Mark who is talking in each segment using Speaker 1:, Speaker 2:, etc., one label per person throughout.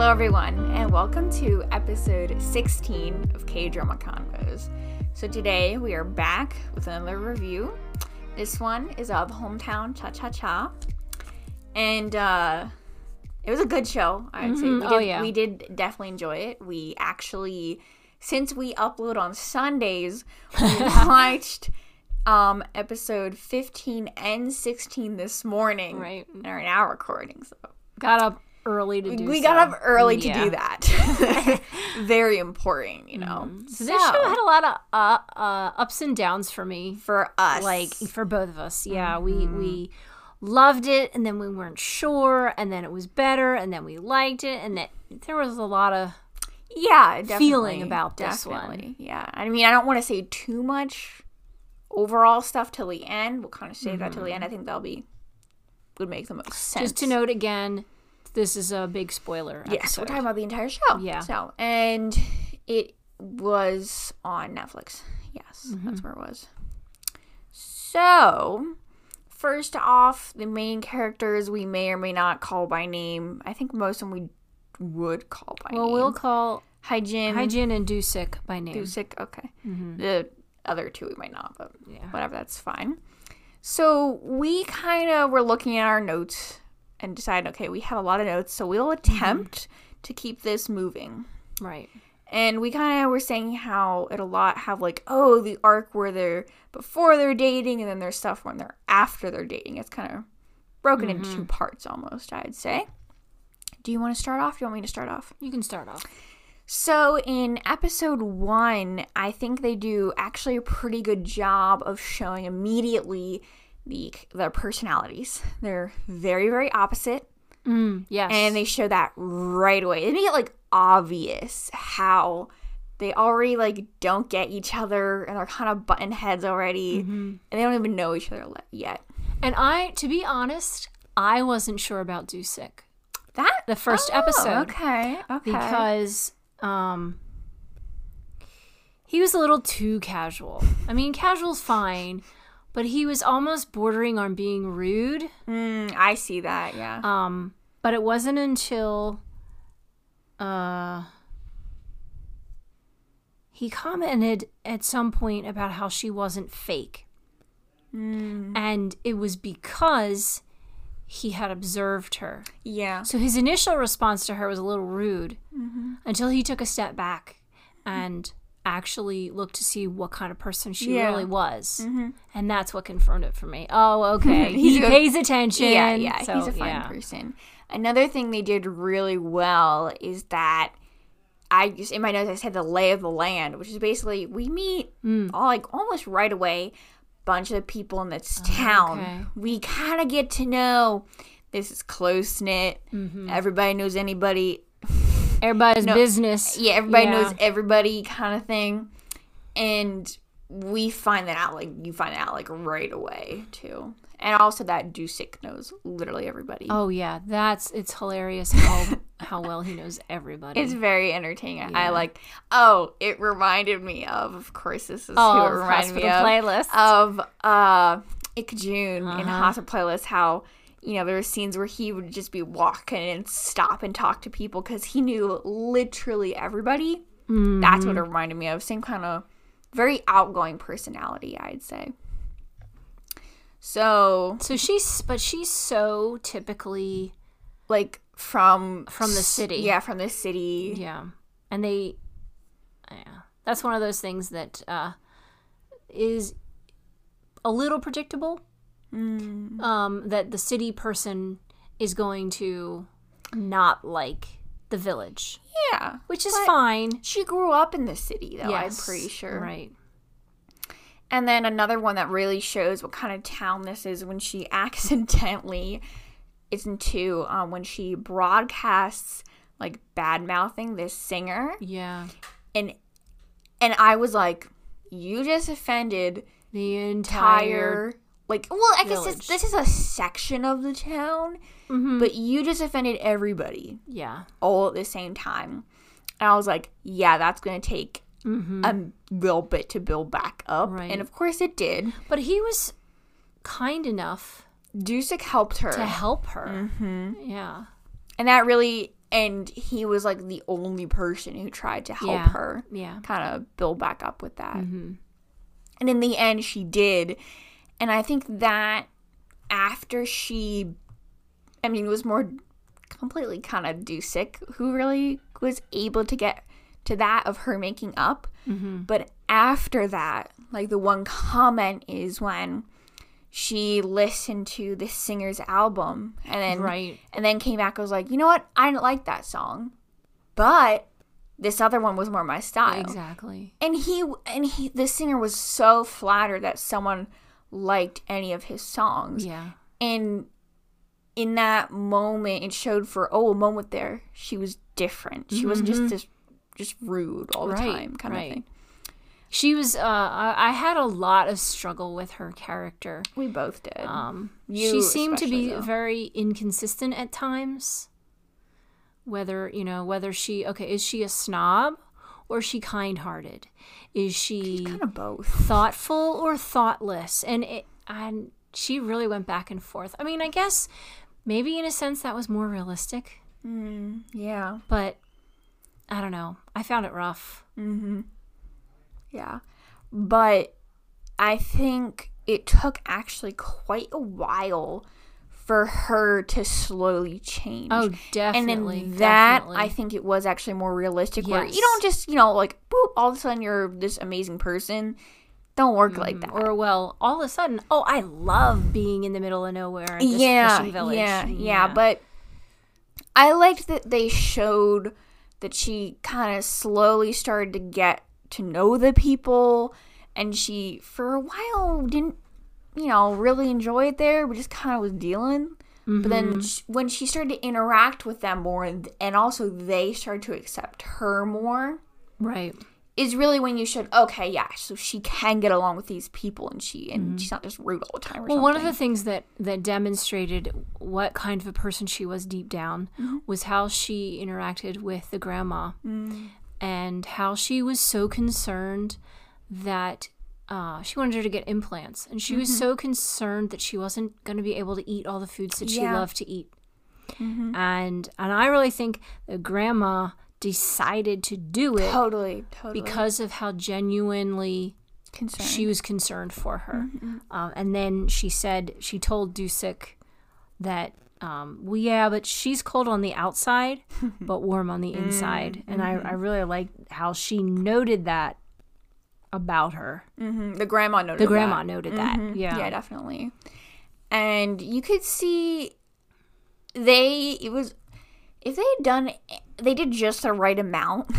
Speaker 1: everyone, and welcome to episode 16 of K Drama Convos. So, today we are back with another review. This one is of Hometown Cha Cha Cha. And uh, it was a good show, I would
Speaker 2: Mhm,
Speaker 1: say. We
Speaker 2: oh,
Speaker 1: did,
Speaker 2: yeah.
Speaker 1: We did definitely enjoy it. We actually, since we upload on Sundays, we watched um, episode 15 and 16 this morning.
Speaker 2: Right.
Speaker 1: And are now recording, so
Speaker 2: Got up early to do
Speaker 1: we got
Speaker 2: so.
Speaker 1: up early to
Speaker 2: Yeah.
Speaker 1: do that. Very important, you know.
Speaker 2: Mm-hmm. So this show had a lot of uh, uh, ups and downs for me.
Speaker 1: for us,
Speaker 2: Like for both of us. Yeah,
Speaker 1: Mm-hmm.
Speaker 2: we we loved it and then we weren't sure and then it was better and then we liked it and that there was a lot of
Speaker 1: yeah, definitely,
Speaker 2: feeling about this one.
Speaker 1: definitely. Yeah, I mean, I don't want to say too much overall stuff till the end. We'll kind of save that till the end. I think that'll be would make the most sense.
Speaker 2: Mm-hmm. just to note again, this is a big spoiler
Speaker 1: yes, we're
Speaker 2: episode.
Speaker 1: talking about the entire show.
Speaker 2: Yeah.
Speaker 1: So and it was on Netflix. Yes,
Speaker 2: Mm-hmm.
Speaker 1: that's where it was. So. First off, the main characters we may or may not call by name. I think most of them we would call by
Speaker 2: Well,
Speaker 1: name.
Speaker 2: we'll call
Speaker 1: Hygiene.
Speaker 2: Hyjin and Dusik by name.
Speaker 1: Usyk, okay. The other two we might not, but
Speaker 2: Yeah.
Speaker 1: whatever, that's fine. So we kind of were looking at our notes and decided, okay, we have a lot of notes, so we'll attempt to keep this moving.
Speaker 2: Right.
Speaker 1: And we kind of were saying how it a lot have like, oh, the arc where they're before they're dating, and then there's stuff when they're after they're dating. It's kind of broken into two parts almost, I'd say. Do you want to start off? Do you want me to start off?
Speaker 2: You can start off.
Speaker 1: So, in episode one, I think they do actually a pretty good job of showing immediately the their personalities. They're very, very opposite,
Speaker 2: Mm, yes.
Speaker 1: and they show that right away. They make it like obvious how they already like don't get each other, and they're kind of button heads already,
Speaker 2: Mm-hmm.
Speaker 1: and they don't even know each other le- yet.
Speaker 2: And I, to be honest, I wasn't sure about Dusik
Speaker 1: That
Speaker 2: the first
Speaker 1: Oh,
Speaker 2: episode
Speaker 1: okay, okay,
Speaker 2: because um, he was a little too casual. I mean, casual's fine, but he was almost bordering on being rude.
Speaker 1: Mm, I see that. Yeah,
Speaker 2: Um, but it wasn't until uh, he commented at some point about how she wasn't fake. And it was because he had observed her.
Speaker 1: yeah,
Speaker 2: So his initial response to her was a little rude
Speaker 1: Mm-hmm.
Speaker 2: until he took a step back and actually looked to see what kind of person she
Speaker 1: Yeah. Mm-hmm.
Speaker 2: really was. And that's what confirmed it for me. Oh, okay.
Speaker 1: He's
Speaker 2: he
Speaker 1: a-
Speaker 2: pays attention.
Speaker 1: Yeah, yeah,
Speaker 2: So,
Speaker 1: he's a fine
Speaker 2: yeah.
Speaker 1: person. Another thing they did really well is that I just in my notes I said the lay of the land, which is basically we meet
Speaker 2: Hmm.
Speaker 1: all like almost right away bunch of people in this town.
Speaker 2: Oh, okay.
Speaker 1: We kind of get to know this is close knit.
Speaker 2: Mm-hmm.
Speaker 1: Everybody knows anybody.
Speaker 2: Everybody's business.
Speaker 1: Yeah, everybody
Speaker 2: Yeah.
Speaker 1: knows everybody kind of thing. And we find that out like you find that out like right away too. And also that Dusik knows literally everybody.
Speaker 2: Oh yeah, that's it's hilarious how how well he knows everybody.
Speaker 1: It's very entertaining. I like. Oh, it reminded me of. Of course, this is
Speaker 2: Oh,
Speaker 1: who it
Speaker 2: of
Speaker 1: reminded me of.
Speaker 2: Hospital Playlist. Uh-huh.
Speaker 1: Of uh, Ik June in Hospital Playlist. How you know there were scenes where he would just be walking and stop and talk to people because he knew literally everybody.
Speaker 2: Mm-hmm.
Speaker 1: That's what it reminded me of. Same kind of very outgoing personality, I'd say. So,
Speaker 2: so she's but she's so typically
Speaker 1: like from
Speaker 2: From the city.
Speaker 1: yeah, from the city.
Speaker 2: yeah, and they yeah that's one of those things that uh, is a little predictable.
Speaker 1: Mm.
Speaker 2: Um, that the city person is going to not like the village,
Speaker 1: yeah.
Speaker 2: which is fine.
Speaker 1: She grew up in the city, though,
Speaker 2: Yes,
Speaker 1: Oh, I'm pretty sure.
Speaker 2: Right.
Speaker 1: And then another one that really shows what kind of town this is when she accidentally is into um, when she broadcasts like bad mouthing this singer.
Speaker 2: Yeah.
Speaker 1: And and I was like, you just offended
Speaker 2: The entire
Speaker 1: entire like well, I guess
Speaker 2: Village. Mm-hmm.
Speaker 1: this, this is a section of the town, but you just offended everybody
Speaker 2: yeah.
Speaker 1: all at the same time. And I was like, yeah, that's going to take a little bit to build back up.
Speaker 2: Mm-hmm. Right.
Speaker 1: And of course it did.
Speaker 2: But he was kind enough
Speaker 1: Dusik helped her. Mm-hmm.
Speaker 2: to help her. Yeah.
Speaker 1: and that really, and he was like the only person who tried to help
Speaker 2: Yeah.
Speaker 1: her
Speaker 2: Yeah. Mm-hmm.
Speaker 1: kind of build back up with that. And in the end, she did. And I think that after she, I mean, was more completely kind of do sick, who really was able to get to that of her making up.
Speaker 2: Mm-hmm.
Speaker 1: But after that, like the one comment is when she listened to the singer's album and then
Speaker 2: Right.
Speaker 1: and then came back and was like, you know what? I didn't like that song, but this other one was more my style.
Speaker 2: Exactly.
Speaker 1: And he and he, the singer was so flattered that someone liked any of his songs.
Speaker 2: Yeah.
Speaker 1: And in that moment, it showed for oh a moment there she was different. She wasn't just this just rude all the
Speaker 2: Mm-hmm. Right,
Speaker 1: time kind
Speaker 2: right.
Speaker 1: of thing.
Speaker 2: She was. Uh, I, I had a lot of struggle with her character.
Speaker 1: We both did.
Speaker 2: Um,
Speaker 1: You
Speaker 2: she seemed to
Speaker 1: especially,
Speaker 2: be
Speaker 1: though.
Speaker 2: very inconsistent at times. Whether you know whether she okay is she a snob or is she kind-hearted? Is she
Speaker 1: kind of both.
Speaker 2: thoughtful or thoughtless? And it and she really went back and forth. I mean, I guess maybe in a sense that was more realistic,
Speaker 1: Yeah.
Speaker 2: but I don't know. I found it rough.
Speaker 1: Yeah. But I think it took actually quite a while for her to slowly change.
Speaker 2: Oh,
Speaker 1: and
Speaker 2: definitely.
Speaker 1: in that,
Speaker 2: definitely.
Speaker 1: I think it was actually more realistic where
Speaker 2: Yes.
Speaker 1: you don't just, you know, like, boop, all of a sudden you're this amazing person. Don't work like that.
Speaker 2: Mm-hmm. or well, all of a sudden, oh, I love being in the middle of nowhere in this
Speaker 1: yeah,
Speaker 2: fishing village.
Speaker 1: yeah, yeah, But I liked that they showed that she kind of slowly started to get to know the people, and she for a while didn't, you know, really enjoy it there, but just kind of was dealing. But
Speaker 2: Mm-hmm.
Speaker 1: then sh when she started to interact with them more, and, and also they started to accept her more,
Speaker 2: right.
Speaker 1: is really when you should okay, yeah, so she can get along with these people, and she and she's not just rude all the time. Or
Speaker 2: Mm-hmm. Well,
Speaker 1: something.
Speaker 2: one of the things that that demonstrated what kind of a person she was deep down was how she interacted with the grandma, and how she was so concerned that. Uh, she wanted her to get implants, and she was so concerned that she wasn't going to be able to eat all the foods that she
Speaker 1: Yeah.
Speaker 2: loved to eat. Mm-hmm. And and I really think the grandma decided to do it
Speaker 1: totally, totally
Speaker 2: because of how genuinely
Speaker 1: concerned.
Speaker 2: she was concerned for her.
Speaker 1: Mm-hmm,
Speaker 2: Um, and then she said, she told Dusik that, um, well, yeah, but she's cold on the outside, but warm on
Speaker 1: Mm,
Speaker 2: the inside. And
Speaker 1: mm-hmm.
Speaker 2: I, I really like how she noted that about her.
Speaker 1: The grandma noted.
Speaker 2: The grandma noted that. Yeah.
Speaker 1: Mm-hmm. Yeah. definitely. And you could see they it was if they had done they did just the right amount.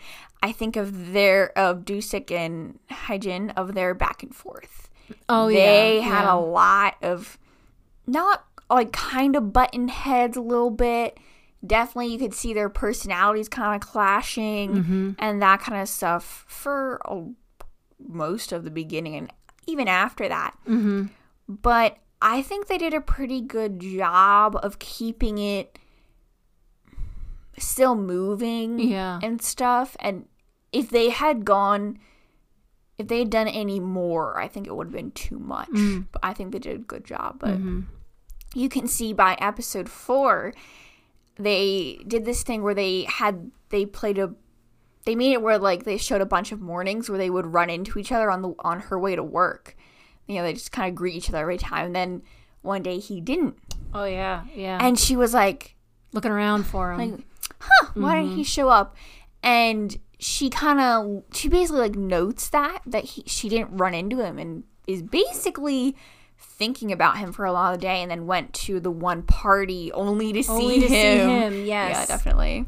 Speaker 1: I think of their of Dusik and Hyjin of their back and forth.
Speaker 2: Oh,
Speaker 1: they
Speaker 2: yeah.
Speaker 1: had
Speaker 2: yeah.
Speaker 1: a lot of not like kind of button heads a little bit. Definitely, you could see their personalities kind of clashing
Speaker 2: Mm-hmm.
Speaker 1: and that kind of stuff for a, most of the beginning and even after that.
Speaker 2: Mm-hmm.
Speaker 1: But I think they did a pretty good job of keeping it still moving
Speaker 2: Yeah.
Speaker 1: and stuff. And if they had gone if they had done any more, I think it would have been too much. But I think they did a good job. But you can see by episode four, they did this thing where they had they played a they made it where like they showed a bunch of mornings where they would run into each other on the on her way to work. You know, they just kind of greet each other every time. And then one day he didn't,
Speaker 2: Oh, yeah. Yeah.
Speaker 1: and she was like,
Speaker 2: Looking around for him.
Speaker 1: why didn't
Speaker 2: Mm-hmm.
Speaker 1: he show up and she kind of she basically like notes that that he, she didn't run into him and is basically thinking about him for a lot of the day and then went to the one party only to
Speaker 2: Only
Speaker 1: see
Speaker 2: to
Speaker 1: him
Speaker 2: see him.
Speaker 1: yeah
Speaker 2: Yes.
Speaker 1: definitely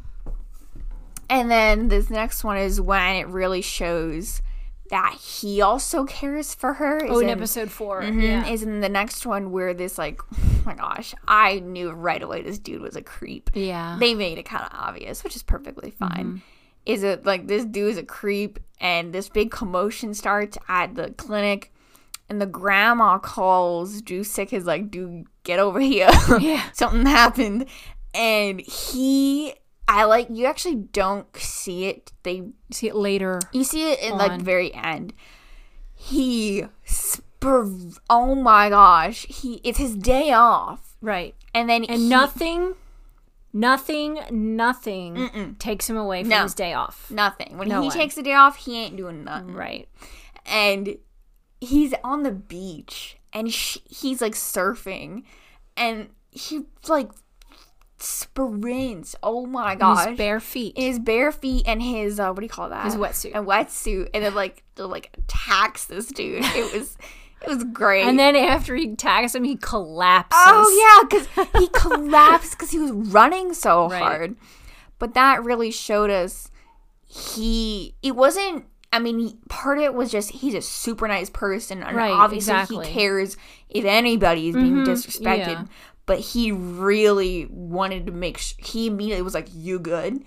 Speaker 1: and then this next one is when it really shows that he also cares for her
Speaker 2: oh,
Speaker 1: is
Speaker 2: in
Speaker 1: in-
Speaker 2: episode 4
Speaker 1: Mhm,
Speaker 2: Yeah.
Speaker 1: is in the next one where this like oh my gosh i knew right away this dude was a creep
Speaker 2: yeah. Mm-hmm.
Speaker 1: they made it kind of obvious, which is perfectly fine. Is it like this dude is a creep and this big commotion starts at the clinic and the grandma calls Jusick is like, dude, get over here.
Speaker 2: yeah.
Speaker 1: Something happened. And he I like you actually don't see it. They
Speaker 2: See it later.
Speaker 1: you see it in like
Speaker 2: On.
Speaker 1: the very end. He spur- oh my gosh. He it's his day off.
Speaker 2: Right.
Speaker 1: And then
Speaker 2: and
Speaker 1: he-
Speaker 2: nothing Nothing, nothing takes him away from
Speaker 1: No.
Speaker 2: his day off.
Speaker 1: Nothing. When
Speaker 2: No
Speaker 1: he
Speaker 2: one.
Speaker 1: takes a day off, he ain't doing nothing.
Speaker 2: Right.
Speaker 1: and he's on the beach and sh he's like surfing and he like sprints oh my
Speaker 2: His
Speaker 1: gosh
Speaker 2: bare feet.
Speaker 1: his bare feet and his uh, what do you call that
Speaker 2: His wetsuit.
Speaker 1: a wetsuit and then like to, like attacks this dude it was it was great
Speaker 2: and then after he tags him, he collapses.
Speaker 1: oh yeah because he collapsed because he was running so
Speaker 2: Right.
Speaker 1: hard but that really showed us he it wasn't i mean he, part of it was just he's a super nice person and
Speaker 2: Right,
Speaker 1: obviously
Speaker 2: exactly. Mm-hmm,
Speaker 1: he cares if anybody is being disrespected
Speaker 2: yeah.
Speaker 1: but he really wanted to make sure he immediately was like you good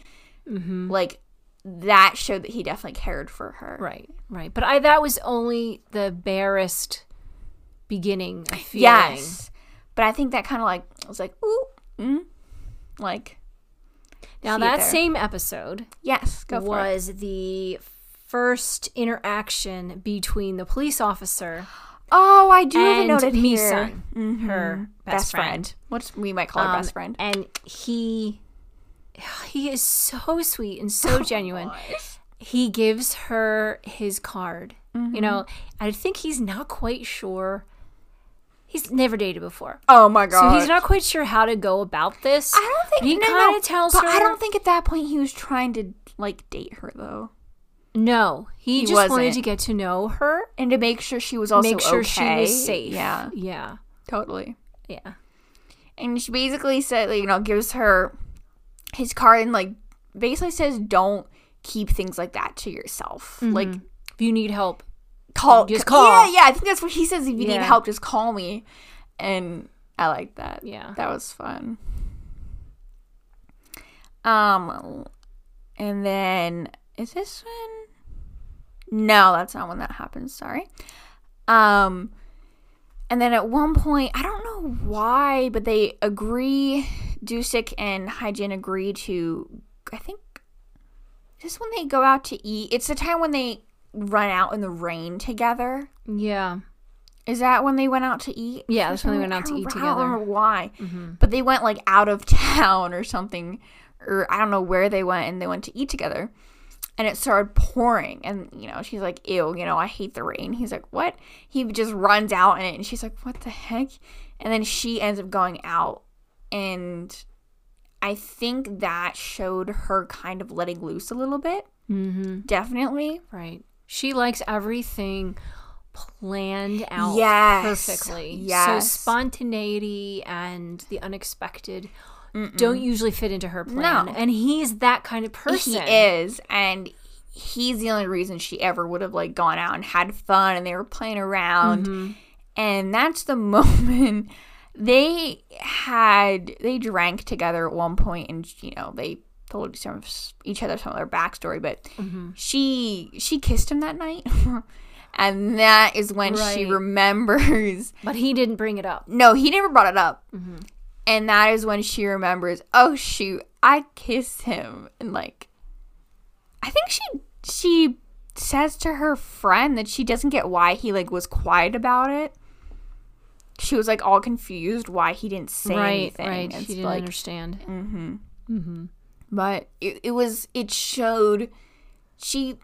Speaker 1: like that showed that he definitely cared for her
Speaker 2: Mm-hmm. Right, right. But I that was only the barest beginning of feeling.
Speaker 1: yes but i think that kind of like I was like ooh mm, like
Speaker 2: Now
Speaker 1: See
Speaker 2: that
Speaker 1: there.
Speaker 2: same episode
Speaker 1: Yes, go for it.
Speaker 2: was the first interaction between the police officer
Speaker 1: Oh, I do have a
Speaker 2: and
Speaker 1: note in here. Mm-hmm.
Speaker 2: Misan, her best, friend.
Speaker 1: What we might call her
Speaker 2: Um,
Speaker 1: best friend.
Speaker 2: And he he is so sweet and
Speaker 1: Oh,
Speaker 2: so genuine. He gives her his card. You
Speaker 1: Mm-hmm.
Speaker 2: know, I think he's not quite sure. He's never dated before.
Speaker 1: Oh my
Speaker 2: So
Speaker 1: god.
Speaker 2: he's not quite sure how to go about this.
Speaker 1: I don't think
Speaker 2: But he
Speaker 1: no,
Speaker 2: kind of
Speaker 1: no,
Speaker 2: tells
Speaker 1: but
Speaker 2: her.
Speaker 1: I don't think at that point he was trying to like date her though,
Speaker 2: No, he,
Speaker 1: He
Speaker 2: just wanted
Speaker 1: wasn't.
Speaker 2: to get to know her,
Speaker 1: and to make sure she was also
Speaker 2: make sure she
Speaker 1: okay.
Speaker 2: was safe.
Speaker 1: Yeah,
Speaker 2: yeah,
Speaker 1: totally.
Speaker 2: yeah.
Speaker 1: And she basically said, like, you know, gives her his card and like basically says, don't keep things like that to yourself. Like,
Speaker 2: If you need help,
Speaker 1: Mm-hmm. call,
Speaker 2: Just call.
Speaker 1: Yeah, yeah. I think that's what he says. If you
Speaker 2: Yeah.
Speaker 1: need help, just call me. And I like that.
Speaker 2: Yeah.
Speaker 1: that was fun. Um, and then is this when? No, that's not when that happens. Sorry. Um, and then at one point, I don't know why, but they agree. Dusik and Hyjin agree to. I think just when they go out to eat. It's the time when they run out in the rain together.
Speaker 2: yeah,
Speaker 1: Is that when they went out to eat? Oh,
Speaker 2: yeah.
Speaker 1: or
Speaker 2: That's when they
Speaker 1: something?
Speaker 2: went out
Speaker 1: I
Speaker 2: to
Speaker 1: don't-
Speaker 2: eat
Speaker 1: I don't
Speaker 2: together. Mm-hmm.
Speaker 1: remember why, but they went like out of town or something, or I don't know where they went, and they went to eat together, and it started pouring, and you know she's like, "Ew, you know I hate the rain." He's like, "What?" He just runs out in it, and she's like, "What the heck?" And then she ends up going out, and I think that showed her kind of letting loose a little bit.
Speaker 2: Mm-hmm.
Speaker 1: Definitely,
Speaker 2: Right. She likes everything planned out
Speaker 1: Yes,
Speaker 2: perfectly.
Speaker 1: yes.
Speaker 2: So spontaneity and the unexpected don't usually fit into her plan.
Speaker 1: No.
Speaker 2: And he's that kind of person.
Speaker 1: He is, and he's the only reason she ever would have like gone out and had fun, and they were playing around,
Speaker 2: Mm-hmm.
Speaker 1: and that's the moment they had they drank together at one point, and you know they told each other, each other some of their backstory, but
Speaker 2: Mm-hmm.
Speaker 1: she she kissed him that night. And that is when she
Speaker 2: Right.
Speaker 1: remembers.
Speaker 2: But he didn't bring it up.
Speaker 1: No, he never brought it up.
Speaker 2: Mm-hmm.
Speaker 1: And that is when she remembers, oh shoot, I kissed him. And like I think she she says to her friend that she doesn't get why he like was quiet about it. She was like all confused why he didn't say
Speaker 2: Right,
Speaker 1: anything.
Speaker 2: right.
Speaker 1: It's
Speaker 2: She didn't
Speaker 1: like mm.
Speaker 2: understand.
Speaker 1: but it, it was it showed she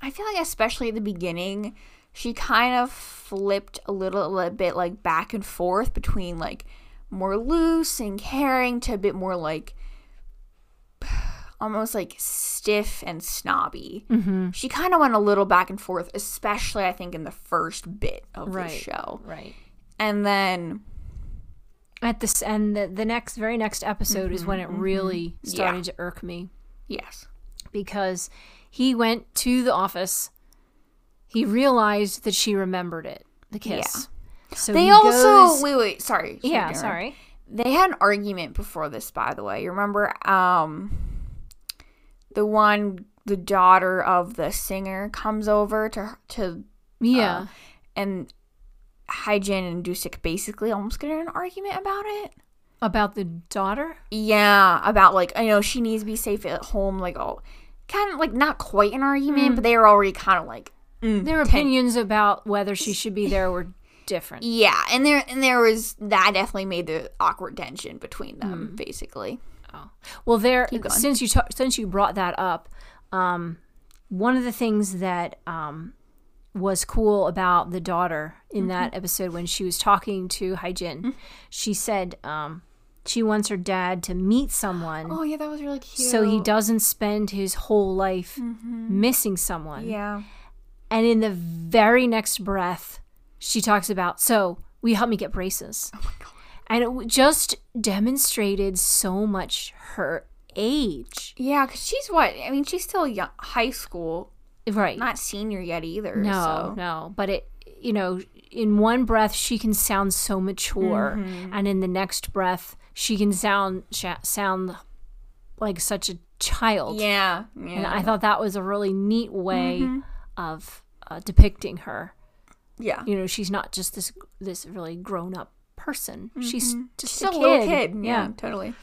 Speaker 1: i feel like especially at the beginning she kind of flipped a little, little bit like back and forth between like more loose and caring to a bit more like almost like stiff and snobby
Speaker 2: Mm-hmm.
Speaker 1: she kind of went a little back and forth especially i think in the first bit of
Speaker 2: Right.
Speaker 1: the show
Speaker 2: Right.
Speaker 1: and then
Speaker 2: at this and the, the next very next episode
Speaker 1: Mm-hmm,
Speaker 2: is when it really started to irk me
Speaker 1: yes
Speaker 2: because he went to the office he realized that she remembered it the kiss so
Speaker 1: they
Speaker 2: he
Speaker 1: also
Speaker 2: goes-
Speaker 1: wait wait sorry
Speaker 2: yeah
Speaker 1: Darren.
Speaker 2: sorry
Speaker 1: they had an argument before this by the way you remember um the one the daughter of the singer comes over to to
Speaker 2: yeah
Speaker 1: and Hyjin and Dusik basically almost get in an argument about it.
Speaker 2: about the daughter
Speaker 1: Yeah, about like I know she needs to be safe at home. Like oh, kind of like not quite an argument, but they were already kind of like
Speaker 2: their opinions about whether she should be there were different
Speaker 1: E- Hmm. yeah, and there and there was that definitely made the awkward tension between them basically.
Speaker 2: Oh. Well, there since you ta- since you brought that up, um, one of the things that um, was cool about the daughter in that episode when she was talking to Hyjin, she said um, she wants her dad to meet someone
Speaker 1: Oh yeah, that was really cute.
Speaker 2: so he doesn't spend his whole life missing someone.
Speaker 1: Yeah.
Speaker 2: And in the very next breath, she talks about, so will you help me get braces? Oh my God. And it w- just demonstrated so much her age.
Speaker 1: Yeah, because she's what? I mean, she's still young, high school,
Speaker 2: Right.
Speaker 1: not senior yet either.
Speaker 2: no,
Speaker 1: So.
Speaker 2: no. But it, you know, in one breath, she can sound so mature. And in the next breath, she can sound, sh- sound like such a child.
Speaker 1: Yeah. Yeah.
Speaker 2: And I thought that was a really neat way of uh, depicting her.
Speaker 1: yeah.
Speaker 2: you know she's not just this this really grown up person she's just
Speaker 1: Still
Speaker 2: a
Speaker 1: Mm-hmm. a
Speaker 2: kid.
Speaker 1: little kid.
Speaker 2: yeah,
Speaker 1: Yeah, totally.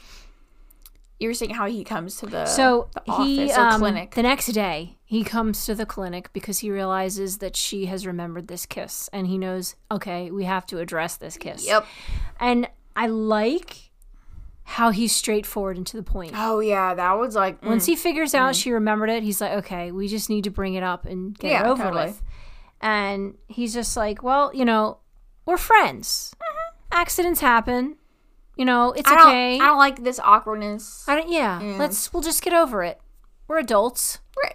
Speaker 1: You were saying how he comes to the
Speaker 2: so
Speaker 1: the
Speaker 2: he
Speaker 1: office or
Speaker 2: um,
Speaker 1: clinic.
Speaker 2: the next day he comes to the clinic because he realizes that she has remembered this kiss and he knows okay we have to address this kiss
Speaker 1: yep.
Speaker 2: and i like how he's straightforward and to the point
Speaker 1: Oh yeah, that was like mm,
Speaker 2: once he figures out she remembered it he's like okay we just need to bring it up and get it
Speaker 1: Yeah,
Speaker 2: over
Speaker 1: totally.
Speaker 2: with and he's just like well you know we're friends accidents happen you know it's
Speaker 1: Mm-hmm. I don't,
Speaker 2: okay
Speaker 1: I don't Mm. like this awkwardness.
Speaker 2: I don't- yeah let's we'll just get over it we're adults
Speaker 1: Right.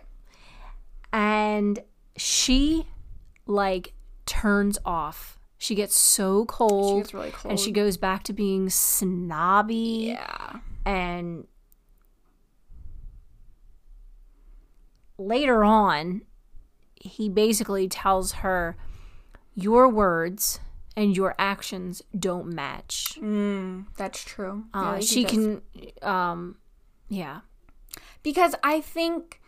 Speaker 2: and she like turns off she gets so cold,
Speaker 1: gets really
Speaker 2: and she
Speaker 1: cold.
Speaker 2: goes back to being snobby
Speaker 1: Yeah.
Speaker 2: and later on he basically tells her your words and your actions don't match
Speaker 1: Mm, that's true.
Speaker 2: Uh,
Speaker 1: Yeah, he
Speaker 2: she
Speaker 1: does.
Speaker 2: can um yeah
Speaker 1: because I think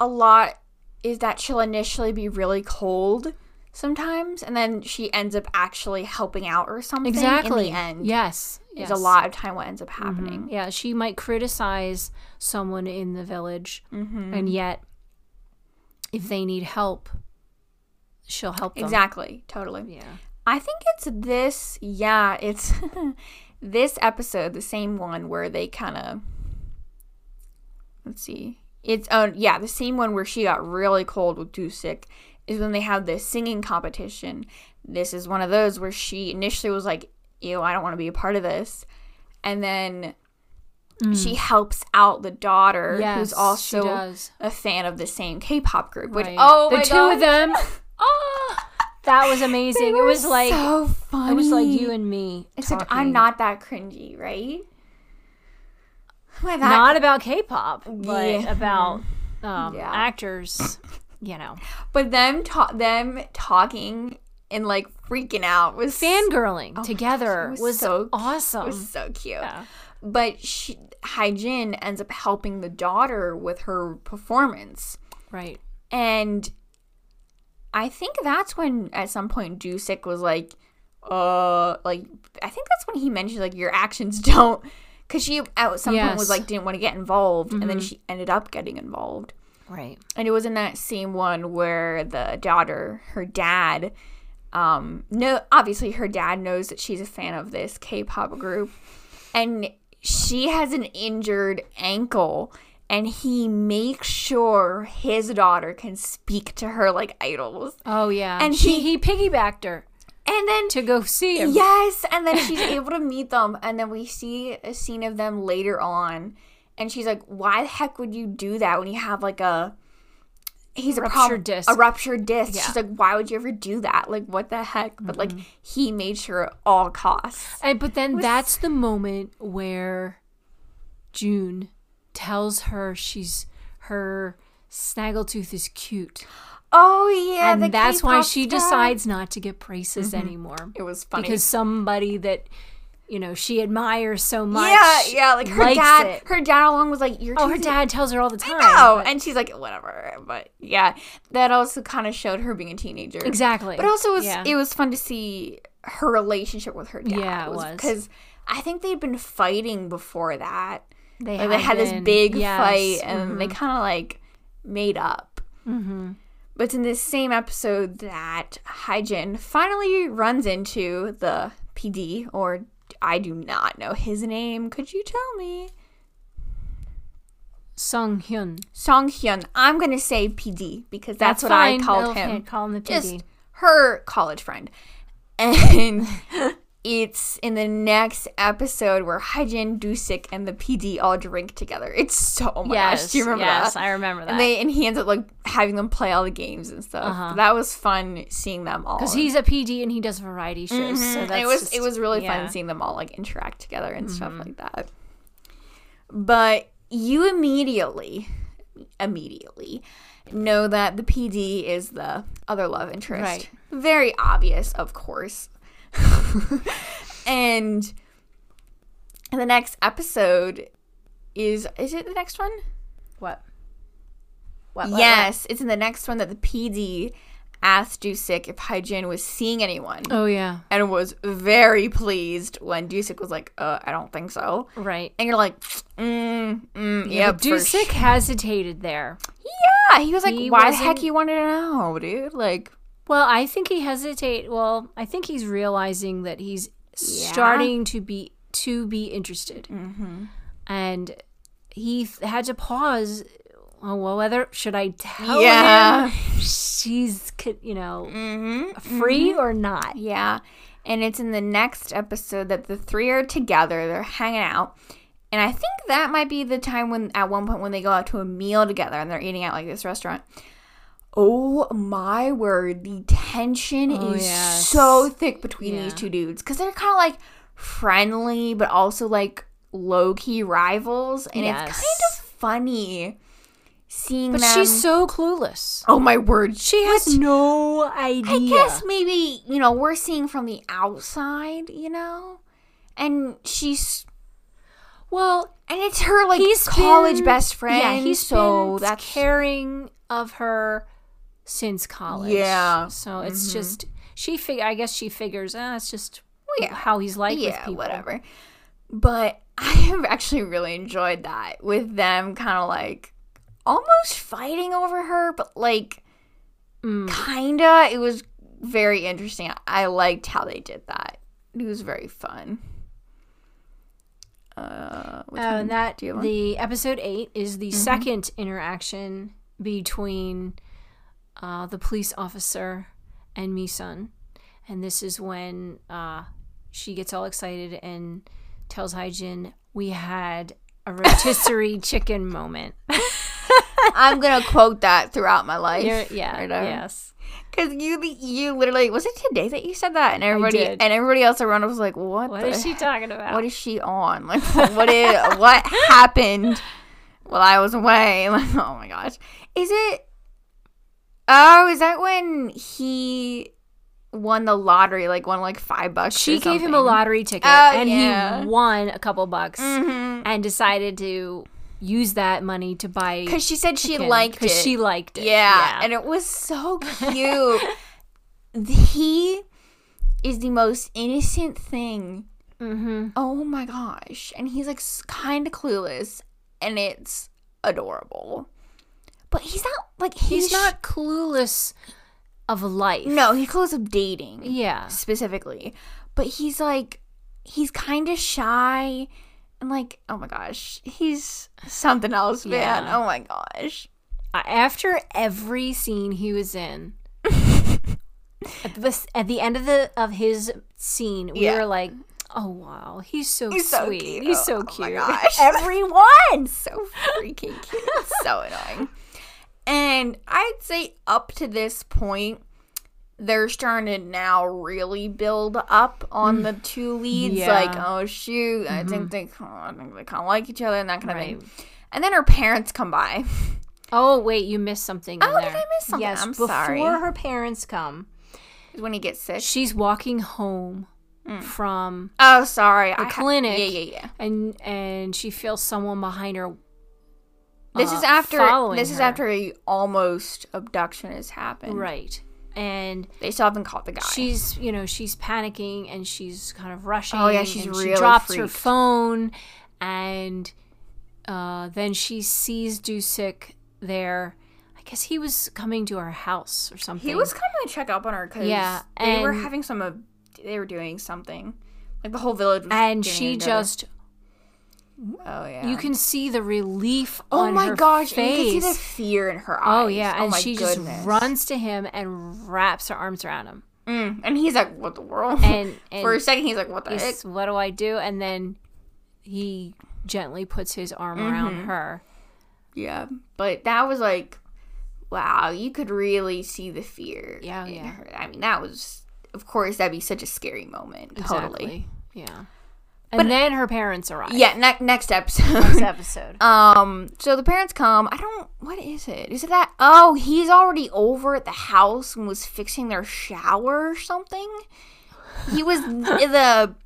Speaker 1: a lot is that she'll initially be really cold sometimes, and then she ends up actually helping out or something.
Speaker 2: exactly
Speaker 1: In the end,
Speaker 2: yes yes.
Speaker 1: is a lot of time what ends up happening.
Speaker 2: yeah she might criticize someone in the village
Speaker 1: Mm-hmm.
Speaker 2: and yet if they need help she'll help them
Speaker 1: Exactly. Totally.
Speaker 2: yeah
Speaker 1: I think it's this. Yeah, it's this episode, the same one where they kind of. Let's see. It's oh yeah, the same one where she got really cold with Dusik is when they had the singing competition. This is one of those where she initially was like, "Ew, I don't want to be a part of this," and then she helps out the daughter,
Speaker 2: Mm. Yes,
Speaker 1: who's
Speaker 2: she
Speaker 1: also
Speaker 2: does.
Speaker 1: a fan of the same K-pop group. Which
Speaker 2: Right.
Speaker 1: oh
Speaker 2: the
Speaker 1: my
Speaker 2: two
Speaker 1: God, Ah.
Speaker 2: of them. oh, that was amazing. It
Speaker 1: were
Speaker 2: was like
Speaker 1: so funny.
Speaker 2: it was like you and me.
Speaker 1: Except
Speaker 2: talking.
Speaker 1: I'm not that cringy, right? Am I that?
Speaker 2: not about K-pop, but
Speaker 1: Yeah.
Speaker 2: about um,
Speaker 1: Yeah.
Speaker 2: actors. You know,
Speaker 1: but them ta- them talking and like freaking out was
Speaker 2: fangirling together
Speaker 1: Oh it
Speaker 2: was,
Speaker 1: was so-
Speaker 2: awesome.
Speaker 1: was so cute.
Speaker 2: Yeah.
Speaker 1: But she, Haijin ends up helping the daughter with her performance,
Speaker 2: right.
Speaker 1: and I think that's when at some point Jusik was like, "Uh, like I think that's when he mentioned like your actions don't." Because she at some point
Speaker 2: Yes. Mm-hmm.
Speaker 1: was like didn't want to get involved, and then she ended up getting involved.
Speaker 2: Right.
Speaker 1: and it was in that same one where the daughter her dad um no obviously her dad knows that she's a fan of this k-pop group and she has an injured ankle and he makes sure his daughter can speak to her like idols
Speaker 2: Oh yeah.
Speaker 1: And
Speaker 2: she
Speaker 1: he-
Speaker 2: he piggybacked her
Speaker 1: and then
Speaker 2: to go see him.
Speaker 1: Yes, and then she's able to meet them, and then we see a scene of them later on, and she's like, "Why the heck would you do that when you have like a he's a prob-
Speaker 2: Ruptured disc.
Speaker 1: a ruptured disc?"
Speaker 2: Yeah.
Speaker 1: She's like, "Why would you ever do that? Like, what the heck?" But like, he made sure at all costs.
Speaker 2: And but then that's the moment where June tells her she's her snaggletooth is cute.
Speaker 1: Oh yeah,
Speaker 2: and
Speaker 1: the
Speaker 2: that's why
Speaker 1: K-pop
Speaker 2: she
Speaker 1: star.
Speaker 2: decides not to get braces anymore
Speaker 1: Mm-hmm. it was funny
Speaker 2: because somebody that you know she admires so much
Speaker 1: yeah, yeah, like her
Speaker 2: likes
Speaker 1: dad,
Speaker 2: it.
Speaker 1: her dad along was like, "You're
Speaker 2: oh
Speaker 1: too
Speaker 2: her dad tells her all the time
Speaker 1: Oh,
Speaker 2: but-
Speaker 1: and she's like, whatever. But yeah, that also kind of showed her being a teenager.
Speaker 2: exactly
Speaker 1: But also, it was,
Speaker 2: yeah.
Speaker 1: it was fun to see her relationship with her dad.
Speaker 2: Yeah, it was.
Speaker 1: because I think they'd been fighting before that.
Speaker 2: they,
Speaker 1: Like they had this
Speaker 2: been-
Speaker 1: big
Speaker 2: yes. mm-hmm.
Speaker 1: fight, and they kind of like made up. But it's in this same episode that Hyjin finally runs into the PD, or I do not know his name. Could you tell me?
Speaker 2: Sung Hyun.
Speaker 1: Song Hyun. I'm gonna say PD because that's, what I called him.
Speaker 2: Call him the PD.
Speaker 1: Just her college friend. And it's in the next episode where Hyjin, Dusik, and the PD all drink together. It's so much.
Speaker 2: yes,
Speaker 1: Oh Do you remember
Speaker 2: yes,
Speaker 1: that?
Speaker 2: I remember
Speaker 1: And
Speaker 2: that.
Speaker 1: they and he ends up like having them play all the games and stuff. That was fun seeing them all.
Speaker 2: Uh-huh. Because he's a PD and he does variety shows. So
Speaker 1: And
Speaker 2: that's
Speaker 1: Mm-hmm. it was
Speaker 2: just-
Speaker 1: it was really
Speaker 2: yeah. Mm-hmm.
Speaker 1: fun seeing them all like interact together and stuff like that. But you immediately, immediately know that the PD is the other love interest.
Speaker 2: Right.
Speaker 1: Very obvious, of course. and the next episode is is it the next one?
Speaker 2: What? What? what,
Speaker 1: yes, it's in the next one that the PD asked Dusik if Hyjin was seeing anyone
Speaker 2: what? Oh yeah.
Speaker 1: and was very pleased when Dusik was like, uh, I don't think so.
Speaker 2: Right.
Speaker 1: And you're like, mm, mm, yeah,
Speaker 2: But Dusik hesitated there.
Speaker 1: Yeah, he was like,
Speaker 2: He
Speaker 1: why the heck
Speaker 2: wasn't-
Speaker 1: you wanted to know, dude? Like,
Speaker 2: Well, I think he hesitate. Well, I think he's realizing that he's starting to be to be interested, mm-hmm. and he th- had to pause. Oh, well, whether should I tell
Speaker 1: Yeah. Mm-hmm.
Speaker 2: him she's c- you know free or not?
Speaker 1: yeah. And it's in the next episode that the three are together, they're hanging out. And I think that might be the time when, at one point, when they go out to a meal together and they're eating at like this restaurant. Oh my word, the tension is
Speaker 2: Oh, yes.
Speaker 1: so thick between these
Speaker 2: Yeah.
Speaker 1: two dudes because they're kind of like friendly, but also like low key rivals, and it's kind
Speaker 2: Yes.
Speaker 1: of funny seeing
Speaker 2: But
Speaker 1: them.
Speaker 2: she's so clueless.
Speaker 1: oh my word,
Speaker 2: She has no idea.
Speaker 1: I guess maybe, you know, we're seeing from the outside, you know? And she's
Speaker 2: Well,
Speaker 1: and it's her like
Speaker 2: he's
Speaker 1: college
Speaker 2: been-
Speaker 1: best friend.
Speaker 2: Yeah, he's
Speaker 1: so
Speaker 2: been
Speaker 1: that's
Speaker 2: caring of her since college.
Speaker 1: Yeah. Mm-hmm.
Speaker 2: so it's just she. Fig- I guess she figures. Ah, it's just how he's like with
Speaker 1: yeah,
Speaker 2: people.
Speaker 1: whatever. But I have actually really enjoyed that with them kind of like almost fighting over her, but like
Speaker 2: Mm.
Speaker 1: kinda. It was very interesting. I liked how they did that. It was very fun. Uh, which
Speaker 2: Oh, and that
Speaker 1: do you want? Mm-hmm.
Speaker 2: the episode eight is the second interaction between uh, the police officer and Misun, and this is when uh, she gets all excited and tells Hyjin, "We had a rotisserie chicken moment."
Speaker 1: I'm gonna quote that throughout my life.
Speaker 2: You're- yeah.
Speaker 1: Right on.
Speaker 2: Yes.
Speaker 1: Because you, you literally was it today that you said that, and everybody
Speaker 2: did.
Speaker 1: and everybody else around was like, "What?
Speaker 2: What
Speaker 1: the
Speaker 2: is she talking about?
Speaker 1: What is she on? Like, what is what happened while I was away? Like, oh my gosh, is it? Oh, is that when he won the lottery? Like, won like five bucks. or
Speaker 2: she gave him a
Speaker 1: something?
Speaker 2: lottery ticket
Speaker 1: Oh,
Speaker 2: and
Speaker 1: yeah. Mm.
Speaker 2: he won a couple bucks
Speaker 1: Mm-hmm.
Speaker 2: and decided to use that money to buy
Speaker 1: because she said she
Speaker 2: chicken
Speaker 1: liked it.
Speaker 2: she liked it.
Speaker 1: Yeah, and it was so cute. he is the most innocent thing.
Speaker 2: Mhm.
Speaker 1: Oh my gosh. And he's like kind of clueless and it's adorable. But he's not like he's,
Speaker 2: he's, not clueless of life.
Speaker 1: No, he's clueless of dating
Speaker 2: Yeah.
Speaker 1: specifically. But he's like he's kind of shy and like oh my gosh, he's something else, man.
Speaker 2: Yeah.
Speaker 1: Oh my gosh.
Speaker 2: A- After every scene he was in, at, the, at the end of the of his scene, we
Speaker 1: Yeah.
Speaker 2: were like, "Oh wow, he's so
Speaker 1: He's so
Speaker 2: sweet.
Speaker 1: cute.
Speaker 2: He's so
Speaker 1: Oh my
Speaker 2: cute."
Speaker 1: gosh.
Speaker 2: Everyone.
Speaker 1: so freaking cute. It's so annoying. And I'd say up to this point, they're starting to now really build up on the two leads.
Speaker 2: Mm. Yeah. Mm-hmm.
Speaker 1: Like, oh shoot, I think they, oh, I think they kind of like each other and that kind of
Speaker 2: Right.
Speaker 1: thing. And then her parents come by.
Speaker 2: Oh wait, you missed something.
Speaker 1: Oh,
Speaker 2: in
Speaker 1: did
Speaker 2: there.
Speaker 1: I miss something?
Speaker 2: Yes,
Speaker 1: I'm
Speaker 2: before
Speaker 1: sorry.
Speaker 2: her parents come,
Speaker 1: when he gets sick.
Speaker 2: she's walking home
Speaker 1: Mm.
Speaker 2: from
Speaker 1: Oh, sorry. The
Speaker 2: clinic.
Speaker 1: yeah, yeah, yeah.
Speaker 2: and and she feels someone behind her.
Speaker 1: This
Speaker 2: Uh,
Speaker 1: is after.
Speaker 2: following
Speaker 1: This is
Speaker 2: her.
Speaker 1: after a almost abduction has happened.
Speaker 2: Right, and
Speaker 1: They still haven't caught the guy.
Speaker 2: she's you know she's panicking and she's kind of rushing.
Speaker 1: Oh, yeah, she's
Speaker 2: and
Speaker 1: really
Speaker 2: She drops her
Speaker 1: freaked.
Speaker 2: phone, and uh, then she sees Dusik there. I guess he was coming to her house or something.
Speaker 1: He was coming to check up on her because
Speaker 2: Yeah,
Speaker 1: they were
Speaker 2: and-
Speaker 1: having some of they were doing something like the whole village was
Speaker 2: and
Speaker 1: getting
Speaker 2: she
Speaker 1: together.
Speaker 2: just
Speaker 1: Oh yeah.
Speaker 2: You can see the relief
Speaker 1: oh
Speaker 2: on
Speaker 1: my
Speaker 2: her
Speaker 1: gosh, and
Speaker 2: face.
Speaker 1: you can see the fear in her eyes.
Speaker 2: oh yeah, and
Speaker 1: my
Speaker 2: she
Speaker 1: goodness.
Speaker 2: just runs to him and wraps her arms around him.
Speaker 1: Mm, and he's like, "What the world?"
Speaker 2: And, and
Speaker 1: For a second, he's like, "What the heck?"
Speaker 2: he's, what do I do? And then he gently puts his arm around her.
Speaker 1: Yeah, but that was like, wow, you could really see the fear.
Speaker 2: Yeah,
Speaker 1: in
Speaker 2: yeah.
Speaker 1: Her. I mean, that was, of course, that'd be such a scary moment. Totally.
Speaker 2: Exactly. Yeah. And then her parents arrive.
Speaker 1: Yeah. Ne- next
Speaker 2: This
Speaker 1: episode.
Speaker 2: episode.
Speaker 1: um. So the parents come. I don't. What is it? Is it that? Oh, he's already over at the house and was fixing their shower or something. He was the.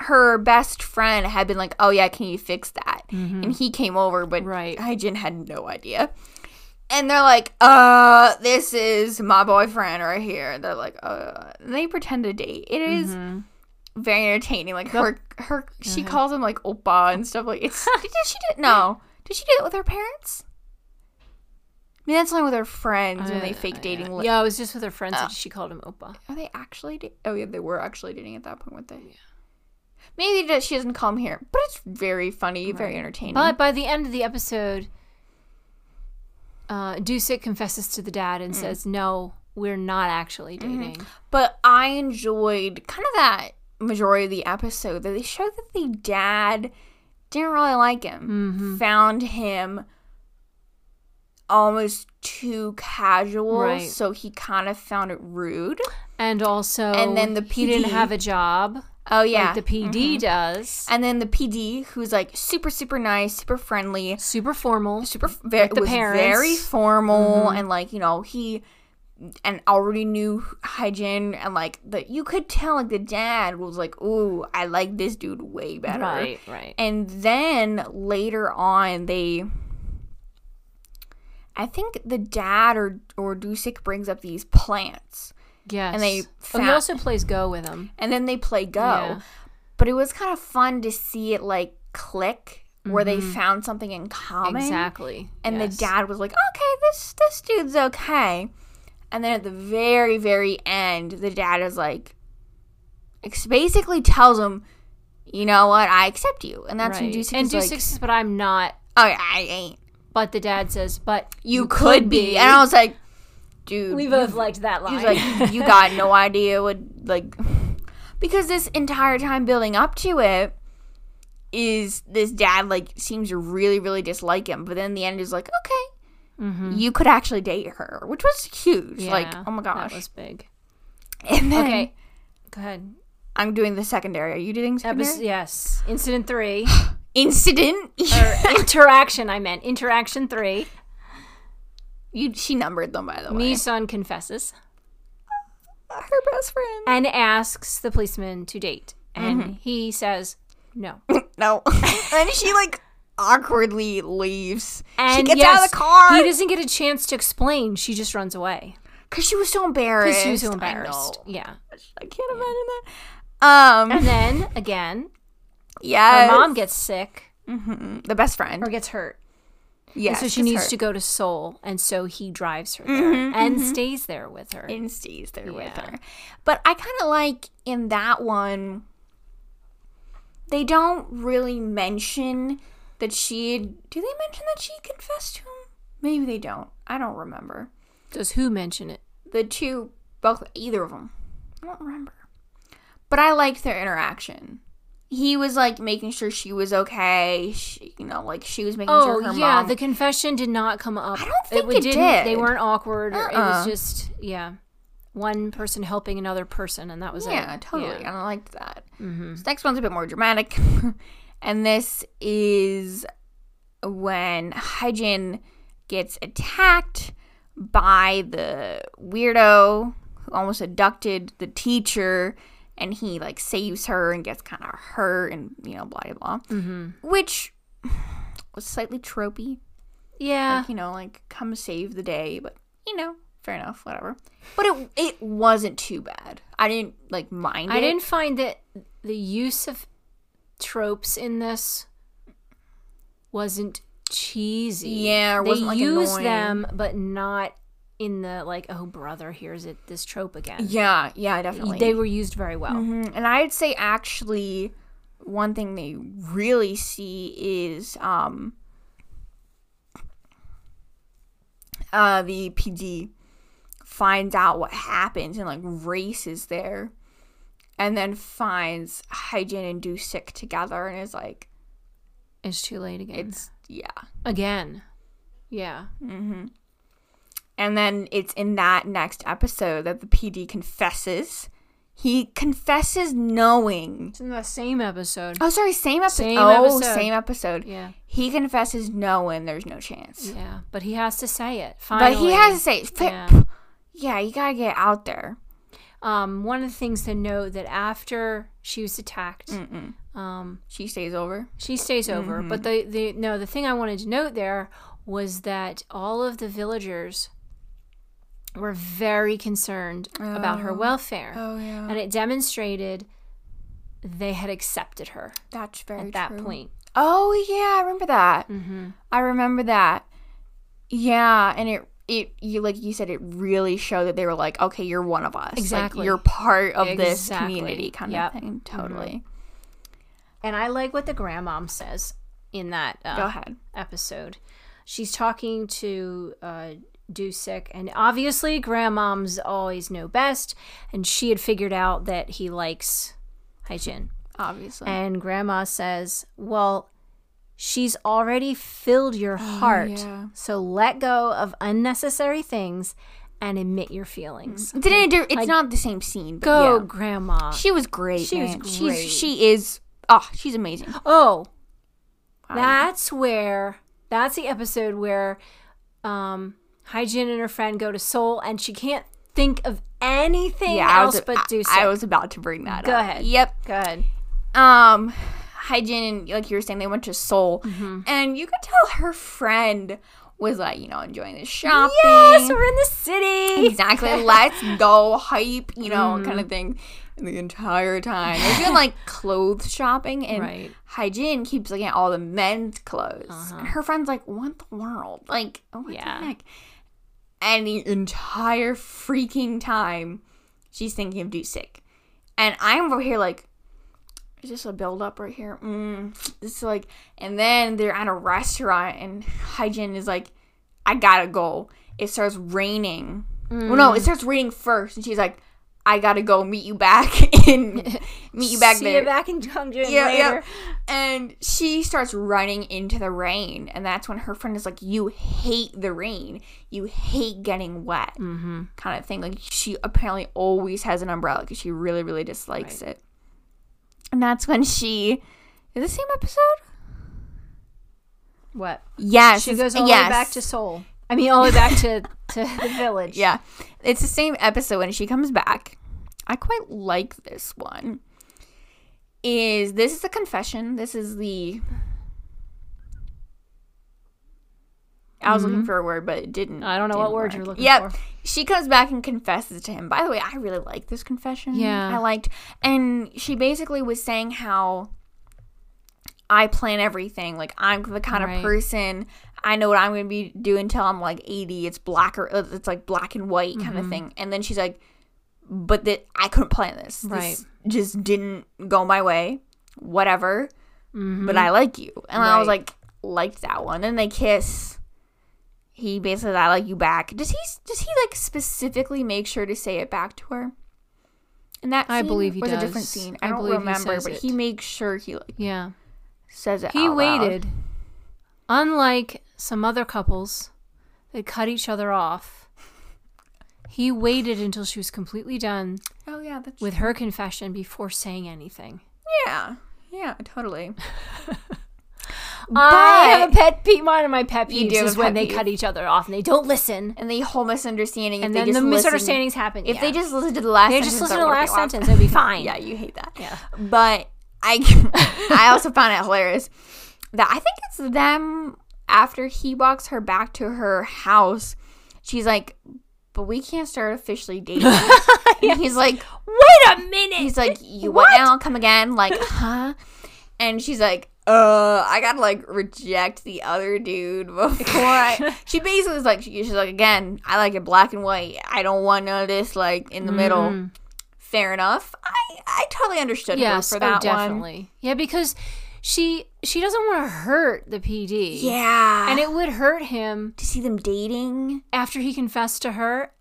Speaker 1: Her best friend had been like, "Oh yeah, can you fix that?" And he came over, but
Speaker 2: Right.
Speaker 1: Hyjin had no idea. And they're like, uh, this is my boyfriend right here. And they're like, uh, and they pretend to date. It is
Speaker 2: Mm-hmm.
Speaker 1: very entertaining. Like her, her, she
Speaker 2: Uh-huh.
Speaker 1: calls him like oppa and stuff. Like it's did she did no? Did she do that with her parents? I mean, that's only with her friends when they fake dating. li-
Speaker 2: Uh, Yeah, it was just with her friends that she called him Opa.
Speaker 1: Are they actually? Da- oh yeah, they were actually dating at that point, weren't they? Yeah. Maybe that she doesn't come here, but it's very funny, very entertaining.
Speaker 2: But by the end of the episode, uh, Dusik confesses to the dad and says, "No, we're not actually dating."
Speaker 1: But I enjoyed kind of that majority of the episode that they showed that the dad didn't really like him,
Speaker 2: Mm-hmm.
Speaker 1: found him almost too casual,
Speaker 2: Right.
Speaker 1: so he kind of found it rude.
Speaker 2: And also,
Speaker 1: And then the
Speaker 2: he didn't
Speaker 1: PD
Speaker 2: have a job
Speaker 1: Oh yeah,
Speaker 2: like the PD does.
Speaker 1: and then the PD who's like super super nice, super friendly,
Speaker 2: Super formal.
Speaker 1: super very
Speaker 2: the
Speaker 1: was
Speaker 2: parents. Mm-hmm.
Speaker 1: very formal and like you know he and already knew hygiene and like that you could tell like the dad was like ooh I like this dude way better
Speaker 2: Right, right.
Speaker 1: and then later on they I think the dad or or Dusik brings up these plants
Speaker 2: yes. And
Speaker 1: they
Speaker 2: oh, he
Speaker 1: fa-
Speaker 2: also plays Go with him.
Speaker 1: and then they play go
Speaker 2: Yeah.
Speaker 1: but it was kind of fun to see it like click where they found something in common
Speaker 2: Exactly.
Speaker 1: and
Speaker 2: Mm-hmm. yes.
Speaker 1: the dad was like, "Okay, this this dude's okay." And then at the very very end, the dad is like, ex- basically tells him, "You know what? I accept you." And that's when
Speaker 2: Right.
Speaker 1: Dusik
Speaker 2: and
Speaker 1: is
Speaker 2: Dusik
Speaker 1: like,
Speaker 2: says, "But I'm not."
Speaker 1: "Oh, yeah, I ain't.
Speaker 2: But the dad says, "But
Speaker 1: You, could, be. And I was like, "Dude,
Speaker 2: we
Speaker 1: you-
Speaker 2: both liked that line.
Speaker 1: he's like, you got no idea what like." Because this entire time building up to it is this dad like seems to really really dislike him, but then in the end is like, "Okay,
Speaker 2: mm-hmm.
Speaker 1: you could actually date her, which was huge. like, oh my
Speaker 2: that
Speaker 1: gosh.
Speaker 2: was big.
Speaker 1: and then
Speaker 2: Okay, go ahead.
Speaker 1: I'm doing the secondary. Are you doing secondary?
Speaker 2: Epis- yes, incident three
Speaker 1: Incident.
Speaker 2: or interaction. I meant interaction three.
Speaker 1: you, she numbered them, by the way.
Speaker 2: Misan confesses
Speaker 1: Her best friend.
Speaker 2: and asks the policeman to date, and
Speaker 1: Mm-hmm.
Speaker 2: he says no.
Speaker 1: No. and she, like, awkwardly leaves.
Speaker 2: And
Speaker 1: she gets out
Speaker 2: yes,
Speaker 1: of the car.
Speaker 2: He doesn't get a chance to explain. She just runs away
Speaker 1: Because she was so embarrassed.
Speaker 2: because she was so
Speaker 1: I,
Speaker 2: embarrassed.
Speaker 1: know.
Speaker 2: Yeah.
Speaker 1: I can't imagine that. Um,
Speaker 2: And then again, her
Speaker 1: yeah.
Speaker 2: mom gets sick
Speaker 1: The best friend.
Speaker 2: or gets hurt.
Speaker 1: Yeah.
Speaker 2: so she needs to go to Seoul, and so he drives her there and stays there with her.
Speaker 1: and stays there with
Speaker 2: Yeah.
Speaker 1: her. But I kind of like in that one, they don't really mention that she. Do they mention that she confessed to him? Maybe they don't. I don't remember.
Speaker 2: Does who mention it?
Speaker 1: The two, both, either of them. I don't remember. But I liked their interaction. He was like making sure she was okay. She, you know, like she was making
Speaker 2: Oh
Speaker 1: sure her
Speaker 2: yeah,
Speaker 1: mom.
Speaker 2: the confession did not come up. I
Speaker 1: don't think it
Speaker 2: They
Speaker 1: did.
Speaker 2: weren't awkward. Or it
Speaker 1: Uh-uh.
Speaker 2: was just yeah, one person helping another person, and that was
Speaker 1: Yeah,
Speaker 2: it.
Speaker 1: totally. And I liked that.
Speaker 2: Mm-hmm.
Speaker 1: This next one's a bit more dramatic. and this is when Hyjin gets attacked by the weirdo who almost abducted the teacher. And he like saves her and gets kind of hurt and you know blah blah blah,
Speaker 2: Mm-hmm.
Speaker 1: which was slightly tropey
Speaker 2: Yeah,
Speaker 1: you know, like come save the day, but you know, fair enough, whatever. But it it wasn't too bad. I didn't like mind
Speaker 2: I
Speaker 1: it.
Speaker 2: didn't find that the use of tropes in this wasn't cheesy.
Speaker 1: Yeah, it
Speaker 2: they
Speaker 1: wasn't, like,
Speaker 2: use
Speaker 1: annoying.
Speaker 2: them, but not in the like, oh brother, here's it this trope again.
Speaker 1: Yeah, yeah, definitely. Mm-hmm. mm,
Speaker 2: They were used very well.
Speaker 1: Mhm. And I'd say actually one thing they really see is um, uh, the PD finds out what happens and like races there and then finds Hyjin and Dusik together and is like,
Speaker 2: It's too late again.
Speaker 1: it's, yeah.
Speaker 2: again. Yeah.
Speaker 1: And then it's in that next episode that the PD confesses. He confesses knowing.
Speaker 2: It's in the same episode.
Speaker 1: Oh, sorry, same episode.
Speaker 2: Same
Speaker 1: oh,
Speaker 2: episode.
Speaker 1: same episode.
Speaker 2: Yeah.
Speaker 1: He confesses knowing there's no chance.
Speaker 2: Yeah. But he has to say it. Finally.
Speaker 1: But he has to say,
Speaker 2: Yeah.
Speaker 1: yeah. yeah, you gotta get out there.
Speaker 2: Um, one of the things to note that after she was attacked, um,
Speaker 1: She stays over.
Speaker 2: she stays over. But the,
Speaker 1: Mm-hmm.
Speaker 2: the no, the thing I wanted to note there was that all of the villagers were very concerned about her welfare,
Speaker 1: Oh, yeah.
Speaker 2: and it demonstrated they had accepted her
Speaker 1: That's very
Speaker 2: at that
Speaker 1: true.
Speaker 2: point.
Speaker 1: Oh yeah, I remember that.
Speaker 2: Mm-hmm.
Speaker 1: I remember that. Yeah, and it it you like you said it really showed that they were like, okay, you're one of us. Like,
Speaker 2: Exactly.
Speaker 1: you're part of this
Speaker 2: Exactly.
Speaker 1: community kind
Speaker 2: Yep. Mm-hmm.
Speaker 1: of thing. Totally.
Speaker 2: And I like what the grandmom says in that uh,
Speaker 1: Go ahead.
Speaker 2: episode. She's talking to uh, Dusik, and obviously, grandmoms always know best, and she had figured out that he likes Haijin.
Speaker 1: Obviously.
Speaker 2: And grandma says, Well, she's already filled your heart,
Speaker 1: Oh, yeah.
Speaker 2: so let go of unnecessary things and admit your feelings.
Speaker 1: It's, an inter- it's not the same scene. But
Speaker 2: Go,
Speaker 1: yeah.
Speaker 2: grandma.
Speaker 1: She was great.
Speaker 2: She was
Speaker 1: man.
Speaker 2: great.
Speaker 1: She's, she is. Oh, she's amazing.
Speaker 2: Oh, that's where that's the episode where um Hyjin and her friend go to Seoul and she can't think of anything
Speaker 1: Yeah,
Speaker 2: else
Speaker 1: I was,
Speaker 2: but do
Speaker 1: I, I was about to bring that
Speaker 2: Go
Speaker 1: up.
Speaker 2: ahead.
Speaker 1: Yep.
Speaker 2: good.
Speaker 1: um hygiene and like you were saying they went to seoul
Speaker 2: Mm-hmm.
Speaker 1: and you could tell her friend was like you know enjoying the shopping
Speaker 2: Yes, we're in the city.
Speaker 1: exactly let's go hype you know
Speaker 2: Mm-hmm.
Speaker 1: kind of thing and the entire time they're doing like clothes shopping and
Speaker 2: Right. Uh-huh.
Speaker 1: hygiene keeps looking at all the men's clothes and her friend's like what the world like what
Speaker 2: Yeah.
Speaker 1: the heck and the entire freaking time she's thinking of Dusik. And I'm over here like, is this a build up right here? Mm, this is like, and then they're at a restaurant and Hyjin is like, I gotta go. It starts raining. Well, no, it starts raining first, and she's like, I gotta go meet you back in, meet you back
Speaker 2: See
Speaker 1: there.
Speaker 2: you back in Jeongjin
Speaker 1: Yeah,
Speaker 2: later.
Speaker 1: yeah. And she starts running into the rain, and that's when her friend is like, "You hate the rain. You hate getting wet." Mm-hmm. Kind of thing. Like she apparently always has an umbrella because she really, really dislikes it. And that's when she. Is the same episode?
Speaker 2: What?
Speaker 1: Yes.
Speaker 2: She
Speaker 1: it's-
Speaker 2: goes all the way
Speaker 1: yes.
Speaker 2: back to Seoul. I mean, all the way back to to the village.
Speaker 1: Yeah. It's the same episode when she comes back. I quite like this
Speaker 2: Mm.
Speaker 1: one. Is this is a confession. This is the I was looking for a word, but it didn't.
Speaker 2: Mm-hmm. I don't know what
Speaker 1: didn't
Speaker 2: word
Speaker 1: work.
Speaker 2: you're looking
Speaker 1: Yep.
Speaker 2: for.
Speaker 1: She comes back and confesses to him. By the way, I really like this confession.
Speaker 2: Yeah.
Speaker 1: I liked and she basically was saying how I plan everything. Like I'm the kind
Speaker 2: Right.
Speaker 1: of person I know what I'm going to be doing until I'm like 80. It's black or uh, it's like black and white kind
Speaker 2: Mm-hmm.
Speaker 1: of thing. And then she's like, but that I couldn't plan this. This
Speaker 2: Right.
Speaker 1: just didn't go my way. Whatever. But I like you. And I was
Speaker 2: Mm-hmm. Right.
Speaker 1: like, liked that one. And they kiss. He basically, I like you back. Does he? Does he like specifically make sure to say it back to her? And that
Speaker 2: I
Speaker 1: scene
Speaker 2: believe he
Speaker 1: was a different
Speaker 2: does.
Speaker 1: scene. I,
Speaker 2: I
Speaker 1: don't
Speaker 2: believe he
Speaker 1: remember,
Speaker 2: says
Speaker 1: but
Speaker 2: it.
Speaker 1: he makes sure he like
Speaker 2: Yeah.
Speaker 1: says it.
Speaker 2: He
Speaker 1: out loud.
Speaker 2: waited. Unlike some other couples that cut each other off, he waited until she was completely done
Speaker 1: Oh yeah, that's
Speaker 2: with her confession before saying anything.
Speaker 1: Yeah. Yeah, totally.
Speaker 2: I have a pet peeve. One of my pet
Speaker 1: You
Speaker 2: peeves
Speaker 1: do have
Speaker 2: is
Speaker 1: a
Speaker 2: when
Speaker 1: pet
Speaker 2: they
Speaker 1: peeve.
Speaker 2: cut each other off and they don't listen,
Speaker 1: And the whole misunderstanding. if
Speaker 2: and
Speaker 1: they
Speaker 2: then
Speaker 1: just
Speaker 2: the
Speaker 1: listen-
Speaker 2: misunderstandings happen.
Speaker 1: If they
Speaker 2: Yeah.
Speaker 1: just listen to the last
Speaker 2: They
Speaker 1: sentence,
Speaker 2: just listen
Speaker 1: that
Speaker 2: to the
Speaker 1: would be
Speaker 2: last
Speaker 1: lost.
Speaker 2: sentence, it'd be fine.
Speaker 1: yeah, you hate that.
Speaker 2: Yeah.
Speaker 1: But I, I also found it hilarious that I think it's them after he walks her back to her house. She's like, but we can't start officially dating. And he's like,
Speaker 2: Wait a minute.
Speaker 1: He's like, you what now? Come again? Like, huh? And she's like, uh, I gotta like reject the other dude before I. she basically is Mm-hmm. like, she- she's like, again, I like it black and white. I don't want none of this like in the middle. fair enough. I, I totally understood
Speaker 2: Yes,
Speaker 1: her
Speaker 2: oh,
Speaker 1: for that one.
Speaker 2: definitely. Yeah, because she she doesn't want to hurt the PD.
Speaker 1: Yeah.
Speaker 2: And it would hurt him
Speaker 1: to see them dating
Speaker 2: after he confessed to her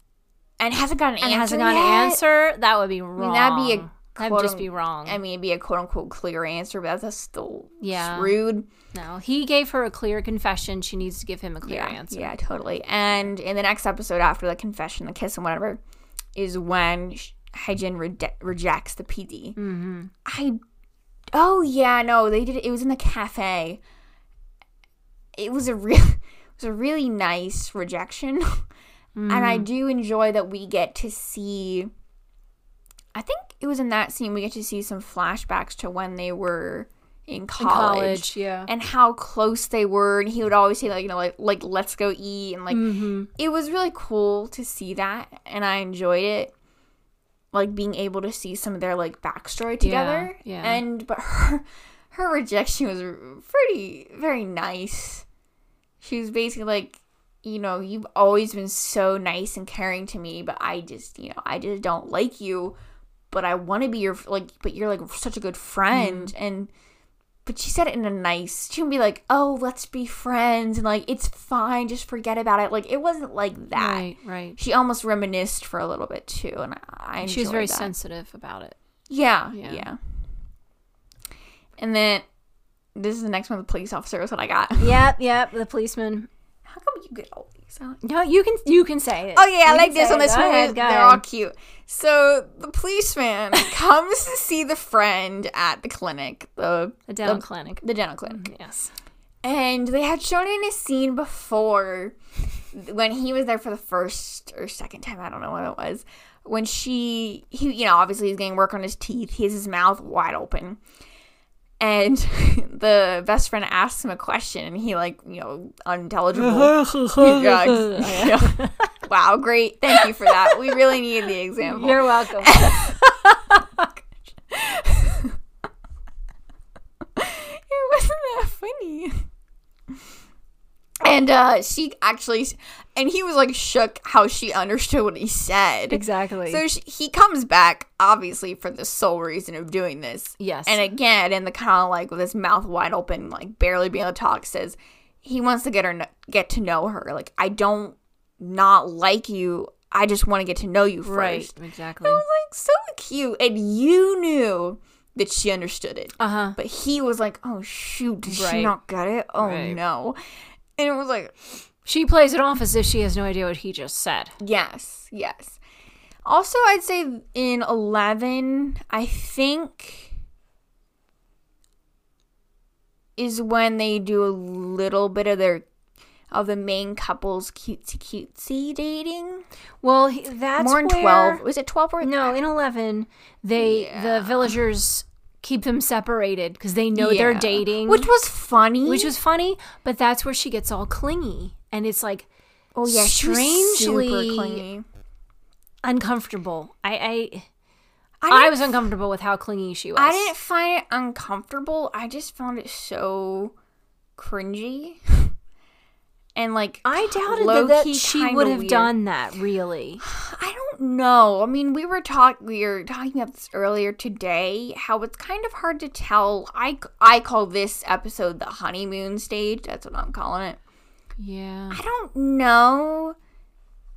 Speaker 1: and hasn't got an
Speaker 2: and
Speaker 1: answer.
Speaker 2: hasn't got
Speaker 1: yet.
Speaker 2: an answer. That would be wrong.
Speaker 1: mean, that'd be a
Speaker 2: that'd
Speaker 1: quote
Speaker 2: just
Speaker 1: un-
Speaker 2: be wrong.
Speaker 1: I mean, it'd be a quote unquote clear answer, but that's still
Speaker 2: Yeah.
Speaker 1: yeah. rude.
Speaker 2: no, he gave her a clear confession. She needs to give him a clear answer.
Speaker 1: Yeah, totally. And in the next episode after the confession, the kiss, and whatever, is when sh- Hyejin rede- rejects the PD. Mm-hmm. I. Oh yeah, no, they did. It was in the cafe. It was a real, it was a really nice rejection, and
Speaker 2: Mm-hmm.
Speaker 1: I do enjoy that we get to see. I think it was in that scene we get to see some flashbacks to when they were
Speaker 2: College, yeah.
Speaker 1: and how close they were and he would always say like you know like like let's go eat and like
Speaker 2: Mm-hmm.
Speaker 1: it was really cool to see that and i enjoyed it like being able to see some of their like backstory together
Speaker 2: yeah.
Speaker 1: and but her her rejection was pretty very nice she was basically like you know you've always been so nice and caring to me but i just you know i just don't like you but i want to be your like but you're like such a good friend
Speaker 2: Mm-hmm.
Speaker 1: and but she said it in a nice she would be like oh let's be friends and like it's fine just forget about it like it wasn't like that
Speaker 2: Right, right.
Speaker 1: she almost reminisced for a little bit too and i, I
Speaker 2: She was
Speaker 1: enjoyed
Speaker 2: very
Speaker 1: that.
Speaker 2: sensitive about it.
Speaker 1: yeah,
Speaker 2: Yeah.
Speaker 1: yeah and then this is the next one the police officer is what i got
Speaker 2: Yep, yep. The policeman.
Speaker 1: how come you get all these out
Speaker 2: No, you can you can say it.
Speaker 1: Oh yeah, I
Speaker 2: Oh, You
Speaker 1: like
Speaker 2: can
Speaker 1: this
Speaker 2: say
Speaker 1: one.
Speaker 2: it.
Speaker 1: This
Speaker 2: Go
Speaker 1: one,
Speaker 2: ahead,
Speaker 1: is-
Speaker 2: go
Speaker 1: they're all
Speaker 2: ahead.
Speaker 1: cute. So the policeman comes to see the friend at the clinic, the
Speaker 2: The dental clinic.
Speaker 1: the dental clinic,
Speaker 2: Yes.
Speaker 1: and they had shown in a scene before when he was there for the first or second time. I don't know what it was. When she, he, you know, obviously he's getting work on his teeth. He has his mouth wide open. And the best friend asks him a question, and he, like, you know, unintelligible yeah. wow, great. Thank you for that. We really needed the example.
Speaker 2: You're welcome.
Speaker 1: it wasn't that funny. And uh, she actually, and he was like shook how she understood what he said.
Speaker 2: exactly.
Speaker 1: So she, he comes back, obviously, for the sole reason of doing this.
Speaker 2: Yes.
Speaker 1: And again, in the kind of like with his mouth wide open, like barely being able to talk, says he wants to get her kn- get to know her. Like I don't not like you. I just want to get to know you first.
Speaker 2: right. Exactly.
Speaker 1: I was like so cute, and you knew that she understood it.
Speaker 2: Uh huh.
Speaker 1: But he was like, "Oh shoot, did
Speaker 2: Right.
Speaker 1: she not get it? Oh
Speaker 2: Right.
Speaker 1: no!" And it was like,
Speaker 2: She plays it off as if she has no idea what he just said.
Speaker 1: Yes, yes. Also, I'd say in 11, I think is when they do a little bit of their of the main couple's cutesy cutesy dating.
Speaker 2: Well, he, that's
Speaker 1: More in
Speaker 2: where-
Speaker 1: 12. Was it 12 or
Speaker 2: No, in eleven, they the villagers keep them separated because they know they're
Speaker 1: Yeah.
Speaker 2: dating,
Speaker 1: Which was funny.
Speaker 2: which is funny. But that's where she gets all clingy, and it's like
Speaker 1: oh yeah, she was super
Speaker 2: strangely-
Speaker 1: clingy.
Speaker 2: uncomfortable. I
Speaker 1: I,
Speaker 2: I, I
Speaker 1: didn't-
Speaker 2: was uncomfortable with how clingy she was.
Speaker 1: I didn't find it uncomfortable. I just found it so cringy. And like
Speaker 2: I doubted that,
Speaker 1: low-key
Speaker 2: that she
Speaker 1: kinda
Speaker 2: would have
Speaker 1: weird.
Speaker 2: done that. Really,
Speaker 1: I don't know. I mean, we were talking we were talking about this earlier today. How it's kind of hard to tell. I I call this episode the honeymoon stage. That's what I'm calling it.
Speaker 2: yeah.
Speaker 1: I don't know.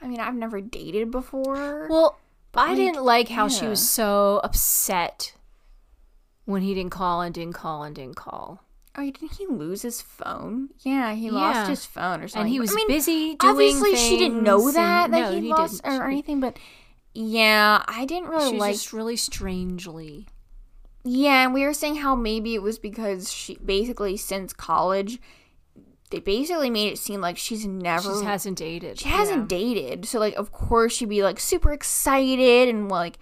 Speaker 1: I mean, I've never dated before.
Speaker 2: Well, I didn't like how she
Speaker 1: yeah.
Speaker 2: was so upset when he didn't call and didn't call and didn't call.
Speaker 1: oh, didn't he lose his phone? Yeah, he lost
Speaker 2: Yeah.
Speaker 1: his phone or something.
Speaker 2: And he
Speaker 1: But,
Speaker 2: was
Speaker 1: I mean,
Speaker 2: busy doing
Speaker 1: Obviously, she didn't know
Speaker 2: things
Speaker 1: that
Speaker 2: and-
Speaker 1: that
Speaker 2: no,
Speaker 1: he, lost
Speaker 2: didn't.
Speaker 1: or
Speaker 2: She-
Speaker 1: anything. But yeah, I didn't really
Speaker 2: She was
Speaker 1: like
Speaker 2: just really strangely.
Speaker 1: Yeah, and we were saying how maybe it was because she basically since college, they basically made it seem like she's never
Speaker 2: She hasn't dated.
Speaker 1: she hasn't dated. So like, of course, she'd be like super excited and like.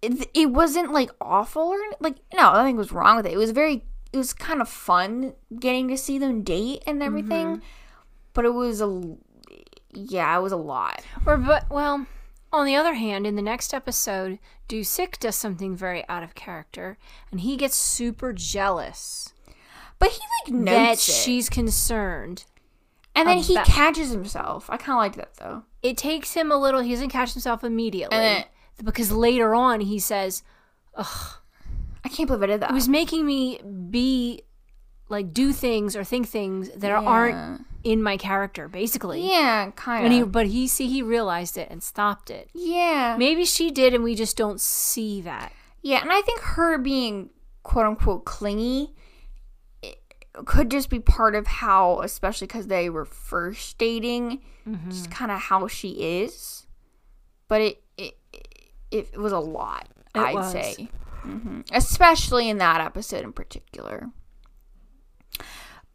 Speaker 1: It, it wasn't like awful or like no, nothing was wrong with it. It was very, it was kind of fun getting to see them date and everything, but it was a, yeah, it was a lot.
Speaker 2: Or but well, on the other hand, in the next episode, Dusik does something very out of character, and he gets super jealous
Speaker 1: But he like
Speaker 2: that
Speaker 1: notes it.
Speaker 2: she's concerned.
Speaker 1: And then
Speaker 2: Um,
Speaker 1: he
Speaker 2: that-
Speaker 1: catches himself. I kind of liked that though.
Speaker 2: It takes him a little. He doesn't catch himself immediately
Speaker 1: And then-
Speaker 2: because later on he says
Speaker 1: I can't believe I did that.
Speaker 2: it was making me be like do things or think things that aren't in my character basically.
Speaker 1: yeah, kind of.
Speaker 2: And he, but he see he realized it and stopped it.
Speaker 1: yeah,
Speaker 2: Maybe she did, and we just don't see that.
Speaker 1: yeah. And I think her being quote unquote clingy it could just be part of how, especially because they were first dating,
Speaker 2: Mm-hmm.
Speaker 1: just kind of how she is. But it it it, it was a lot.
Speaker 2: It
Speaker 1: I'd
Speaker 2: was.
Speaker 1: say, hmm especially in that episode in particular.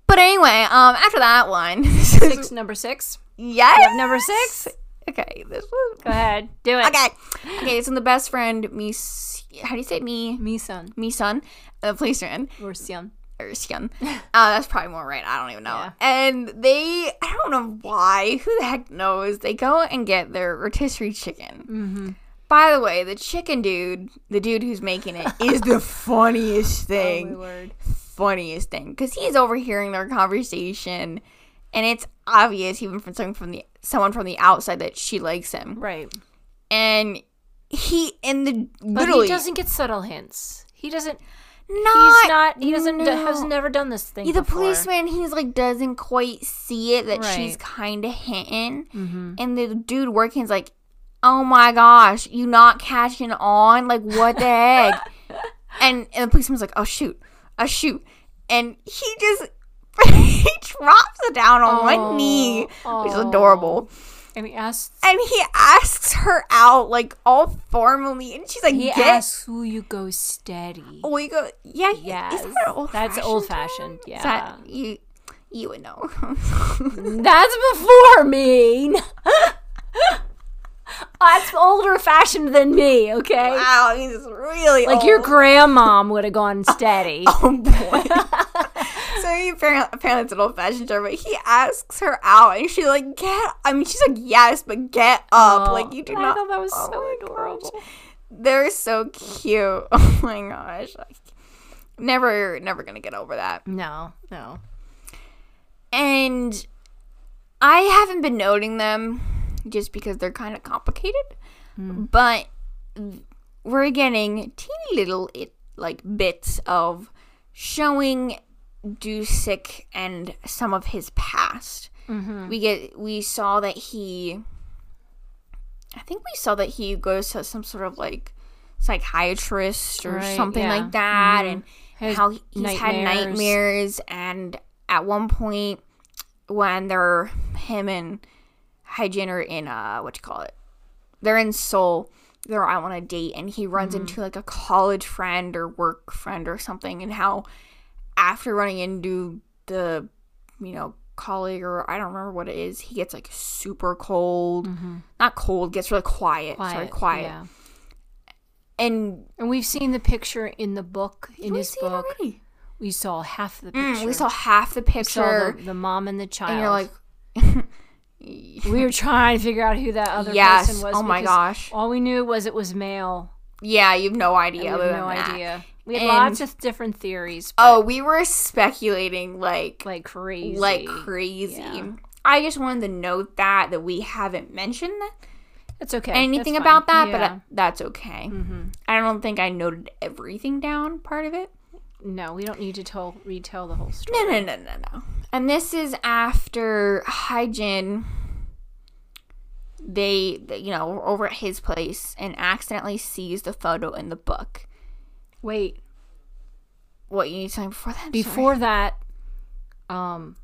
Speaker 1: But anyway, um, after that one,
Speaker 2: Six, number six.
Speaker 1: yes,
Speaker 2: Number six.
Speaker 1: Okay, this was
Speaker 2: Go ahead, do it.
Speaker 1: okay. Okay, it's in the best friend me. s- How do you say it? me?
Speaker 2: Mi son
Speaker 1: Me son, the police friend
Speaker 2: or Sion.
Speaker 1: or son. Uh, that's probably more right. I don't even know.
Speaker 2: Yeah.
Speaker 1: And they, I don't know why. Who the heck knows? They go and get their rotisserie chicken.
Speaker 2: Mm-hmm.
Speaker 1: By the way, the chicken dude, the dude who's making it, is the funniest
Speaker 2: Oh my
Speaker 1: thing
Speaker 2: word.
Speaker 1: funniest thing because he's overhearing their conversation, and it's obvious even from someone from the someone from the outside that she likes him.
Speaker 2: Right.
Speaker 1: And he and the
Speaker 2: But
Speaker 1: literally
Speaker 2: he doesn't get subtle hints. He doesn't.
Speaker 1: not,
Speaker 2: he's not. He doesn't.
Speaker 1: no.
Speaker 2: Has never done this thing.
Speaker 1: the
Speaker 2: before.
Speaker 1: policeman. He's like doesn't quite see it that she's
Speaker 2: Right.
Speaker 1: kind of hinting,
Speaker 2: Mm-hmm.
Speaker 1: and the dude working is like, "Oh my gosh, you not catching on? Like what the heck?" and, and the policeman's like, "Oh shoot, oh shoot," and he just he drops it down on one knee, which is
Speaker 2: Aw.
Speaker 1: adorable.
Speaker 2: And he asks.
Speaker 1: And he asks her out like all formally, and she's like,
Speaker 2: He
Speaker 1: "Get."
Speaker 2: asks, "Will you go steady?"
Speaker 1: Oh, you go, yeah, is
Speaker 2: Yes,
Speaker 1: that an
Speaker 2: that's
Speaker 1: old-fashioned
Speaker 2: old-fashioned,
Speaker 1: term? Is that- you, you would know.
Speaker 2: That's before me. That's older fashioned than me. Okay.
Speaker 1: wow, he's really
Speaker 2: Like
Speaker 1: old.
Speaker 2: your grandmom would have gone steady.
Speaker 1: Oh boy. so he apparently, apparently it's an old fashioned term, but he asks her out, and she like get. I mean, she's like yes, but get up. like you do
Speaker 2: Oh, I
Speaker 1: not.
Speaker 2: thought that was
Speaker 1: oh
Speaker 2: so
Speaker 1: my gosh.
Speaker 2: adorable.
Speaker 1: They're so cute. Oh my gosh. Like, never, never gonna get over that.
Speaker 2: No, no.
Speaker 1: and I haven't been noting them just because they're kind of complicated.
Speaker 2: Hmm.
Speaker 1: But we're getting teeny little it like bits of showing Dusick and some of his past.
Speaker 2: Mm-hmm.
Speaker 1: We get we saw that he, I think we saw that he goes to some sort of like psychiatrist or
Speaker 2: Right,
Speaker 1: something
Speaker 2: yeah. Mm-hmm.
Speaker 1: like that, and
Speaker 2: Has
Speaker 1: how he- he's had
Speaker 2: nightmares.
Speaker 1: nightmares and at one point when they're him and Hyjin are in uh what you call it they're in Seoul they're out on a date and he
Speaker 2: Mm-hmm.
Speaker 1: runs into like a college friend or work friend or something and how after running into the you know colleague or I don't remember what it is he gets like super cold not cold gets really quiet, sorry quiet
Speaker 2: Mm-hmm. yeah.
Speaker 1: and
Speaker 2: And we've seen the picture in the book, in
Speaker 1: we
Speaker 2: his
Speaker 1: see it
Speaker 2: book.
Speaker 1: already
Speaker 2: We saw half the
Speaker 1: Mm,
Speaker 2: picture.
Speaker 1: we saw half the picture
Speaker 2: Saw the, the mom and the child.
Speaker 1: and you're like
Speaker 2: we were trying to figure out who that other
Speaker 1: Yes.
Speaker 2: person was.
Speaker 1: Oh my
Speaker 2: because
Speaker 1: gosh.
Speaker 2: All we knew was it was male.
Speaker 1: Yeah, you have no idea.
Speaker 2: We
Speaker 1: other
Speaker 2: had
Speaker 1: than
Speaker 2: no
Speaker 1: that.
Speaker 2: idea. We had
Speaker 1: And-
Speaker 2: lots of different theories. But,
Speaker 1: Oh, we were speculating like
Speaker 2: like crazy.
Speaker 1: like crazy.
Speaker 2: Yeah.
Speaker 1: I just wanted to note that that we haven't mentioned
Speaker 2: It's okay.
Speaker 1: anything
Speaker 2: That's
Speaker 1: about that,
Speaker 2: fine.
Speaker 1: but
Speaker 2: Yeah. Mm-hmm.
Speaker 1: uh, that's okay. I don't think I noted everything down. Part of it.
Speaker 2: no, we don't need to tell retell the whole story.
Speaker 1: No, no, no, no, no. And this is after Hyjin. They, they- you know, were over at his place and accidentally sees the photo in the book.
Speaker 2: Wait,
Speaker 1: What you need to tell me before that? I'm sorry.
Speaker 2: before that, um,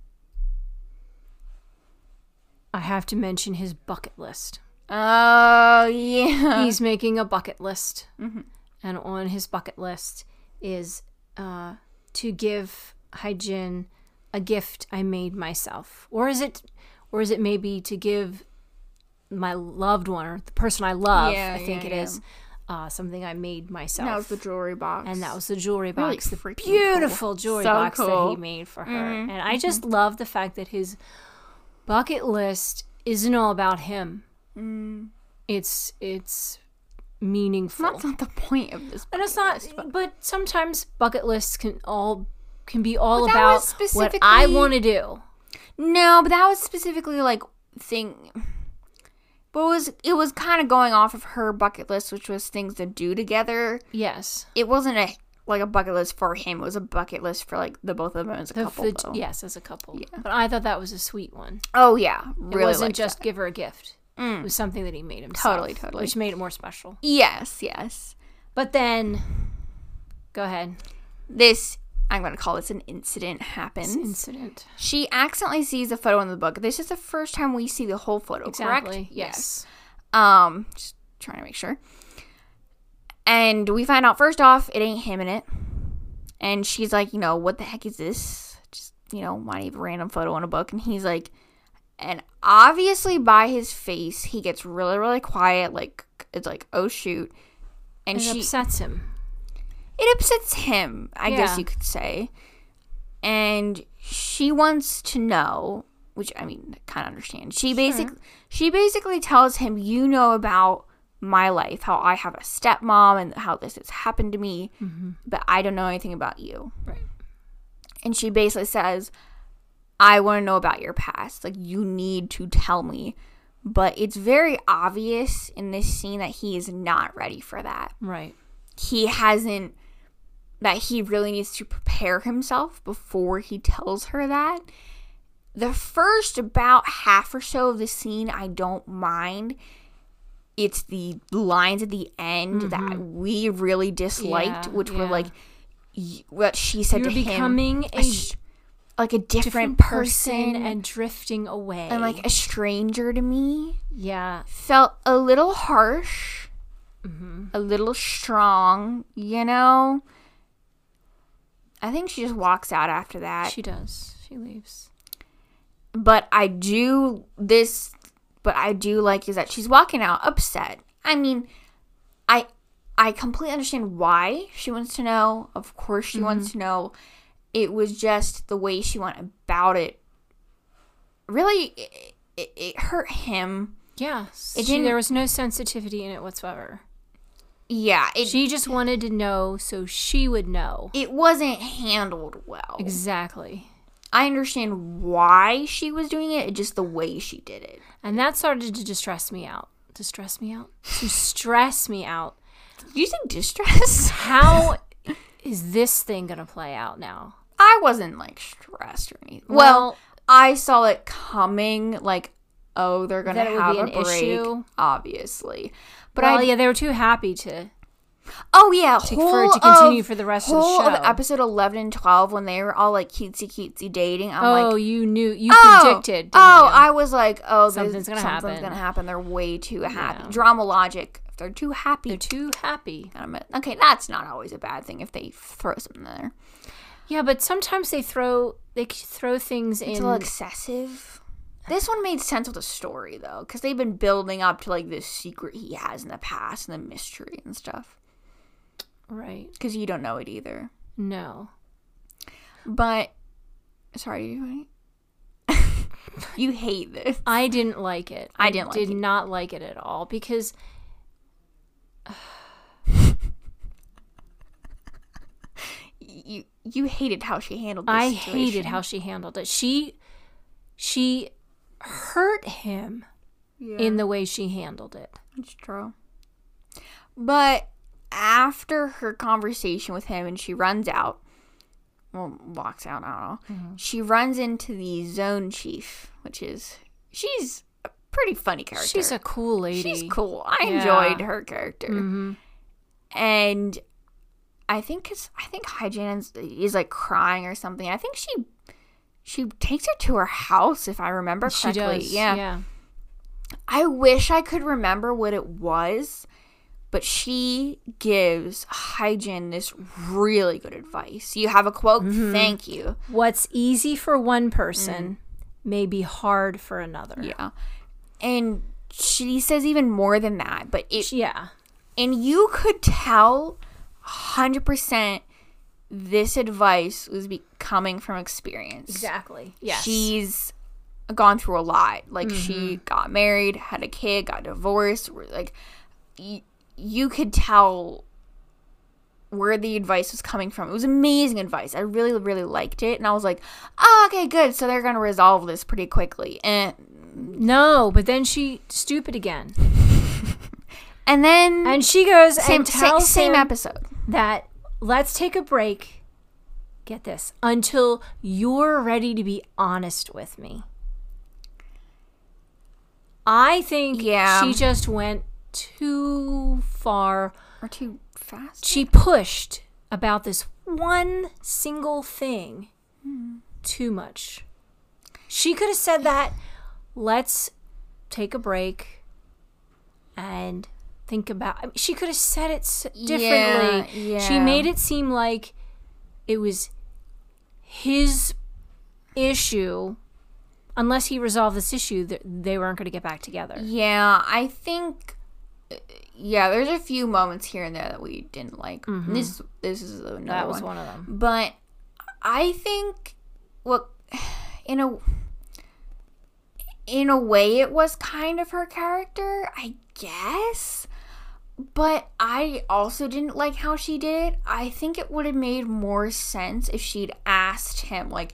Speaker 2: I have to mention his bucket list.
Speaker 1: Oh yeah.
Speaker 2: He's making a bucket list,
Speaker 1: Mm-hmm.
Speaker 2: and on his bucket list is uh, to give Hyjin a gift I made myself, or is it, or is it maybe to give my loved one or the person I love?
Speaker 1: Yeah,
Speaker 2: I think
Speaker 1: yeah,
Speaker 2: it
Speaker 1: yeah.
Speaker 2: is uh, something I made myself.
Speaker 1: That was the jewelry box.
Speaker 2: and that was the jewelry box, the
Speaker 1: freaking
Speaker 2: beautiful jewelry
Speaker 1: So
Speaker 2: box that
Speaker 1: cool.
Speaker 2: he made for her. And I just love the fact that his bucket list isn't all about him. Mm. It's it's meaningful,
Speaker 1: that's not the point of this.
Speaker 2: and it's not. But, sometimes bucket lists can all can be all
Speaker 1: But that
Speaker 2: about
Speaker 1: was
Speaker 2: what I
Speaker 1: specifically-
Speaker 2: want to do.
Speaker 1: No, but that was specifically like thing. But it was it was kind of going off of her bucket list, which was things to do together.
Speaker 2: Yes.
Speaker 1: It wasn't a like a bucket list for him. It was a bucket list for like the both of them as a
Speaker 2: The,
Speaker 1: couple.
Speaker 2: the-
Speaker 1: though.
Speaker 2: yes, as a couple. But I thought that was a sweet one.
Speaker 1: Oh yeah, really.
Speaker 2: it wasn't
Speaker 1: liked
Speaker 2: just
Speaker 1: that.
Speaker 2: give her a gift. It was something that he made himself.
Speaker 1: Totally, totally.
Speaker 2: Which made it more special.
Speaker 1: yes, yes.
Speaker 2: But then, go ahead.
Speaker 1: This I'm gonna call this an incident happens.
Speaker 2: Incident.
Speaker 1: She accidentally sees a photo in the book. This is the first time we see the whole photo,
Speaker 2: Exactly.
Speaker 1: correct?
Speaker 2: Yes.
Speaker 1: Um, just trying to make sure. And we find out first off, it ain't him in it. And she's like, you know, what the heck is this? Just, you know, why do you have a random photo in a book? And he's like, and obviously by his face, he gets really, really quiet. Like, it's like, oh shoot. And
Speaker 2: It
Speaker 1: she,
Speaker 2: upsets him.
Speaker 1: it upsets him, I
Speaker 2: Yeah.
Speaker 1: guess you could say. And she wants to know, which I mean, kind of understand. She basically she basically tells him, "You know about my life, how I have a stepmom and how this has happened to me, but I don't know anything about you."
Speaker 2: Mm-hmm. Right.
Speaker 1: And she basically says, "I want to know about your past. Like you need to tell me." But it's very obvious in this scene that he is not ready for that
Speaker 2: Right.
Speaker 1: he hasn't that he really needs to prepare himself before he tells her that. The first about half or so of the scene I don't mind. It's the lines at the end that we really disliked,
Speaker 2: Mm-hmm. Yeah,
Speaker 1: which were
Speaker 2: yeah.
Speaker 1: like y- what she said
Speaker 2: You're
Speaker 1: to him,
Speaker 2: becoming
Speaker 1: a
Speaker 2: a
Speaker 1: sh- like a different,
Speaker 2: different
Speaker 1: person,
Speaker 2: person and drifting away.
Speaker 1: and like a stranger to me
Speaker 2: yeah.
Speaker 1: felt a little harsh, a little strong, you know? I think she just walks out after that.
Speaker 2: She does. She leaves.
Speaker 1: but I do this, but I do like is that she's walking out upset. I mean, I I completely understand why she wants to know. Of course she wants to know. It was just the way she went about it. Really, it, it, it hurt him.
Speaker 2: Yeah.
Speaker 1: It
Speaker 2: she,
Speaker 1: didn't-
Speaker 2: there was no sensitivity in it whatsoever.
Speaker 1: Yeah, it
Speaker 2: She just wanted to know so she would know.
Speaker 1: it wasn't handled well.
Speaker 2: Exactly.
Speaker 1: I understand why she was doing it, just the way she did it.
Speaker 2: And that started to distress me out. Distress me out? To stress me out.
Speaker 1: Did you say distress?
Speaker 2: How is this thing going to play out now?
Speaker 1: I wasn't like stressed or anything. Well,
Speaker 2: Well-
Speaker 1: I saw it coming, like, oh, they're gonna
Speaker 2: That it would
Speaker 1: have
Speaker 2: be
Speaker 1: a
Speaker 2: an
Speaker 1: break,
Speaker 2: issue?
Speaker 1: obviously. But
Speaker 2: But well,
Speaker 1: I,
Speaker 2: yeah, they were too happy to
Speaker 1: oh yeah, whole
Speaker 2: for it to continue
Speaker 1: of,
Speaker 2: for the rest of
Speaker 1: whole
Speaker 2: the show.
Speaker 1: of episode eleven and twelve when they were all like cutesy cutesy dating. I'm
Speaker 2: oh,
Speaker 1: like,
Speaker 2: you knew you
Speaker 1: oh,
Speaker 2: predicted. didn't
Speaker 1: oh,
Speaker 2: you?
Speaker 1: I was like, oh, there's-
Speaker 2: Something's gonna
Speaker 1: something's
Speaker 2: happen.
Speaker 1: Gonna happen. They're way too happy. Drama logic. If they're too happy,
Speaker 2: they're too happy.
Speaker 1: Gotta admit- Okay, that's not always a bad thing if they throw something there.
Speaker 2: Yeah, but sometimes they throw they c- throw things
Speaker 1: It's
Speaker 2: in.
Speaker 1: a little excessive. This one made sense with the story though, because they've been building up to like this secret he has in the past and the mystery and stuff.
Speaker 2: right?
Speaker 1: Because you don't know it either.
Speaker 2: No,
Speaker 1: But sorry, you you hate this.
Speaker 2: I didn't like it.
Speaker 1: I didn't like
Speaker 2: did
Speaker 1: it.
Speaker 2: not like it at all because
Speaker 1: You you hated how she handled. This
Speaker 2: I
Speaker 1: situation.
Speaker 2: hated how she handled it. She she hurt him in the way she handled it.
Speaker 1: It's true. But after her conversation with him and she runs out, well, walks out, I don't
Speaker 2: Mm-hmm.
Speaker 1: know, she runs into the zone chief, which is, she's a pretty funny character.
Speaker 2: She's a cool lady. Mm-hmm.
Speaker 1: She's cool. I
Speaker 2: Yeah. Mm.
Speaker 1: enjoyed her character. And I think it's I think Hyjin is, is like crying or something. I think she she takes her to her house if I remember
Speaker 2: She
Speaker 1: correctly.
Speaker 2: does. yeah.
Speaker 1: I wish I could remember what it was, but she gives Hyjin this really good advice. You have a quote? Thank you.
Speaker 2: What's easy for one person may be hard for another.
Speaker 1: Yeah. And she says even more than that, but it
Speaker 2: Yeah.
Speaker 1: and you could tell 100% this advice was be coming from experience.
Speaker 2: Exactly. Yes. Mm-hmm.
Speaker 1: she's gone through a lot. Like she got married, had a kid, got divorced. were- Like y- you could tell where the advice was coming from. It was amazing advice. I really, really liked it. And I was like, oh, okay, good. So they're going to resolve this pretty quickly. And,
Speaker 2: No, but then she stupid again,
Speaker 1: and then,
Speaker 2: and she goes
Speaker 1: same,
Speaker 2: and
Speaker 1: same,
Speaker 2: tells
Speaker 1: same
Speaker 2: him
Speaker 1: episode.
Speaker 2: that let's take a break. Get this until you're ready to be honest with me. I think
Speaker 1: Yeah.
Speaker 2: she just went too far.
Speaker 1: Or too fast?
Speaker 2: She pushed about this one single thing too much. She could have said that, let's take a break and think about. I mean, she could have said it s- differently.
Speaker 1: Yeah,
Speaker 2: She
Speaker 1: yeah.
Speaker 2: made it seem like it was his issue. Unless he resolved this issue, th- they weren't going to get back together.
Speaker 1: Yeah, I think. Yeah, there's a few moments here and there that we didn't like. This this is another
Speaker 2: Mm-hmm. That was
Speaker 1: one.
Speaker 2: one of them.
Speaker 1: but I think well in a in a way it was kind of her character, I guess. But I also didn't like how she did it. I think it would have made more sense if she'd asked him like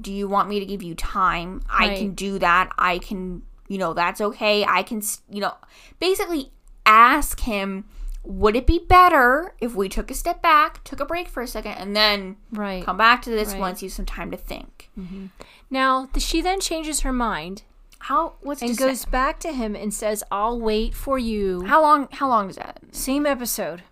Speaker 1: do you want me to give you time? I can
Speaker 2: Right.
Speaker 1: do that. I can, you know, that's okay. I can, s- you know, basically ask him would it be better if we took a step back, took a break for a second, and then
Speaker 2: Right.
Speaker 1: come back to this
Speaker 2: Right.
Speaker 1: once you have some time to think?
Speaker 2: Now, th- she then changes her mind
Speaker 1: How what's
Speaker 2: and
Speaker 1: just
Speaker 2: goes back to him and says, "I'll wait for you."
Speaker 1: how long? How long is that?
Speaker 2: Same episode.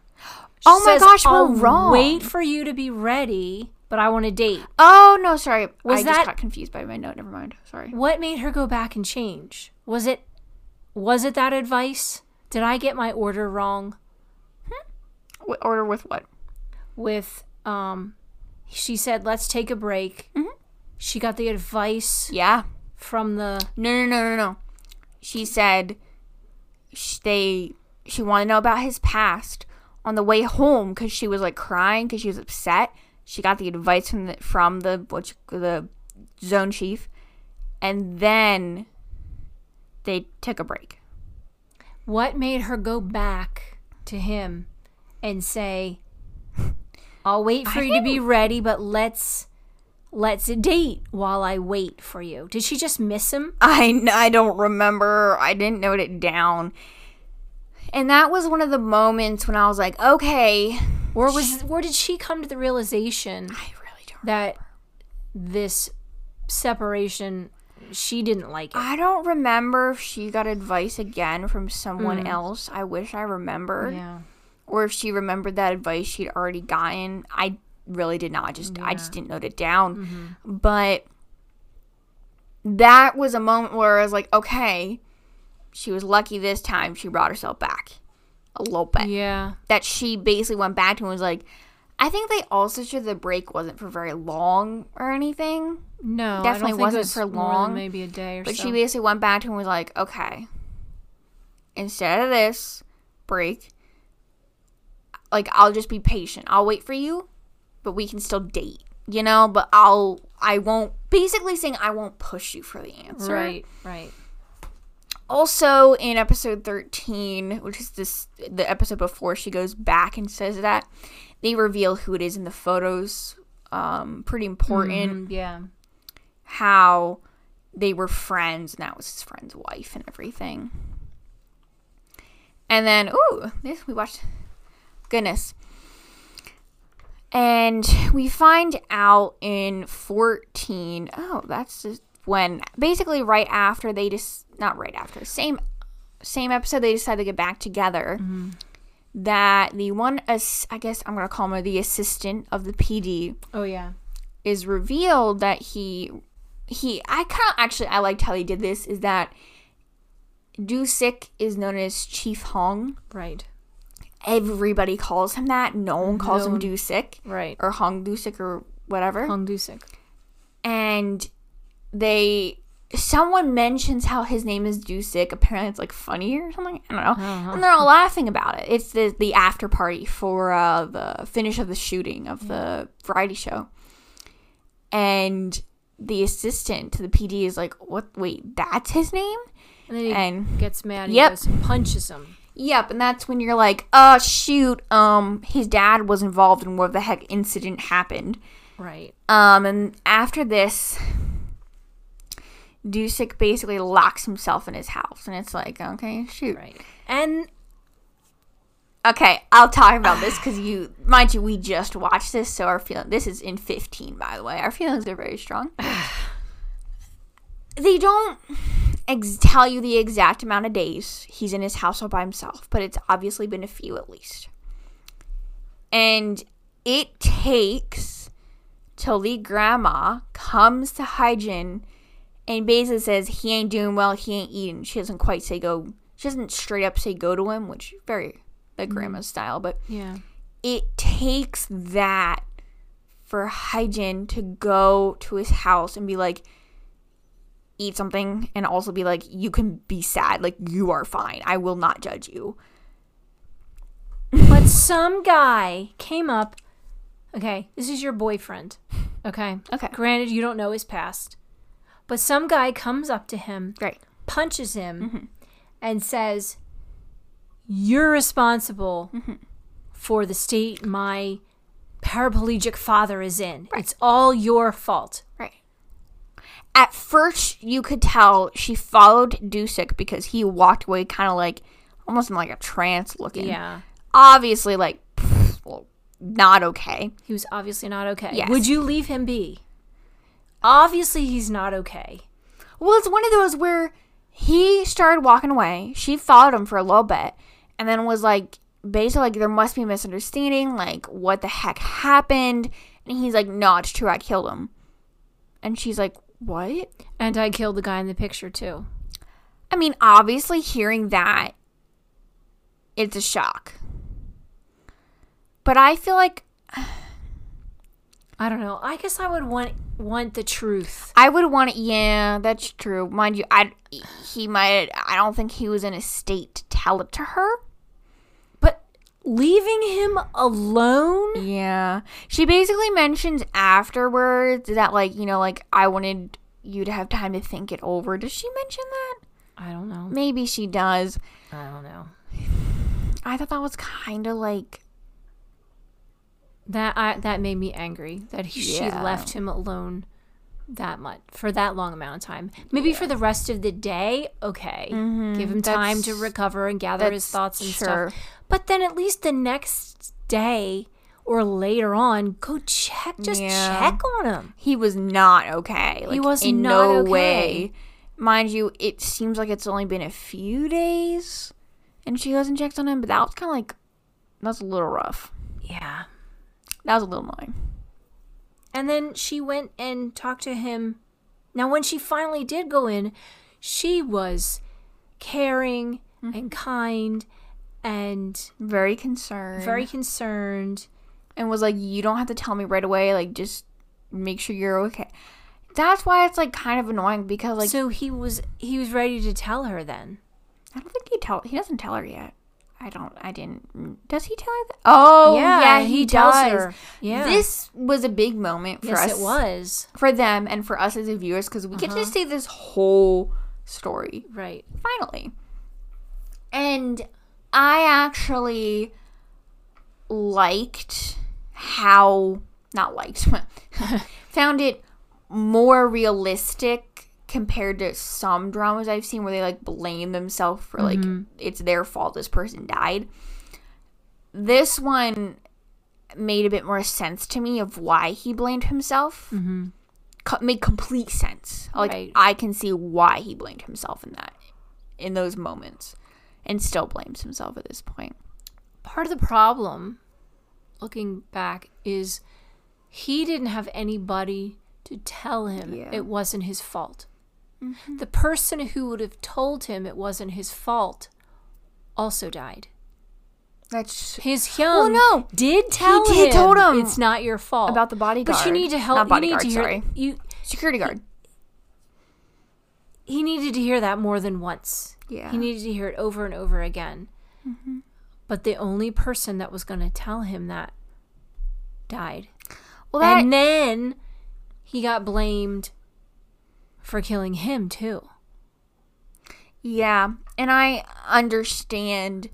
Speaker 1: Oh my
Speaker 2: Says,
Speaker 1: gosh, we're
Speaker 2: "I'll
Speaker 1: wrong.
Speaker 2: Wait for you to be ready, but I want to date.
Speaker 1: Oh no, sorry.
Speaker 2: Was
Speaker 1: I
Speaker 2: that-
Speaker 1: just got confused by my note. Never mind. Sorry.
Speaker 2: What made her go back and change? Was it was it that advice? Did I get my order wrong
Speaker 1: What order with what?
Speaker 2: with um she said, "Let's take a break."
Speaker 1: Mm-hmm.
Speaker 2: She got the advice
Speaker 1: Yeah.
Speaker 2: from the
Speaker 1: No, no, no, no, no. She said sh- they she wanted to know about his past on the way home because she was like crying because she was upset. She got the advice from the from the what you, the zone chief, and then they took a break.
Speaker 2: what made her go back to him and say i'll wait for you to be ready but let's let's date while i wait for you did she just miss him
Speaker 1: I n- I don't remember. I didn't note it down. And that was one of the moments when I was like, okay,
Speaker 2: or was or did she come to the realization
Speaker 1: I really don't.
Speaker 2: that this separation she didn't like it
Speaker 1: I don't remember if she got advice again from someone else. I wish I remembered.
Speaker 2: yeah
Speaker 1: Or if she remembered that advice she'd already gotten. I really did not. I just I just didn't note it down. Mm-hmm. But that was a moment where I was like, okay, she was lucky this time she brought herself back a little bit
Speaker 2: yeah
Speaker 1: that she basically went back to and was like, I think they also sure the break wasn't for very long or anything.
Speaker 2: no
Speaker 1: Definitely
Speaker 2: I don't think
Speaker 1: wasn't
Speaker 2: it was
Speaker 1: for
Speaker 2: more than
Speaker 1: long,
Speaker 2: maybe a day or
Speaker 1: But
Speaker 2: so
Speaker 1: she basically went back to him and was like, okay, instead of this break, like, I'll just be patient. I'll wait for you, but we can still date, you know? But I'll, I won't, basically saying, I won't push you for the answer.
Speaker 2: right right
Speaker 1: Also, in episode 13, which is this, the episode before she goes back and says that, they reveal who it is in the photos. Um, pretty important
Speaker 2: Mm, yeah
Speaker 1: how they were friends and that was his friend's wife and everything. And then, ooh, this we watched. Goodness. And we find out in 14. Oh, that's just when basically right after they just not right after. Same same episode they decide to get back together. That the one ass- I guess I'm going to call him the assistant of the PD
Speaker 2: oh yeah
Speaker 1: is revealed that he he I kind of actually I liked how they did this is that Do Sik is known as Chief Hong.
Speaker 2: right
Speaker 1: Everybody calls him that. No one calls him Do Sik
Speaker 2: right
Speaker 1: or Hong Do Sik or whatever.
Speaker 2: Hong Dusik.
Speaker 1: And they someone mentions how his name is Do Sik. Apparently it's like funny or something. I don't know. And they're all laughing about it. It's the the after party for uh, the finish of the shooting of the variety show. and the assistant to the PD is like, "What? Wait, that's his name?"
Speaker 2: and then he
Speaker 1: And
Speaker 2: gets mad and
Speaker 1: Yep.
Speaker 2: he goes and punches him.
Speaker 1: Yep, and that's when you're like, "Oh shoot, um, his dad was involved in where the heck incident happened."
Speaker 2: Right.
Speaker 1: Um, and after this, Dusik basically locks himself in his house, and it's like, okay, shoot.
Speaker 2: Right. And
Speaker 1: Okay, I'll talk about this because you, mind you, we just watched this, so our feeling. This is in fifteen, by the way. Our feelings are very strong. they don't ex- tell you the exact amount of days he's in his house all by himself, but it's obviously been a few at least. And it takes till the grandma comes to Hyjin and basically says he ain't doing well, he ain't eating. She doesn't quite say go. She doesn't straight up say go to him, which very the grandma style, but
Speaker 2: yeah.
Speaker 1: it takes that for Hyjin to go to his house and be like, eat something, and also be like, you can be sad. Like, you are fine. I will not judge you.
Speaker 2: But some guy came up. Okay, this is your boyfriend. Okay.
Speaker 1: Okay.
Speaker 2: Granted, you don't know his past. But some guy comes up to him,
Speaker 1: Great.
Speaker 2: punches him, and says, You're responsible for the state my paraplegic father is in. It's all your fault.
Speaker 1: Right. At first, you could tell she followed Dusik because he walked away kind of like almost in like a trance looking.
Speaker 2: Yeah.
Speaker 1: Obviously, like, pfft, well, not okay.
Speaker 2: He was obviously not okay.
Speaker 1: Yes.
Speaker 2: Would you leave him be? Obviously, he's not okay.
Speaker 1: Well, it's one of those where he started walking away. She followed him for a little bit and then was like, basically, like, there must be misunderstanding. Like, what the heck happened? And he's like, no, it's true. I killed him. And she's like, what?
Speaker 2: And I killed the guy in the picture, too.
Speaker 1: I mean, obviously, hearing that, it's a shock. But I feel like
Speaker 2: I don't know. I guess I would want want the truth.
Speaker 1: I would want to. Yeah, that's true. Mind you, I he might. I don't think he was in a state to tell it to her.
Speaker 2: But leaving him alone?
Speaker 1: Yeah. She basically mentions afterwards that, like, you know, like, I wanted you to have time to think it over. Does she mention that?
Speaker 2: I don't know.
Speaker 1: Maybe she does.
Speaker 2: I don't know.
Speaker 1: I thought that was kind of like,
Speaker 2: That I that made me angry that he,
Speaker 1: Yeah.
Speaker 2: she left him alone that much for that long amount of time. Maybe for the rest of the day, okay. Give him time to
Speaker 1: that's-
Speaker 2: recover and gather his
Speaker 1: that's
Speaker 2: thoughts and
Speaker 1: sure.
Speaker 2: stuff. But then at least the next day or later on, go check just
Speaker 1: Yeah.
Speaker 2: check on him.
Speaker 1: he was not okay. Like,
Speaker 2: was
Speaker 1: in
Speaker 2: not
Speaker 1: no
Speaker 2: okay.
Speaker 1: way. Mind you, it seems like it's only been a few days and she goes and checks on him, but that was kind of like, that's a little rough.
Speaker 2: Yeah.
Speaker 1: That was a little annoying.
Speaker 2: And then she went and talked to him. Now, when she finally did go in, she was caring
Speaker 1: Mm-hmm.
Speaker 2: and kind and
Speaker 1: Very concerned.
Speaker 2: very concerned.
Speaker 1: and was like, "You don't have to tell me right away. Like, just make sure you're okay." That's why it's like kind of annoying because like
Speaker 2: so he was he was ready to tell her then.
Speaker 1: I don't think he tell he doesn't tell her yet. I don't. I didn't. Does he tell her? That? Oh yeah, he, does.
Speaker 2: Yeah.
Speaker 1: This was a big moment for
Speaker 2: yes,
Speaker 1: us,
Speaker 2: it was. Uh-huh.
Speaker 1: for them, and for us as the viewers because we get to see this whole story
Speaker 2: Right.
Speaker 1: finally. And I actually liked how not liked found it more realistic compared to some dramas I've seen where they like blame themselves for like it's their fault this person died. This one made a bit more sense to me of why he blamed himself. Mm-hmm. Co- made complete sense. Like
Speaker 2: Right.
Speaker 1: I can see why he blamed himself in that in those moments and still blames himself at this point.
Speaker 2: Part of the problem looking back is he didn't have anybody to tell him
Speaker 1: Yeah. Mm-hmm.
Speaker 2: it wasn't his fault. The person who would have told him it wasn't his fault also died.
Speaker 1: That's
Speaker 2: His young
Speaker 1: Oh, no.
Speaker 2: did tell
Speaker 1: did-
Speaker 2: him,
Speaker 1: told him
Speaker 2: it's not your fault
Speaker 1: about the bodyguard.
Speaker 2: But you need to help.
Speaker 1: Not bodyguard,
Speaker 2: you need to hear.
Speaker 1: sorry.
Speaker 2: You
Speaker 1: security guard.
Speaker 2: he needed to hear that more than once.
Speaker 1: Yeah. Mm-hmm.
Speaker 2: He needed to hear it over and over again. But the only person that was going to tell him that died.
Speaker 1: Well, that
Speaker 2: and then he got blamed for killing him, too.
Speaker 1: yeah, and I understand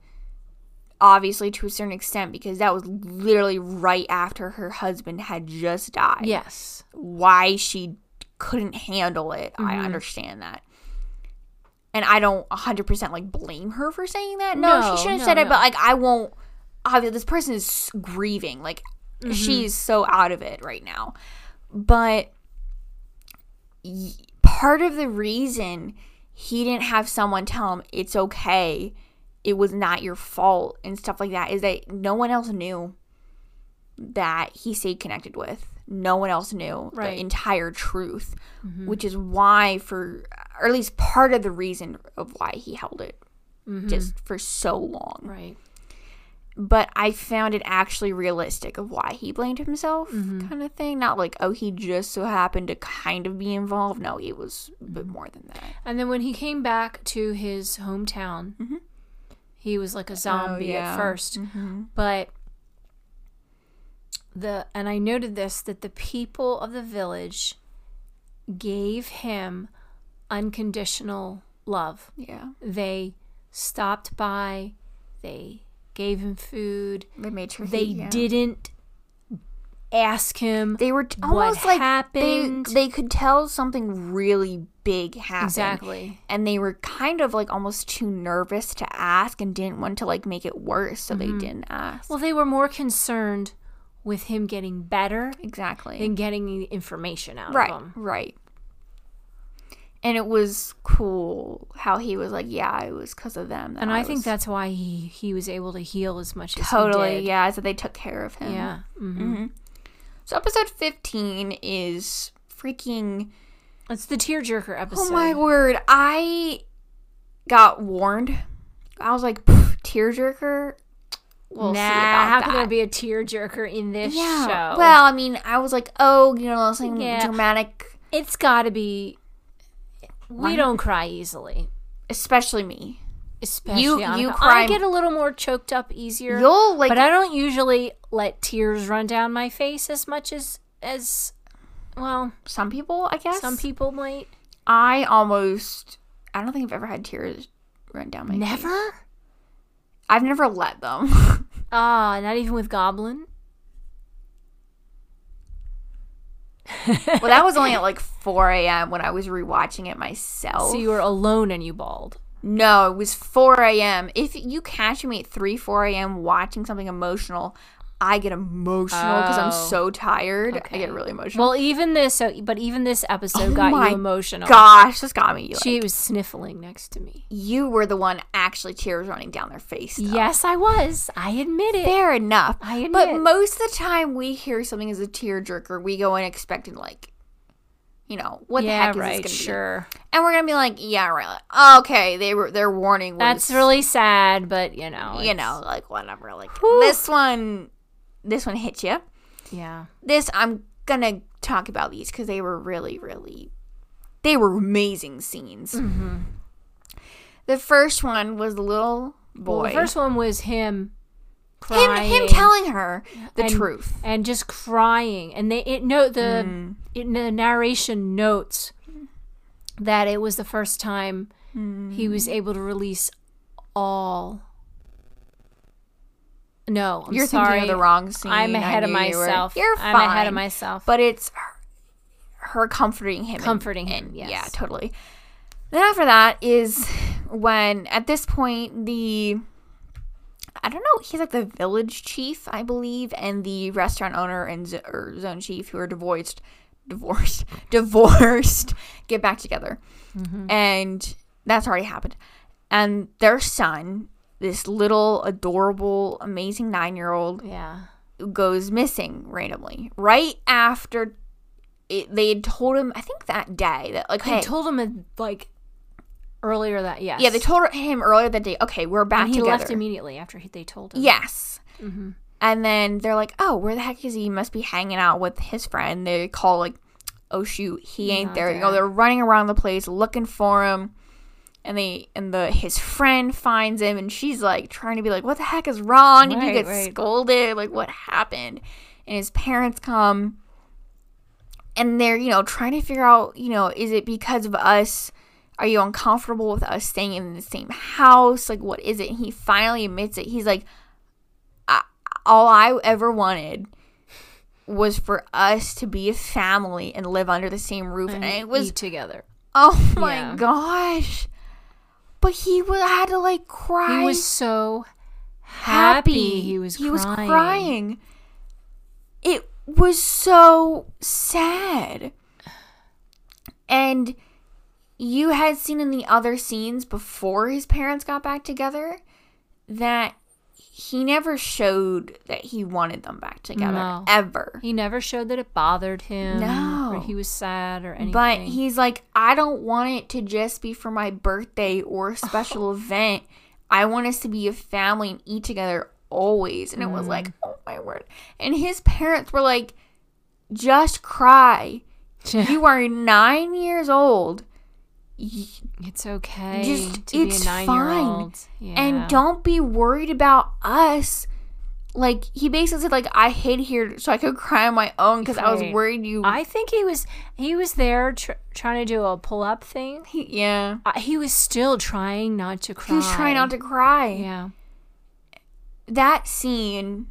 Speaker 1: obviously to a certain extent because that was literally right after her husband had just died.
Speaker 2: Yes.
Speaker 1: Why she couldn't handle it, I
Speaker 2: Mm-hmm.
Speaker 1: understand that. And I don't 100% like blame her for saying that. No,
Speaker 2: No,
Speaker 1: she shouldn't have
Speaker 2: no,
Speaker 1: said it,
Speaker 2: no.
Speaker 1: but like I won't obviously this person is s- grieving. Like
Speaker 2: Mm-hmm.
Speaker 1: she's so out of it right now. But y- part of the reason he didn't have someone tell him it's okay, it was not your fault and stuff like that is that no one else knew that he stayed connected with. No one else knew
Speaker 2: Right.
Speaker 1: the entire truth, which is why, for or at least part of the reason of why he held it just for so long
Speaker 2: Right.
Speaker 1: but I found it actually realistic of why he blamed himself, kind of thing. Not like, oh, he just so happened to kind of be involved. No, it was a bit more than that.
Speaker 2: And then when he came back to his hometown, he was like a zombie
Speaker 1: yeah.
Speaker 2: at 1st But the and I noted this that the people of the village gave him unconditional love.
Speaker 1: Yeah.
Speaker 2: They stopped by, they gave him food.
Speaker 1: They made sure
Speaker 2: They
Speaker 1: he, yeah.
Speaker 2: didn't ask him.
Speaker 1: They were t- almost
Speaker 2: what
Speaker 1: like
Speaker 2: happened.
Speaker 1: They, they could tell something really big happened.
Speaker 2: exactly.
Speaker 1: And they were kind of like almost too nervous to ask and didn't want to like make it worse, so they didn't ask.
Speaker 2: Well, they were more concerned with him getting better
Speaker 1: exactly.
Speaker 2: than getting the information out
Speaker 1: Right.
Speaker 2: of him.
Speaker 1: Right. And it was cool how he was like, yeah, it was because of them. that
Speaker 2: And I, think
Speaker 1: was-
Speaker 2: that's why he, he was able to heal as much as
Speaker 1: totally,
Speaker 2: he did.
Speaker 1: yeah, so they took care of him.
Speaker 2: Yeah. Mm.
Speaker 1: So episode 15 is freaking
Speaker 2: It's the tearjerker episode.
Speaker 1: Oh my word. I got warned. I was like, "Pff, tearjerker. We'll
Speaker 2: nah,
Speaker 1: see about
Speaker 2: how
Speaker 1: that.
Speaker 2: can there be a tearjerker in this
Speaker 1: yeah.
Speaker 2: show?
Speaker 1: Well, I mean, I was like, oh, you know, something
Speaker 2: Yeah.
Speaker 1: dramatic,
Speaker 2: it's got to be. We don't cry easily.
Speaker 1: especially me.
Speaker 2: Especially
Speaker 1: You-
Speaker 2: Annika.
Speaker 1: you cry-
Speaker 2: I get a little more choked up easier.
Speaker 1: You'll like
Speaker 2: but I don't usually let tears run down my face as much as as well,
Speaker 1: some people, I guess.
Speaker 2: some people might.
Speaker 1: I almost I don't think I've ever had tears run down my face.
Speaker 2: Never?
Speaker 1: I've never let them.
Speaker 2: Ah, not even with Goblin.
Speaker 1: well, that was only at like 4 a.m. when I was rewatching it myself.
Speaker 2: So you were alone and you bawled.
Speaker 1: no, it was 4 a.m. If you catch me at 3, 4 a.m. watching something emotional, I get emotional because I'm
Speaker 2: Oh.
Speaker 1: so tired. I
Speaker 2: Okay.
Speaker 1: get really emotional.
Speaker 2: Well, even this, so, but even this episode got
Speaker 1: Oh my
Speaker 2: you emotional.
Speaker 1: Gosh, this got me. Like,
Speaker 2: She was sniffling next to me.
Speaker 1: you were the one actually tears running down their face. though.
Speaker 2: Yes, I was. I admit it.
Speaker 1: Fair enough.
Speaker 2: I admit.
Speaker 1: But most of the time, we hear something as a tearjerker, we go in expecting like, you know, what the
Speaker 2: yeah,
Speaker 1: heck is
Speaker 2: right.
Speaker 1: this gonna
Speaker 2: sure.
Speaker 1: be? And we're gonna be like, yeah, right. like, okay, they were their warning was,
Speaker 2: That's really sad, but you know,
Speaker 1: you
Speaker 2: it's-
Speaker 1: know, like whatever. Like
Speaker 2: Whew.
Speaker 1: this one, this one hit you.
Speaker 2: Yeah.
Speaker 1: This I'm gonna talk about these because they were really, really, they were amazing scenes.
Speaker 2: Mm-hmm.
Speaker 1: The first one was the little boy.
Speaker 2: Well, the first one was him
Speaker 1: him,
Speaker 2: crying.
Speaker 1: him telling her the
Speaker 2: And-
Speaker 1: truth.
Speaker 2: and just crying and they it note the
Speaker 1: Mm.
Speaker 2: it, the narration notes that it was the first time
Speaker 1: Mm.
Speaker 2: he was able to release all no I'm
Speaker 1: You're
Speaker 2: sorry
Speaker 1: thinking of the wrong scene.
Speaker 2: I'm
Speaker 1: I
Speaker 2: ahead of
Speaker 1: knew you were-
Speaker 2: myself
Speaker 1: You're fine.
Speaker 2: I'm ahead of myself
Speaker 1: But it's her, her comforting him. and-
Speaker 2: Comforting him, yes.
Speaker 1: Yeah, totally. Then after that is when, at this point, the. I don't know. He's like the village chief, I believe, and the restaurant owner and z- or zone chief who are divorced, divorced, divorced, get back together,
Speaker 2: Mm-hmm.
Speaker 1: and that's already happened. And their son, this little adorable, amazing nine-year-old,
Speaker 2: yeah
Speaker 1: goes missing randomly right after it, they had told him i think that day that like
Speaker 2: I
Speaker 1: hey
Speaker 2: told him uh, like earlier that yes
Speaker 1: yeah they told him earlier that day okay we're back
Speaker 2: and he
Speaker 1: together
Speaker 2: left immediately after he, they told him
Speaker 1: yes
Speaker 2: Mm-hmm.
Speaker 1: and then they're like oh where the heck is he He must be hanging out with his friend they call like oh shoot he ain't
Speaker 2: Not
Speaker 1: there you
Speaker 2: there.
Speaker 1: know they're running around the place looking for him and they and the his friend finds him and she's like trying to be like what the heck is wrong and you
Speaker 2: Right,
Speaker 1: get
Speaker 2: right.
Speaker 1: scolded like what happened and his parents come and they're you know trying to figure out you know is it because of us are you uncomfortable with us staying in the same house like what is it and he finally admits it he's like all I ever wanted was for us to be a family and live under the same roof. And, it was,
Speaker 2: eat together.
Speaker 1: oh my
Speaker 2: Yeah.
Speaker 1: gosh. But he wa- had to like cry.
Speaker 2: He was so happy.
Speaker 1: happy.
Speaker 2: He was
Speaker 1: he
Speaker 2: crying.
Speaker 1: was crying. It was so sad. And you had seen in the other scenes before his parents got back together that he never showed that he wanted them back together
Speaker 2: No.
Speaker 1: ever.
Speaker 2: He never showed that it bothered him. Or
Speaker 1: No.
Speaker 2: he was sad or anything.
Speaker 1: But he's like, I don't want it to just be for my birthday or a special event. I want us to be a family and eat together always. And it was
Speaker 2: Mm.
Speaker 1: like, oh my word. And his parents were like, just cry. You are nine years old. Y-
Speaker 2: it's okay
Speaker 1: Just-
Speaker 2: to
Speaker 1: it's
Speaker 2: be a
Speaker 1: fine.
Speaker 2: nine-year-old. Yeah.
Speaker 1: And don't be worried about us. Like, he basically said, like, I hid here so I could cry on my own because I was
Speaker 2: Right.
Speaker 1: worried you.
Speaker 2: I think he was he was there tr- trying to do a pull-up thing.
Speaker 1: he, yeah.
Speaker 2: Uh, he was still trying not to cry.
Speaker 1: He was trying not to cry.
Speaker 2: Yeah.
Speaker 1: that scene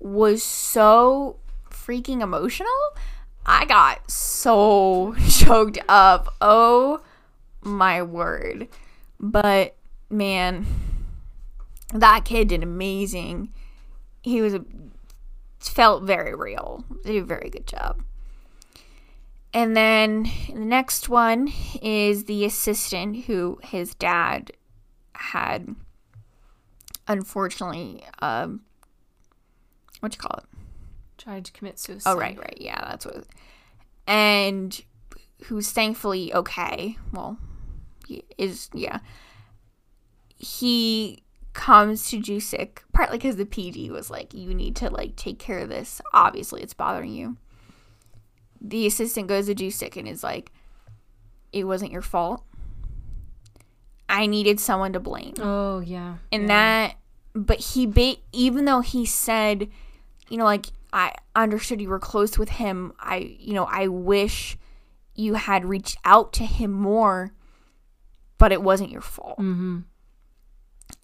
Speaker 1: was so freaking emotional. I got so choked up. Oh my word. But man, that kid did amazing. He was a felt very real. Did a very good job. And then the next one is the assistant who his dad had unfortunately, um, what you call it?
Speaker 2: Tried to commit suicide.
Speaker 1: Oh, right, right, yeah, that's what. And who's thankfully okay. Well, he is yeah. He comes to Jusik partly because the PD was like, "You need to like take care of this. Obviously, it's bothering you." The assistant goes to Jusik and is like, "It wasn't your fault. I needed someone to blame."
Speaker 2: Oh, yeah.
Speaker 1: and that but he ba- even though he said you know like i understood you were close with him i you know i wish you had reached out to him more but it wasn't your fault
Speaker 2: Mhm.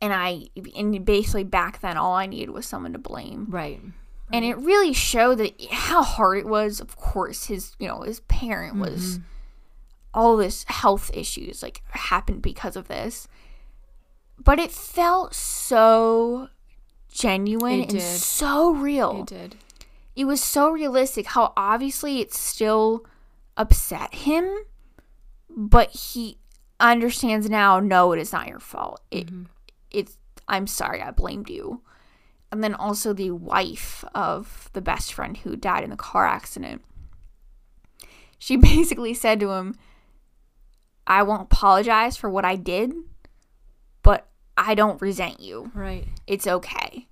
Speaker 1: and i and basically back then all i needed was someone to blame
Speaker 2: Right.
Speaker 1: and it really showed that how hard it was of course his you know his parent
Speaker 2: Mm-hmm.
Speaker 1: was all this health issues like happened because of this but it felt so genuine and
Speaker 2: It did.
Speaker 1: so
Speaker 2: He
Speaker 1: real
Speaker 2: did.
Speaker 1: it was so realistic how obviously it still upset him but he understands now no it is not your fault it
Speaker 2: Mm-hmm.
Speaker 1: it's i'm sorry i blamed you and then also the wife of the best friend who died in the car accident she basically said to him i won't apologize for what i did but i don't resent you
Speaker 2: Right.
Speaker 1: it's okay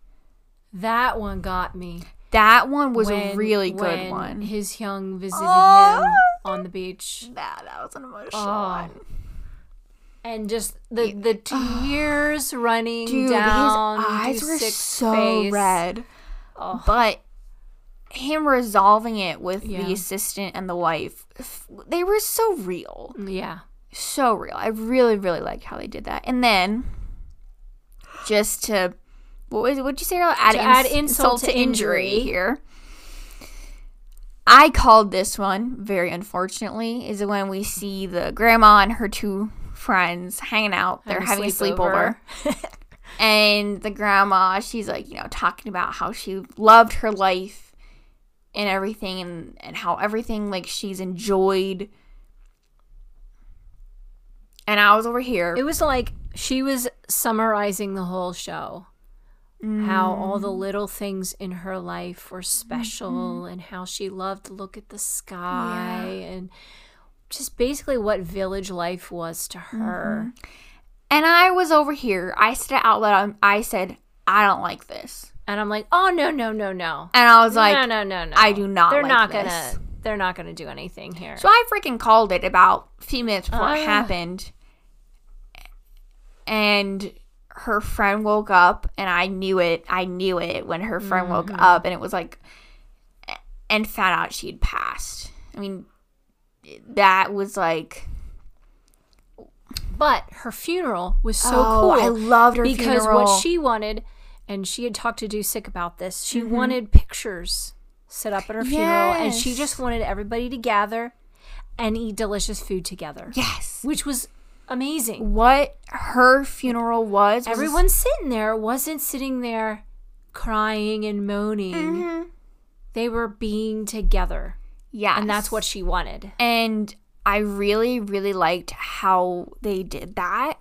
Speaker 2: That one got me.
Speaker 1: that one was a
Speaker 2: When-
Speaker 1: really good
Speaker 2: when
Speaker 1: one
Speaker 2: His young visited him
Speaker 1: Oh.
Speaker 2: on the beach.
Speaker 1: that. That was an emotional
Speaker 2: Oh.
Speaker 1: one.
Speaker 2: And just the the tears running
Speaker 1: Dude,
Speaker 2: down
Speaker 1: his eyes were
Speaker 2: Dusik's
Speaker 1: so
Speaker 2: face.
Speaker 1: red.
Speaker 2: Oh.
Speaker 1: But him resolving it with
Speaker 2: Yeah.
Speaker 1: the assistant and the wife, f- they were so real.
Speaker 2: Yeah.
Speaker 1: So real. I really, really liked how they did that. And then, just to, what was, what'd you say? earlier? Add,
Speaker 2: To
Speaker 1: ins-
Speaker 2: add insult to injury.
Speaker 1: here. I called this one, very unfortunately, is when we see the grandma and her two friends hanging out. They're having a sleepover. And the grandma, she's like, you know, talking about how she loved her life and everything and, and how everything like she's enjoyed. And I was over here.
Speaker 2: It was like she was summarizing the whole show. How all
Speaker 1: Mm.
Speaker 2: the little things in her life were special
Speaker 1: Mm-hmm.
Speaker 2: and how she loved to look at the sky and just basically what village life was to her.
Speaker 1: Mm-hmm. and I was over here. I said out loud, I said, I don't like this.
Speaker 2: And I'm like, "Oh no, no, no, no."
Speaker 1: And I was like,
Speaker 2: no, no, no, no.
Speaker 1: I do not
Speaker 2: They're
Speaker 1: like
Speaker 2: not
Speaker 1: this.
Speaker 2: gonna. They're not gonna do anything here.
Speaker 1: So I freaking called it about a few minutes before
Speaker 2: Ah.
Speaker 1: it happened. And her friend woke up, and I knew it. I knew it when her friend woke
Speaker 2: Mm-hmm.
Speaker 1: up, and it was like, and found out she had passed. I mean, that was like,
Speaker 2: but her funeral was so
Speaker 1: oh,
Speaker 2: cool
Speaker 1: I loved her
Speaker 2: because
Speaker 1: funeral.
Speaker 2: what she wanted and she had talked to Dusick about this.
Speaker 1: Mm-hmm.
Speaker 2: She wanted pictures set up at her funeral, and she
Speaker 1: Yes.
Speaker 2: just wanted everybody to gather and eat delicious food together,
Speaker 1: Yes.
Speaker 2: which was amazing.
Speaker 1: What her funeral was, was a s-
Speaker 2: Everyone sitting there wasn't sitting there crying and moaning.
Speaker 1: Mm-hmm.
Speaker 2: They were being together,
Speaker 1: yeah,
Speaker 2: and that's what she wanted.
Speaker 1: And I really, really liked how they did that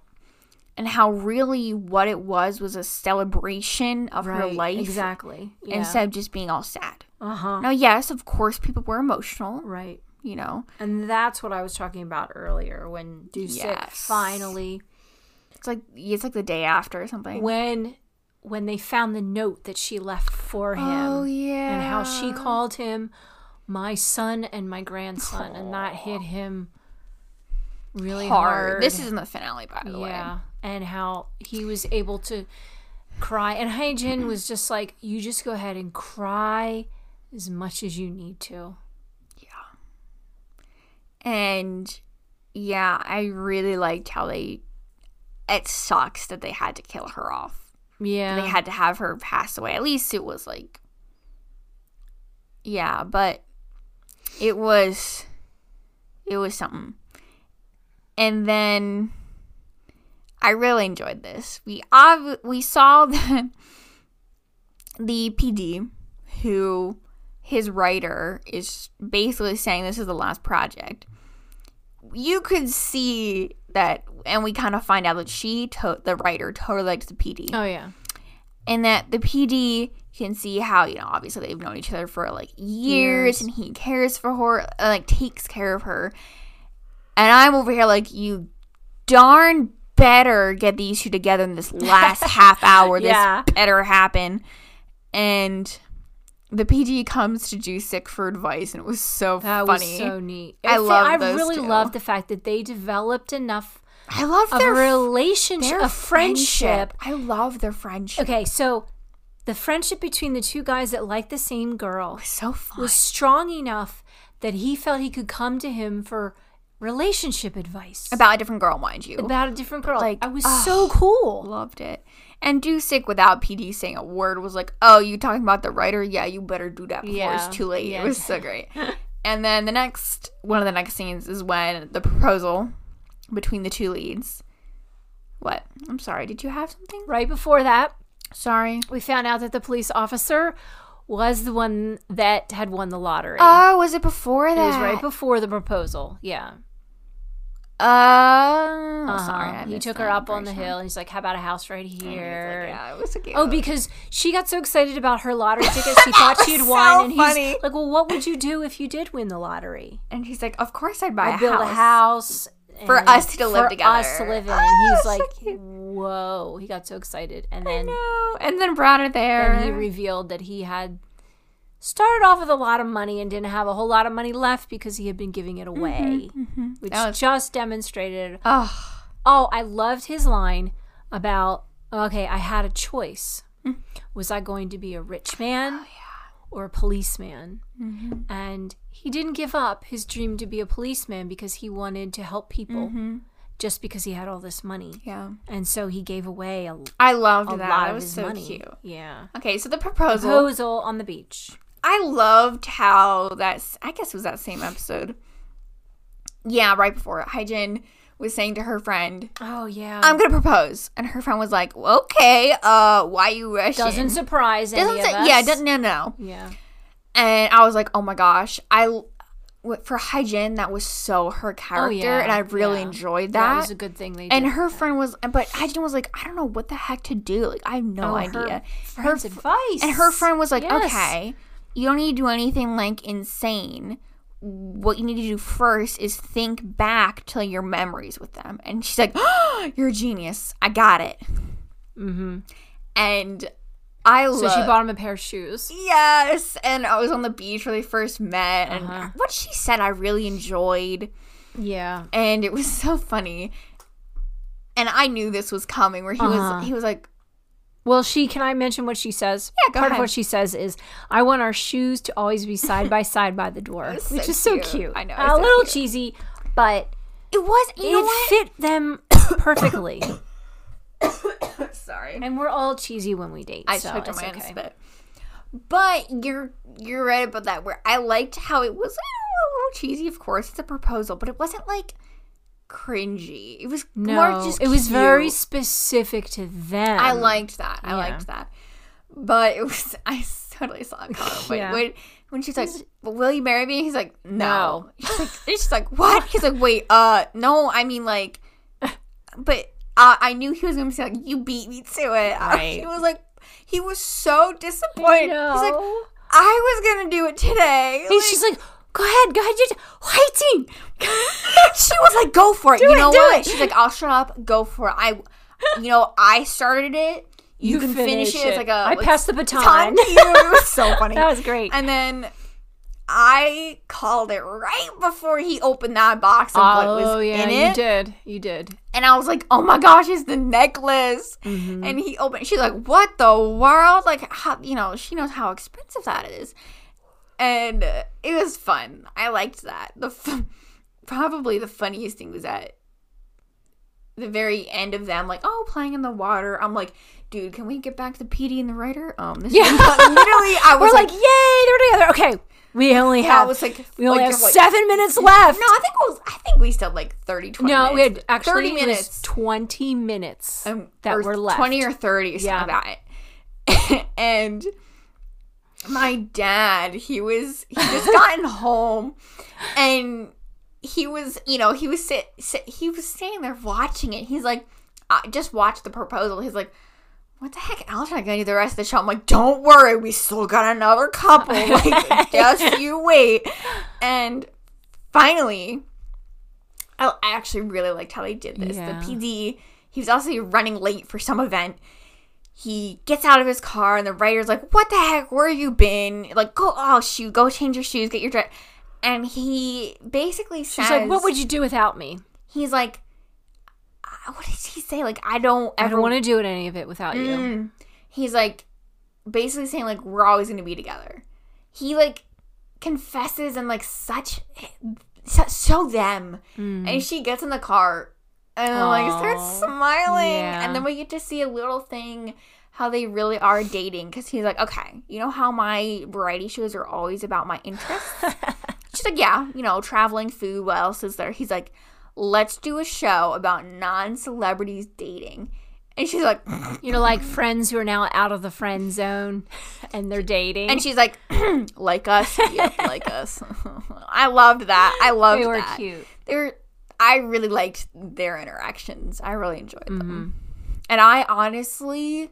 Speaker 1: and how really what it was was a celebration of her life
Speaker 2: exactly. Yeah.
Speaker 1: instead of just being all sad.
Speaker 2: uh huh,
Speaker 1: Now, yes, of course, people were emotional,
Speaker 2: right.
Speaker 1: you know.
Speaker 2: And that's what I was talking about earlier when Dusick
Speaker 1: Yes.
Speaker 2: finally
Speaker 1: It's like it's like the day after or something.
Speaker 2: when when they found the note that she left for him
Speaker 1: oh yeah.
Speaker 2: and how she called him my son and my grandson and that hit him really hard.
Speaker 1: hard. This is in the finale, by the way.
Speaker 2: yeah, and how he was able to cry and Hyjin was just like you just go ahead and cry as much as you need to.
Speaker 1: And yeah, I really liked how they. It sucks that they had to kill her off.
Speaker 2: Yeah.
Speaker 1: they had to have her pass away. At least it was like, yeah, but it was, it was something. And then I really enjoyed this. We ob- we saw the the PD who his writer is basically saying this is the last project. You could see that, and we kind of find out that she, to- the writer, totally likes the PD
Speaker 2: oh yeah.
Speaker 1: and that the PD can see how you know obviously they've known each other for like years,
Speaker 2: Years.
Speaker 1: and he cares for her uh, like takes care of her and I'm over here like you darn better get these two together in this last half hour this
Speaker 2: Yeah.
Speaker 1: better happen and the PD comes to Jusick for advice and it was so
Speaker 2: That
Speaker 1: funny
Speaker 2: was so neat.
Speaker 1: I
Speaker 2: thi-
Speaker 1: love
Speaker 2: I
Speaker 1: those
Speaker 2: really
Speaker 1: two.
Speaker 2: love the fact that they developed enough
Speaker 1: I love
Speaker 2: of
Speaker 1: their
Speaker 2: a relationship,
Speaker 1: their
Speaker 2: a friendship.
Speaker 1: I love their friendship
Speaker 2: Okay, so the friendship between the two guys that like the same girl
Speaker 1: so fun
Speaker 2: was strong enough that he felt he could come to him for relationship advice
Speaker 1: about a different girl mind you
Speaker 2: about a different girl.
Speaker 1: Like,
Speaker 2: I was
Speaker 1: oh.
Speaker 2: so cool.
Speaker 1: loved it. And Dusick, without PD saying a word, was like, "Oh, you talking about the writer? Yeah, you better do that before
Speaker 2: Yeah.
Speaker 1: it's too late."
Speaker 2: Yeah.
Speaker 1: It was so great. and then the next one of the next scenes is when the proposal between the two leads. What? I'm sorry. Did you have something?
Speaker 2: Right before that,
Speaker 1: Sorry.
Speaker 2: we found out that the police officer was the one that had won the lottery.
Speaker 1: Oh, was it before that?
Speaker 2: it was right before the proposal. Yeah.
Speaker 1: Oh, sorry. I
Speaker 2: Um, He
Speaker 1: missed
Speaker 2: took
Speaker 1: that.
Speaker 2: her up
Speaker 1: I'm
Speaker 2: on the
Speaker 1: very
Speaker 2: hill and he's like, How about a house right here?
Speaker 1: sorry. Yeah, it was a game.
Speaker 2: Oh, because she got so excited about her lottery tickets, she thought she had
Speaker 1: was
Speaker 2: won.
Speaker 1: so
Speaker 2: and he's
Speaker 1: funny.
Speaker 2: like, Well, what would you do if you did win the lottery?
Speaker 1: and he's like, "Of course, I'd buy
Speaker 2: I build a house.
Speaker 1: For
Speaker 2: and
Speaker 1: us to live
Speaker 2: for us to
Speaker 1: together.
Speaker 2: live in.
Speaker 1: Oh,
Speaker 2: and he's
Speaker 1: so
Speaker 2: like,
Speaker 1: cute.
Speaker 2: Whoa. He got so excited. And then
Speaker 1: No. And then brought her there.
Speaker 2: and he revealed that he had started off with a lot of money and didn't have a whole lot of money left because he had been giving it away, which
Speaker 1: Mm-hmm, That was-
Speaker 2: just demonstrated
Speaker 1: oh,
Speaker 2: Oh, I loved his line about okay, I had a choice. Was I going to be a rich man
Speaker 1: Oh,
Speaker 2: or a policeman?
Speaker 1: Mm-hmm.
Speaker 2: And he didn't give up his dream to be a policeman because he wanted to help people
Speaker 1: Mm-hmm.
Speaker 2: just because he had all this money.
Speaker 1: yeah.
Speaker 2: And so he gave away a, a
Speaker 1: I loved that.
Speaker 2: lot
Speaker 1: that
Speaker 2: of
Speaker 1: was
Speaker 2: his
Speaker 1: so
Speaker 2: money. Oh.
Speaker 1: cute.
Speaker 2: Yeah.
Speaker 1: Okay, so the proposal.
Speaker 2: Proposal on the beach.
Speaker 1: I loved how that's. I guess it was that same episode. Yeah, right before it, Hyjin was saying to her friend,
Speaker 2: Oh yeah.
Speaker 1: "I'm gonna propose," and her friend was like, "Okay, uh, why you rushing?"
Speaker 2: doesn't surprise any
Speaker 1: doesn't
Speaker 2: of
Speaker 1: say-
Speaker 2: us.
Speaker 1: yeah, doesn't no no.
Speaker 2: Yeah.
Speaker 1: And I was like, "Oh my gosh, I." what- For Hyjin, that was so her character,
Speaker 2: Oh, yeah,
Speaker 1: and I really
Speaker 2: yeah.
Speaker 1: enjoyed
Speaker 2: That
Speaker 1: that.
Speaker 2: was a good thing they did.
Speaker 1: and her friend was, but Hyjin was like, "I don't know what the heck to do. Like, I have no
Speaker 2: Oh, her
Speaker 1: idea."
Speaker 2: friend's
Speaker 1: fr-
Speaker 2: advice.
Speaker 1: And her friend was like,
Speaker 2: Yes.
Speaker 1: okay, you don't need to do anything like insane. What you need to do first is think back to your memories with them. And she's like, you're a genius. I got it.
Speaker 2: Mm-hmm.
Speaker 1: And I
Speaker 2: So
Speaker 1: love.
Speaker 2: she bought him a pair of shoes.
Speaker 1: Yes, and I was on the beach where they first met, and
Speaker 2: Uh-huh.
Speaker 1: what she said I really enjoyed,
Speaker 2: Yeah.
Speaker 1: and it was so funny. And I knew this was coming, where he
Speaker 2: Uh-huh.
Speaker 1: was, he was like,
Speaker 2: Well, she can I mention what she says?
Speaker 1: Yeah, go
Speaker 2: Part of
Speaker 1: ahead.
Speaker 2: what she says is, "I want our shoes to always be side by side by the door,"
Speaker 1: That's
Speaker 2: which
Speaker 1: so
Speaker 2: is so
Speaker 1: cute.
Speaker 2: cute.
Speaker 1: I know,
Speaker 2: a
Speaker 1: it's so
Speaker 2: little
Speaker 1: cute.
Speaker 2: cheesy, but
Speaker 1: it was, you know
Speaker 2: it
Speaker 1: what?
Speaker 2: fit them perfectly.
Speaker 1: Sorry.
Speaker 2: And we're all cheesy when we date.
Speaker 1: I
Speaker 2: so
Speaker 1: choked on
Speaker 2: it's
Speaker 1: my own
Speaker 2: okay.
Speaker 1: spit. But you're you're right about that. Where I liked how it was a little cheesy. Of course, it's a proposal, but it wasn't like cringy. It was
Speaker 2: No,
Speaker 1: more just
Speaker 2: it was very
Speaker 1: cute.
Speaker 2: specific to them.
Speaker 1: I liked that. I
Speaker 2: Um, yeah.
Speaker 1: liked that. But it was I totally saw it coming. When,
Speaker 2: Yeah.
Speaker 1: when, when she's like, "Well, "Will you marry me?" He's like, "No."
Speaker 2: No.
Speaker 1: She's like, and she's like, "What?" He's like, "Wait, uh, no. I mean, like, but uh, I knew he was gonna say like, you beat me to it."
Speaker 2: Right.
Speaker 1: He was like, he was so disappointed. He's like,
Speaker 2: No.
Speaker 1: "I was gonna do it today."
Speaker 2: And she's like, "Go ahead, go ahead, you're waiting."
Speaker 1: she was like, "Go for it." you
Speaker 2: it,
Speaker 1: know
Speaker 2: do
Speaker 1: what?
Speaker 2: it.
Speaker 1: She's like, "I'll shut up. Go for it." I, you know, I started it. You, can finish, it. It's like a
Speaker 2: I
Speaker 1: let's-
Speaker 2: passed the
Speaker 1: time
Speaker 2: baton.
Speaker 1: to you. It was so funny.
Speaker 2: that was great.
Speaker 1: and then I called it right before he opened that box of what
Speaker 2: oh
Speaker 1: was
Speaker 2: yeah,
Speaker 1: in
Speaker 2: you
Speaker 1: it.
Speaker 2: did. You did.
Speaker 1: And I was like, oh my gosh, it's the necklace.
Speaker 2: Mm-hmm.
Speaker 1: And he opened, she's like, what the world? Like, how, you know, she knows how expensive that is. And uh, it was fun. I liked that. The f- Probably the funniest thing was at the very end of them, like, oh, playing in the water. I'm like, dude, can we get back to Petey and the writer? Um, this
Speaker 2: Yeah.
Speaker 1: is not- literally, I was
Speaker 2: We're
Speaker 1: like,
Speaker 2: like, "Yay, they're together." Okay, we only
Speaker 1: yeah, I
Speaker 2: have
Speaker 1: was like,
Speaker 2: we only
Speaker 1: like,
Speaker 2: have
Speaker 1: like-
Speaker 2: seven minutes left.
Speaker 1: No, I think it was, I think we still like 30, 20
Speaker 2: No, we
Speaker 1: minutes.
Speaker 2: had actually
Speaker 1: 30
Speaker 2: it was
Speaker 1: minutes.
Speaker 2: twenty minutes
Speaker 1: um,
Speaker 2: that
Speaker 1: or
Speaker 2: were left.
Speaker 1: 20 or 30 or
Speaker 2: Yeah.
Speaker 1: something like that and my dad he was he just gotten home and he was you know he was sit, sit he was sitting there watching it he's like I just watched the proposal he's like what the heck else am I gonna do the rest of the show? I'm like, don't worry, we still got another couple. Like, just you wait. And finally, I I actually really liked how they did this.
Speaker 2: Yeah.
Speaker 1: The PD, he was also running late for some event. He gets out of his car, and the writer's like, "What the heck? Where you been? Like, go, oh shoot, go change your shoes, get your dress." And he basically says,
Speaker 2: She's like, "What would you do without me?
Speaker 1: He's like, I- "What did he say? Like, I don't
Speaker 2: I
Speaker 1: ever
Speaker 2: don't want to do it- any of it without you."
Speaker 1: Mm. He's like basically saying like we're always going to be together. He like confesses and like such so, so them. And she gets in the car and like starts
Speaker 2: Mm. Aw.
Speaker 1: smiling
Speaker 2: Yeah.
Speaker 1: and then we get to see a little thing how they really are dating cuz he's like, "Okay, you know how my variety shows are always about my interests?" She's like, "Yeah, you know, traveling, food, what else is there?" He's like, "Let's do a show about non-celebrities dating." And she's like,
Speaker 2: You know, like friends who are now out of the friend zone and they're dating.
Speaker 1: And she's like, like us, yep, like us. I loved that. I loved
Speaker 2: they were
Speaker 1: that.
Speaker 2: cute.
Speaker 1: They were. I really liked their interactions. I really enjoyed them.
Speaker 2: Mm-hmm.
Speaker 1: And I honestly,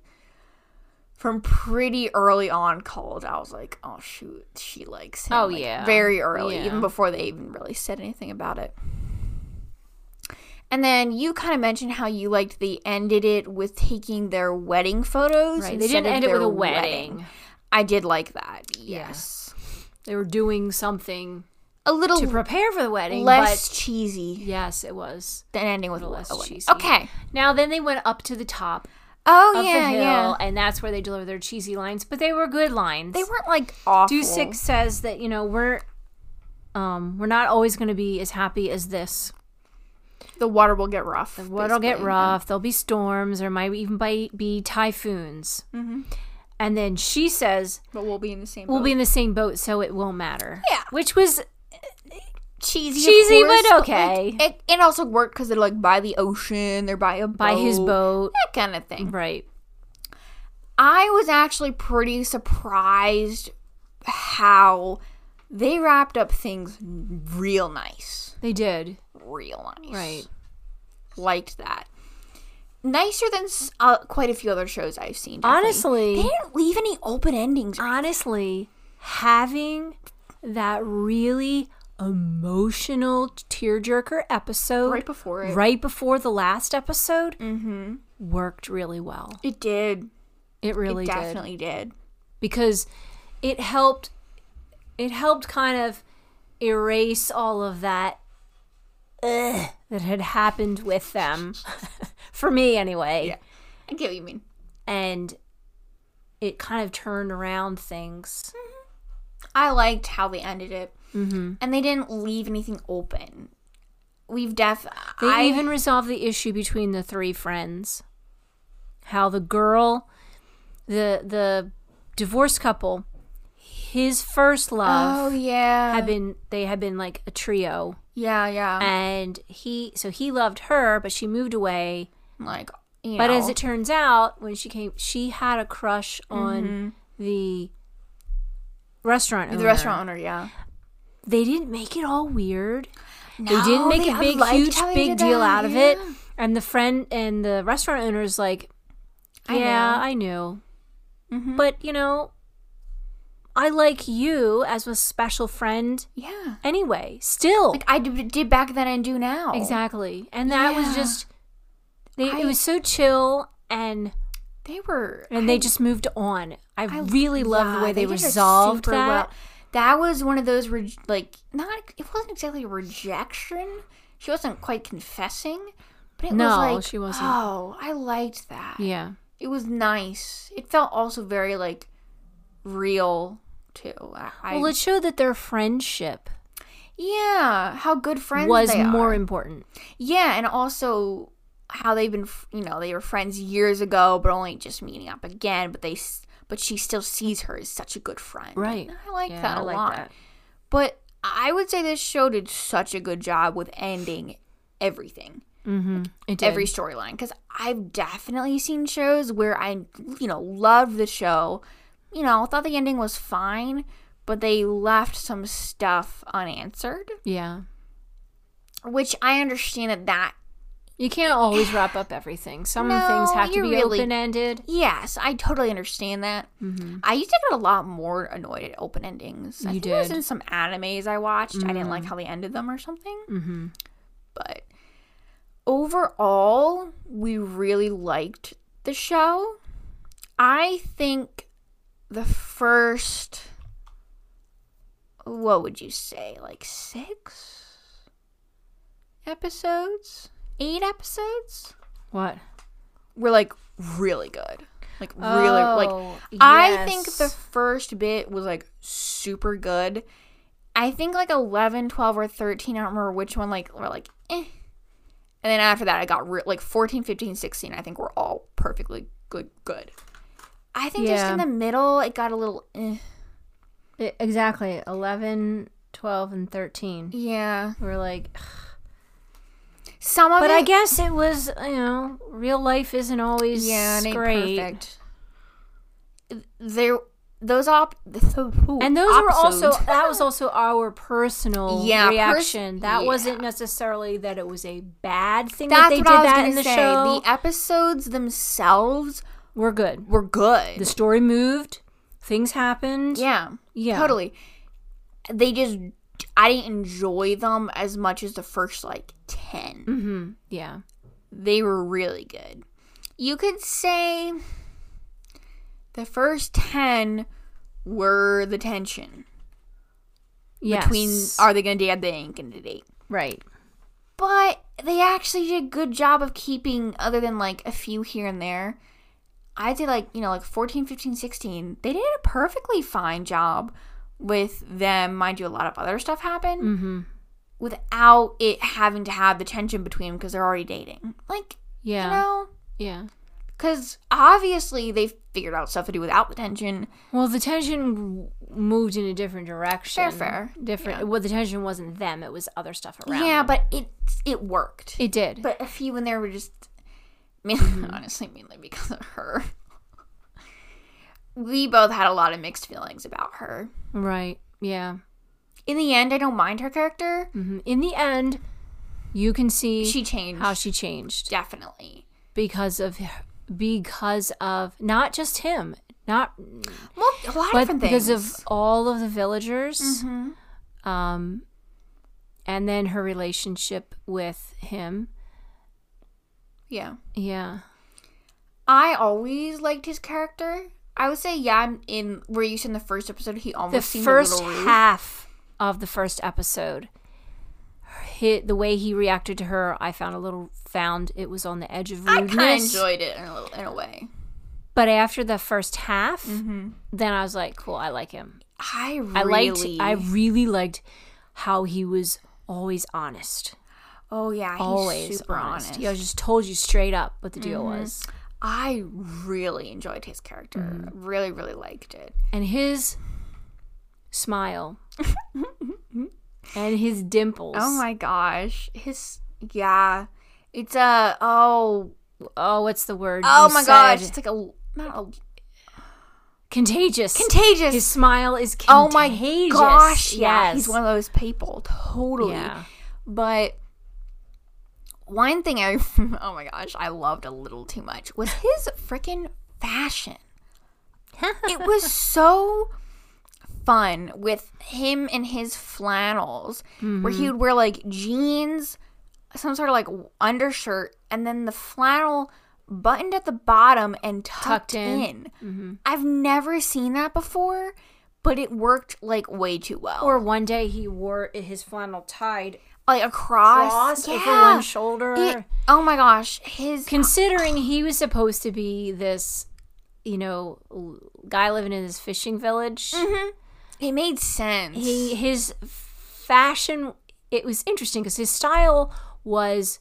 Speaker 1: from pretty early on, called. I was like, oh shoot, she likes him.
Speaker 2: Oh,
Speaker 1: Like,
Speaker 2: yeah.
Speaker 1: very early,
Speaker 2: Yeah.
Speaker 1: even before they even really said anything about it. And then you kind of mentioned how you liked they ended it with taking their wedding photos.
Speaker 2: Right. They
Speaker 1: instead
Speaker 2: didn't
Speaker 1: of
Speaker 2: end it with
Speaker 1: their
Speaker 2: a wedding.
Speaker 1: I did like that. Yes.
Speaker 2: They were doing something
Speaker 1: A little
Speaker 2: to prepare for the wedding,
Speaker 1: less
Speaker 2: but
Speaker 1: cheesy
Speaker 2: yes, it was.
Speaker 1: than ending with a
Speaker 2: less
Speaker 1: less
Speaker 2: cheesy.
Speaker 1: Okay.
Speaker 2: Now then they went up to the top
Speaker 1: Oh
Speaker 2: of the
Speaker 1: yeah,
Speaker 2: hill
Speaker 1: yeah.
Speaker 2: and that's where they delivered their cheesy lines, but they were good lines.
Speaker 1: They weren't like awful.
Speaker 2: Dusick says that, you know, we're um, we're not always going to be as happy as this.
Speaker 1: The water will get rough. The
Speaker 2: What'll get rough? There'll be storms, or might even by, be typhoons. Mm-hmm. And then she says,
Speaker 1: But we'll be in the same.
Speaker 2: "We'll be in the same boat, so it won't matter."
Speaker 1: Yeah.
Speaker 2: which was
Speaker 1: cheesy, of
Speaker 2: cheesy,
Speaker 1: course,
Speaker 2: but
Speaker 1: like,
Speaker 2: okay.
Speaker 1: it, it also worked because they're like by the ocean. They're by a boat,
Speaker 2: by his boat,
Speaker 1: that kind of thing.
Speaker 2: right?
Speaker 1: I was actually pretty surprised how they wrapped up things real nice,
Speaker 2: They did,
Speaker 1: real nice.
Speaker 2: right?
Speaker 1: liked that. Nicer than s- uh, quite a few other shows I've seen. definitely.
Speaker 2: Honestly,
Speaker 1: they didn't leave any open endings.
Speaker 2: honestly, having that really emotional tearjerker episode
Speaker 1: Right before it.
Speaker 2: right before the last episode,
Speaker 1: Mm-hmm.
Speaker 2: worked really well.
Speaker 1: It did.
Speaker 2: It really did.
Speaker 1: Definitely did.
Speaker 2: because it helped it helped kind of erase all of that ugh, that had happened with them for me anyway
Speaker 1: Yeah. I get what you mean.
Speaker 2: and it kind of turned around things
Speaker 1: I liked how they ended it, mm-hmm. and they didn't leave anything open. We've def.
Speaker 2: they
Speaker 1: I
Speaker 2: even resolved the issue between the three friends how the girl, the the divorced couple, his first
Speaker 1: Oh
Speaker 2: love
Speaker 1: yeah.
Speaker 2: had been they had been like a trio,
Speaker 1: yeah, yeah.
Speaker 2: and he so he loved her, but she moved away.
Speaker 1: Like you
Speaker 2: But
Speaker 1: know.
Speaker 2: as it turns out, when she came, she had a crush on the restaurant owner.
Speaker 1: Mm-hmm. the restaurant owner, yeah.
Speaker 2: They didn't make it all weird. they didn't make
Speaker 1: they-
Speaker 2: a
Speaker 1: I
Speaker 2: big,
Speaker 1: liked
Speaker 2: huge,
Speaker 1: how they did
Speaker 2: big deal
Speaker 1: that,
Speaker 2: out of it.
Speaker 1: yeah.
Speaker 2: And the friend and the restaurant owner's like,
Speaker 1: I
Speaker 2: yeah,
Speaker 1: know. Mm-hmm.
Speaker 2: I knew. But, you know, I like you as a special friend
Speaker 1: Yeah.
Speaker 2: anyway, still.
Speaker 1: Like I d- did back then and do now.
Speaker 2: exactly. And that
Speaker 1: Yeah.
Speaker 2: was just, they,
Speaker 1: I-
Speaker 2: it was so chill and.
Speaker 1: They were
Speaker 2: and they just moved on. I,
Speaker 1: I-
Speaker 2: really love
Speaker 1: yeah,
Speaker 2: the way they,
Speaker 1: did a
Speaker 2: resolved
Speaker 1: super
Speaker 2: that.
Speaker 1: well- That was one of those re- like not it wasn't exactly rejection. She wasn't quite confessing, but it was
Speaker 2: No,
Speaker 1: like
Speaker 2: she wasn't.
Speaker 1: Oh, I liked that.
Speaker 2: Yeah,
Speaker 1: It was nice. It felt also very like real too. I, I-
Speaker 2: well, it showed that their friendship
Speaker 1: yeah, how good friends
Speaker 2: was
Speaker 1: they
Speaker 2: more
Speaker 1: Are.
Speaker 2: important.
Speaker 1: Yeah, and also how they've been, f- you know, they were friends years ago, but only just meeting up again. But they, s- but she still sees her as such a good friend.
Speaker 2: Right.
Speaker 1: And I like
Speaker 2: Yeah,
Speaker 1: that
Speaker 2: I
Speaker 1: a
Speaker 2: like
Speaker 1: lot.
Speaker 2: that.
Speaker 1: But I would say this show did such a good job with ending everything,
Speaker 2: Mm-hmm. It did.
Speaker 1: every storyline. Because I've definitely seen shows where I, you know, loved the show, you know, thought the ending was fine, but they left some stuff unanswered,
Speaker 2: yeah,
Speaker 1: which I understand that that
Speaker 2: you can't always wrap up everything. Some
Speaker 1: No,
Speaker 2: things have to
Speaker 1: you
Speaker 2: be
Speaker 1: really-
Speaker 2: open ended.
Speaker 1: Yes, I totally understand that.
Speaker 2: Mm-hmm.
Speaker 1: I used to get a lot more annoyed at open endings. I
Speaker 2: Mm. You
Speaker 1: think it was
Speaker 2: did. Mm.
Speaker 1: in some animes I watched. I didn't like how they ended them or something. Mm-hmm. But overall, we really liked the show. I think the first, what would you say, like six episodes? Eight episodes?
Speaker 2: What?
Speaker 1: were like really good. Like really like
Speaker 2: Oh,
Speaker 1: I think the
Speaker 2: yes.
Speaker 1: first bit was like super good. I think like 11, 12 or 13, I don't remember which one like were like eh. And then after that I got re- like 14, 15, 16, I think were all perfectly good good. I think just
Speaker 2: Yeah.
Speaker 1: in the middle it got a little eh.
Speaker 2: E- exactly 11, 12, and thirteen.
Speaker 1: yeah.
Speaker 2: We're like,
Speaker 1: Some of
Speaker 2: but
Speaker 1: it
Speaker 2: I guess it was you know real life isn't always
Speaker 1: yeah, it ain't
Speaker 2: great.
Speaker 1: perfect. There those op
Speaker 2: And those were also that was also our personal
Speaker 1: Yeah, pers-
Speaker 2: reaction. that
Speaker 1: yeah.
Speaker 2: wasn't necessarily that it was a bad thing
Speaker 1: That's
Speaker 2: that they
Speaker 1: what
Speaker 2: did
Speaker 1: I was
Speaker 2: that
Speaker 1: gonna
Speaker 2: in the
Speaker 1: say.
Speaker 2: show.
Speaker 1: The episodes themselves
Speaker 2: We're good.
Speaker 1: were good.
Speaker 2: The story moved. Things happened.
Speaker 1: yeah,
Speaker 2: Yeah.
Speaker 1: totally. They just, I didn't enjoy them as much as the first like 10
Speaker 2: Mhm. Yeah.
Speaker 1: They were really good. You could say the first ten were the tension
Speaker 2: Yes.
Speaker 1: between are they gonna date? They ain't gonna date.
Speaker 2: right.
Speaker 1: but they actually did a good job of keeping other than like a few here and there i'd say like you know like 14 15 16 they did a perfectly fine job with them mind you a lot of other stuff happened
Speaker 2: Mm-hmm.
Speaker 1: without it having to have the tension between them because they're already dating like
Speaker 2: Yeah.
Speaker 1: you know
Speaker 2: Yeah.
Speaker 1: because obviously they figured out stuff to do without the tension
Speaker 2: Well, the tension w- moved in a different direction.
Speaker 1: fair.
Speaker 2: Different. Well, the tension wasn't them. It was other stuff around.
Speaker 1: yeah but it it worked
Speaker 2: It did.
Speaker 1: but a few in there were just man,
Speaker 2: Mm-hmm.
Speaker 1: honestly mainly because of her we both had a lot of mixed feelings about her
Speaker 2: right. Yeah.
Speaker 1: in the end i don't mind her character
Speaker 2: Mhm. In the end, you can see
Speaker 1: she changed
Speaker 2: how she changed.
Speaker 1: definitely
Speaker 2: because of h- because of not just him not
Speaker 1: well a lot of
Speaker 2: but
Speaker 1: different
Speaker 2: because
Speaker 1: things Mm-hmm.
Speaker 2: of all of the villagers um and then her relationship with him
Speaker 1: yeah
Speaker 2: yeah
Speaker 1: i always liked his character i would say yeah i'm in were you in the first episode he
Speaker 2: the
Speaker 1: almost seemed a
Speaker 2: first
Speaker 1: little rude.
Speaker 2: half of the first episode hit the way he reacted to her i found a little found it was on the edge of
Speaker 1: i kind of
Speaker 2: rudeness
Speaker 1: enjoyed it in a, little- in a way
Speaker 2: but after the first half
Speaker 1: Mm-hmm.
Speaker 2: then i was like cool i like him
Speaker 1: i really
Speaker 2: i liked i really liked how he was always honest
Speaker 1: oh yeah he's
Speaker 2: always
Speaker 1: super honest, Mm-hmm.
Speaker 2: honest. Yeah, I just told you straight up what the deal was.
Speaker 1: I really enjoyed his character. Really, really liked it.
Speaker 2: and his smile and his dimples.
Speaker 1: Oh my gosh. His yeah. It's a oh
Speaker 2: Oh, what's the word?
Speaker 1: oh
Speaker 2: you
Speaker 1: my gosh.
Speaker 2: said?
Speaker 1: It's like a not a
Speaker 2: contagious.
Speaker 1: contagious.
Speaker 2: his smile is contagious.
Speaker 1: oh my gosh. Yeah, he's one of those people. Totally.
Speaker 2: Yeah.
Speaker 1: But one thing I oh my gosh, I loved a little too much was his freaking fashion. it was so fun with him and his flannels where
Speaker 2: Mm-hmm.
Speaker 1: he would wear like jeans some sort of like undershirt and then the flannel buttoned at the bottom and tucked,
Speaker 2: Tucked in. Mm-hmm.
Speaker 1: in, i've never seen that before but it worked like way too well
Speaker 2: Or one day he wore his flannel tied
Speaker 1: like across
Speaker 2: across over one shoulder.
Speaker 1: It- oh my gosh his
Speaker 2: Considering he was supposed to be this, you know, l- guy living in this fishing village,
Speaker 1: Mm-hmm. it made sense
Speaker 2: he his fashion it was interesting because his style was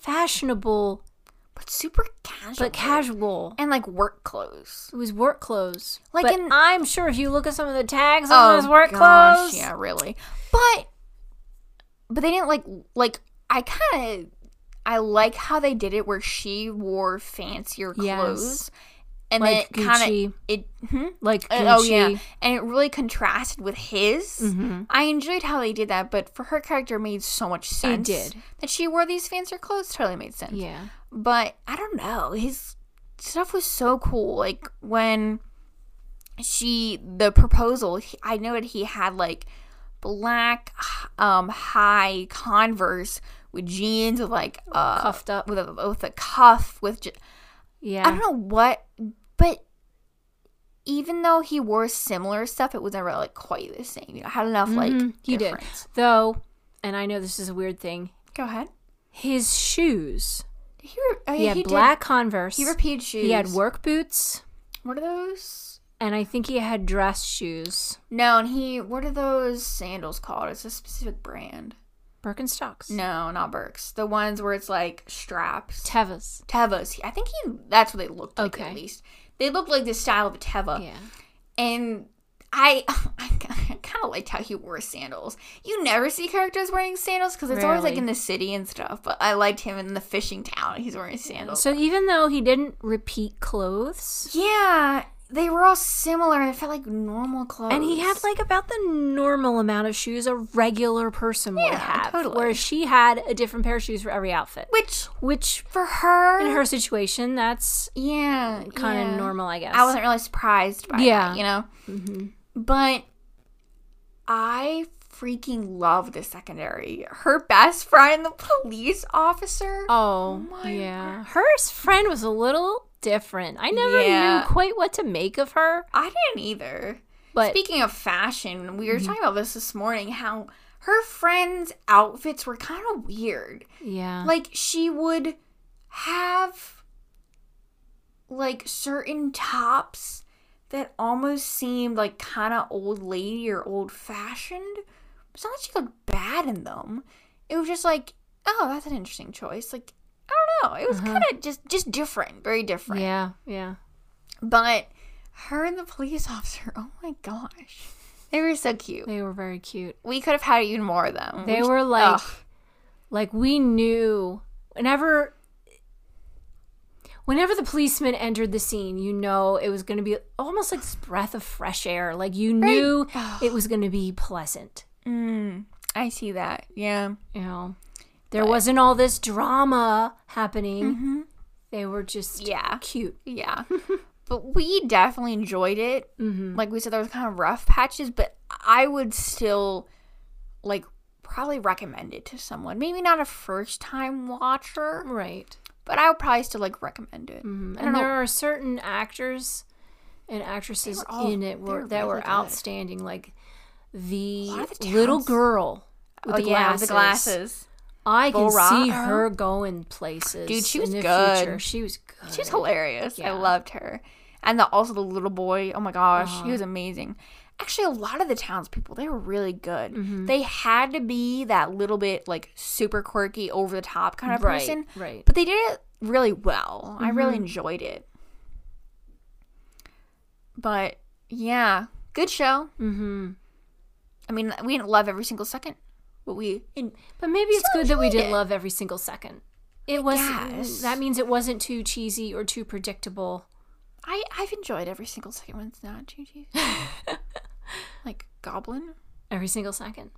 Speaker 2: fashionable
Speaker 1: but super casual
Speaker 2: but casual.
Speaker 1: and like work clothes
Speaker 2: It was work clothes.
Speaker 1: Like
Speaker 2: but
Speaker 1: in-
Speaker 2: I'm sure if you look at some of the tags on those Oh, work
Speaker 1: Oh gosh,
Speaker 2: clothes,
Speaker 1: Yeah, really. But but they didn't like like I kind of I like how they did it where she wore fancier
Speaker 2: Yes.
Speaker 1: clothes and
Speaker 2: Like
Speaker 1: then kind
Speaker 2: Gucci.
Speaker 1: of it. Hmm?
Speaker 2: like Gucci.
Speaker 1: And- Oh yeah, and it really contrasted with his.
Speaker 2: Mm-hmm.
Speaker 1: I enjoyed how they did that, but for her character, it made so much sense.
Speaker 2: did.
Speaker 1: that she wore these fancier clothes totally made sense
Speaker 2: yeah.
Speaker 1: but I don't know. His stuff was so cool. Like when she the proposal, he, I noted he had like black um high Converse with jeans with like uh
Speaker 2: Puffed up.
Speaker 1: with a with a cuff with j- I
Speaker 2: Yeah.
Speaker 1: don't know what, but even though he wore similar stuff, it was never like quite the same. You know, had enough like
Speaker 2: Mhm, he did.
Speaker 1: difference.
Speaker 2: Though, and I know this is a weird thing,
Speaker 1: Go ahead. his
Speaker 2: his shoes.
Speaker 1: he, re- oh, yeah,
Speaker 2: He had
Speaker 1: he did-
Speaker 2: black Converse.
Speaker 1: He repeated shoes.
Speaker 2: He had work boots,
Speaker 1: What are those?
Speaker 2: and I think he had dress shoes.
Speaker 1: No, and he what are those sandals called? It's a specific brand.
Speaker 2: Birkenstocks.
Speaker 1: No, not Birks. The ones where it's like straps.
Speaker 2: Tevas.
Speaker 1: Tevas. I think he that's what they looked like
Speaker 2: Okay.
Speaker 1: at least. They looked like the style of a Teva.
Speaker 2: Yeah.
Speaker 1: And I I kind of liked how he wore sandals. You never see characters wearing sandals because it's always like
Speaker 2: Rarely.
Speaker 1: in the city and stuff. But I liked him in the fishing town. He's wearing sandals.
Speaker 2: So even though he didn't repeat clothes,
Speaker 1: yeah, they were all similar and it felt like normal clothes.
Speaker 2: And he had like about the normal amount of shoes a regular person would
Speaker 1: Yeah,
Speaker 2: have.
Speaker 1: totally.
Speaker 2: Where she had a different pair of shoes for every outfit.
Speaker 1: which
Speaker 2: Which
Speaker 1: for her,
Speaker 2: in her situation, that's
Speaker 1: yeah,
Speaker 2: kind of
Speaker 1: yeah.
Speaker 2: normal, I guess. Mm-hmm.
Speaker 1: I wasn't really surprised by
Speaker 2: Yeah.
Speaker 1: that, you know? But I freaking love the secondary. Her best friend, the police officer.
Speaker 2: Oh,
Speaker 1: my
Speaker 2: yeah. Her friend was a little different. I never
Speaker 1: Yeah.
Speaker 2: knew quite what to make of her.
Speaker 1: I didn't either.
Speaker 2: But
Speaker 1: Speaking of fashion, we were talking about this this morning how her friend's outfits were kind of weird.
Speaker 2: yeah,
Speaker 1: Like, she would have like certain tops that almost seemed like kind of old lady or old fashioned. It's not that she looked bad in them. It was just like, oh, that's an interesting choice. Like, I don't know. It was kind of just just different, very different.
Speaker 2: Uh-huh. yeah, yeah.
Speaker 1: But her and the police officer, oh my gosh, they were so cute.
Speaker 2: They were very cute.
Speaker 1: We could have had even more of them.
Speaker 2: They
Speaker 1: We-
Speaker 2: were like,
Speaker 1: Ugh.
Speaker 2: like we knew whenever, whenever the policeman entered the scene, you know it was going to be almost like this breath of fresh air. Like you knew it was going to be pleasant.
Speaker 1: Mm, I see that. Yeah.
Speaker 2: You know, there wasn't all this drama happening. They were just
Speaker 1: Mm-hmm. Yeah.
Speaker 2: cute.
Speaker 1: Yeah. but we definitely enjoyed it.
Speaker 2: Mm-hmm.
Speaker 1: Like we said, there was kind of rough patches, but I would still like probably recommend it to someone. Maybe not a first time watcher,
Speaker 2: Right.
Speaker 1: but I would probably still like recommend it. I don't
Speaker 2: and
Speaker 1: know.
Speaker 2: there are certain actors and actresses
Speaker 1: were all-
Speaker 2: in
Speaker 1: they
Speaker 2: it were,
Speaker 1: were
Speaker 2: that
Speaker 1: really
Speaker 2: were
Speaker 1: good.
Speaker 2: outstanding like the,
Speaker 1: lot of the
Speaker 2: little
Speaker 1: towns-
Speaker 2: girl with
Speaker 1: oh
Speaker 2: the
Speaker 1: yeah,
Speaker 2: glasses.
Speaker 1: with the glasses.
Speaker 2: i can
Speaker 1: Bull
Speaker 2: see
Speaker 1: Rock.
Speaker 2: her going places
Speaker 1: Dude, she
Speaker 2: in
Speaker 1: was
Speaker 2: the
Speaker 1: good.
Speaker 2: future. she was good
Speaker 1: She was hilarious.
Speaker 2: Yeah.
Speaker 1: I loved her. And the, also the little boy. Oh my gosh, he was amazing. Actually, a lot of the townspeople they were really good.
Speaker 2: Mm-hmm.
Speaker 1: They had to be that little bit like super quirky, over the top kind of
Speaker 2: Right,
Speaker 1: person,
Speaker 2: right.
Speaker 1: But they did it really well. I really enjoyed it. But yeah, good show.
Speaker 2: Mm-hmm.
Speaker 1: I mean, we didn't love every single second, but we in-
Speaker 2: But maybe it's
Speaker 1: Still
Speaker 2: good that we
Speaker 1: enjoyed
Speaker 2: did
Speaker 1: it.
Speaker 2: love every single second. It was
Speaker 1: guess.
Speaker 2: that means it wasn't too cheesy or too predictable.
Speaker 1: I I've enjoyed every single second when it's not GG. like Goblin,
Speaker 2: Every single second.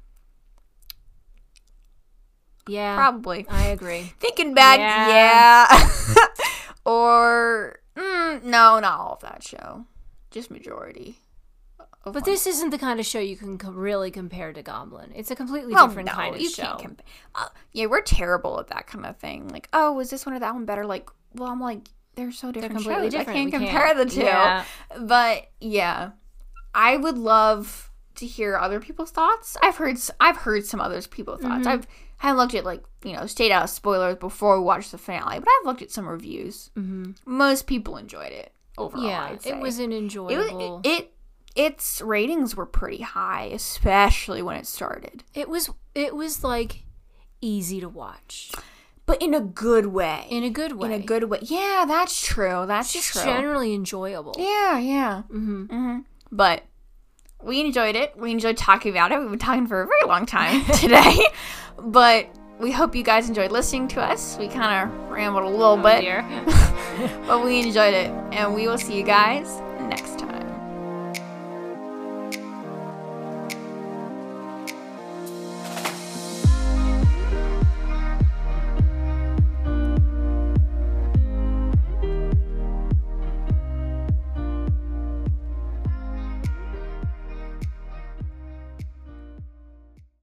Speaker 2: Yeah,
Speaker 1: probably.
Speaker 2: I agree.
Speaker 1: Thinking back,
Speaker 2: Yeah.
Speaker 1: yeah. or mm, no, not all of that show, just majority. of
Speaker 2: But
Speaker 1: one.
Speaker 2: this isn't the kind of show you can co- really compare to Goblin. It's a completely
Speaker 1: Well,
Speaker 2: different
Speaker 1: Oh, no,
Speaker 2: kind of
Speaker 1: you
Speaker 2: show.
Speaker 1: can't compa- uh, yeah, we're terrible at that kind of thing. Like, oh, was this one or that one better? Like, well, I'm like, they're so different.
Speaker 2: completely
Speaker 1: shows. I
Speaker 2: different.
Speaker 1: can't
Speaker 2: We
Speaker 1: compare
Speaker 2: can't.
Speaker 1: the two.
Speaker 2: Yeah.
Speaker 1: But yeah, I would love to hear other people's thoughts. I've heard s- I've heard some other people's
Speaker 2: Mm-hmm.
Speaker 1: thoughts. I've I haven't looked at like you know stayed out of spoilers before we watched the finale, but I've looked at some reviews.
Speaker 2: Mhm.
Speaker 1: Most people enjoyed it overall.
Speaker 2: yeah,
Speaker 1: I'd say.
Speaker 2: it was an
Speaker 1: It, was-
Speaker 2: enjoyable.
Speaker 1: it, it its ratings were pretty high, especially when it started.
Speaker 2: it was it was like easy to watch
Speaker 1: but in a good way.
Speaker 2: in a good way.
Speaker 1: In a good way. Yeah, that's true. That's
Speaker 2: just
Speaker 1: true.
Speaker 2: generally enjoyable.
Speaker 1: yeah, yeah. Mm-hmm.
Speaker 2: hmm
Speaker 1: But we enjoyed it. We enjoyed talking about it. We've been talking for a very long time today. but we hope you guys enjoyed listening to us. We kind of rambled a little bit,
Speaker 2: Oh, dear.
Speaker 1: but we enjoyed it. And we will see you guys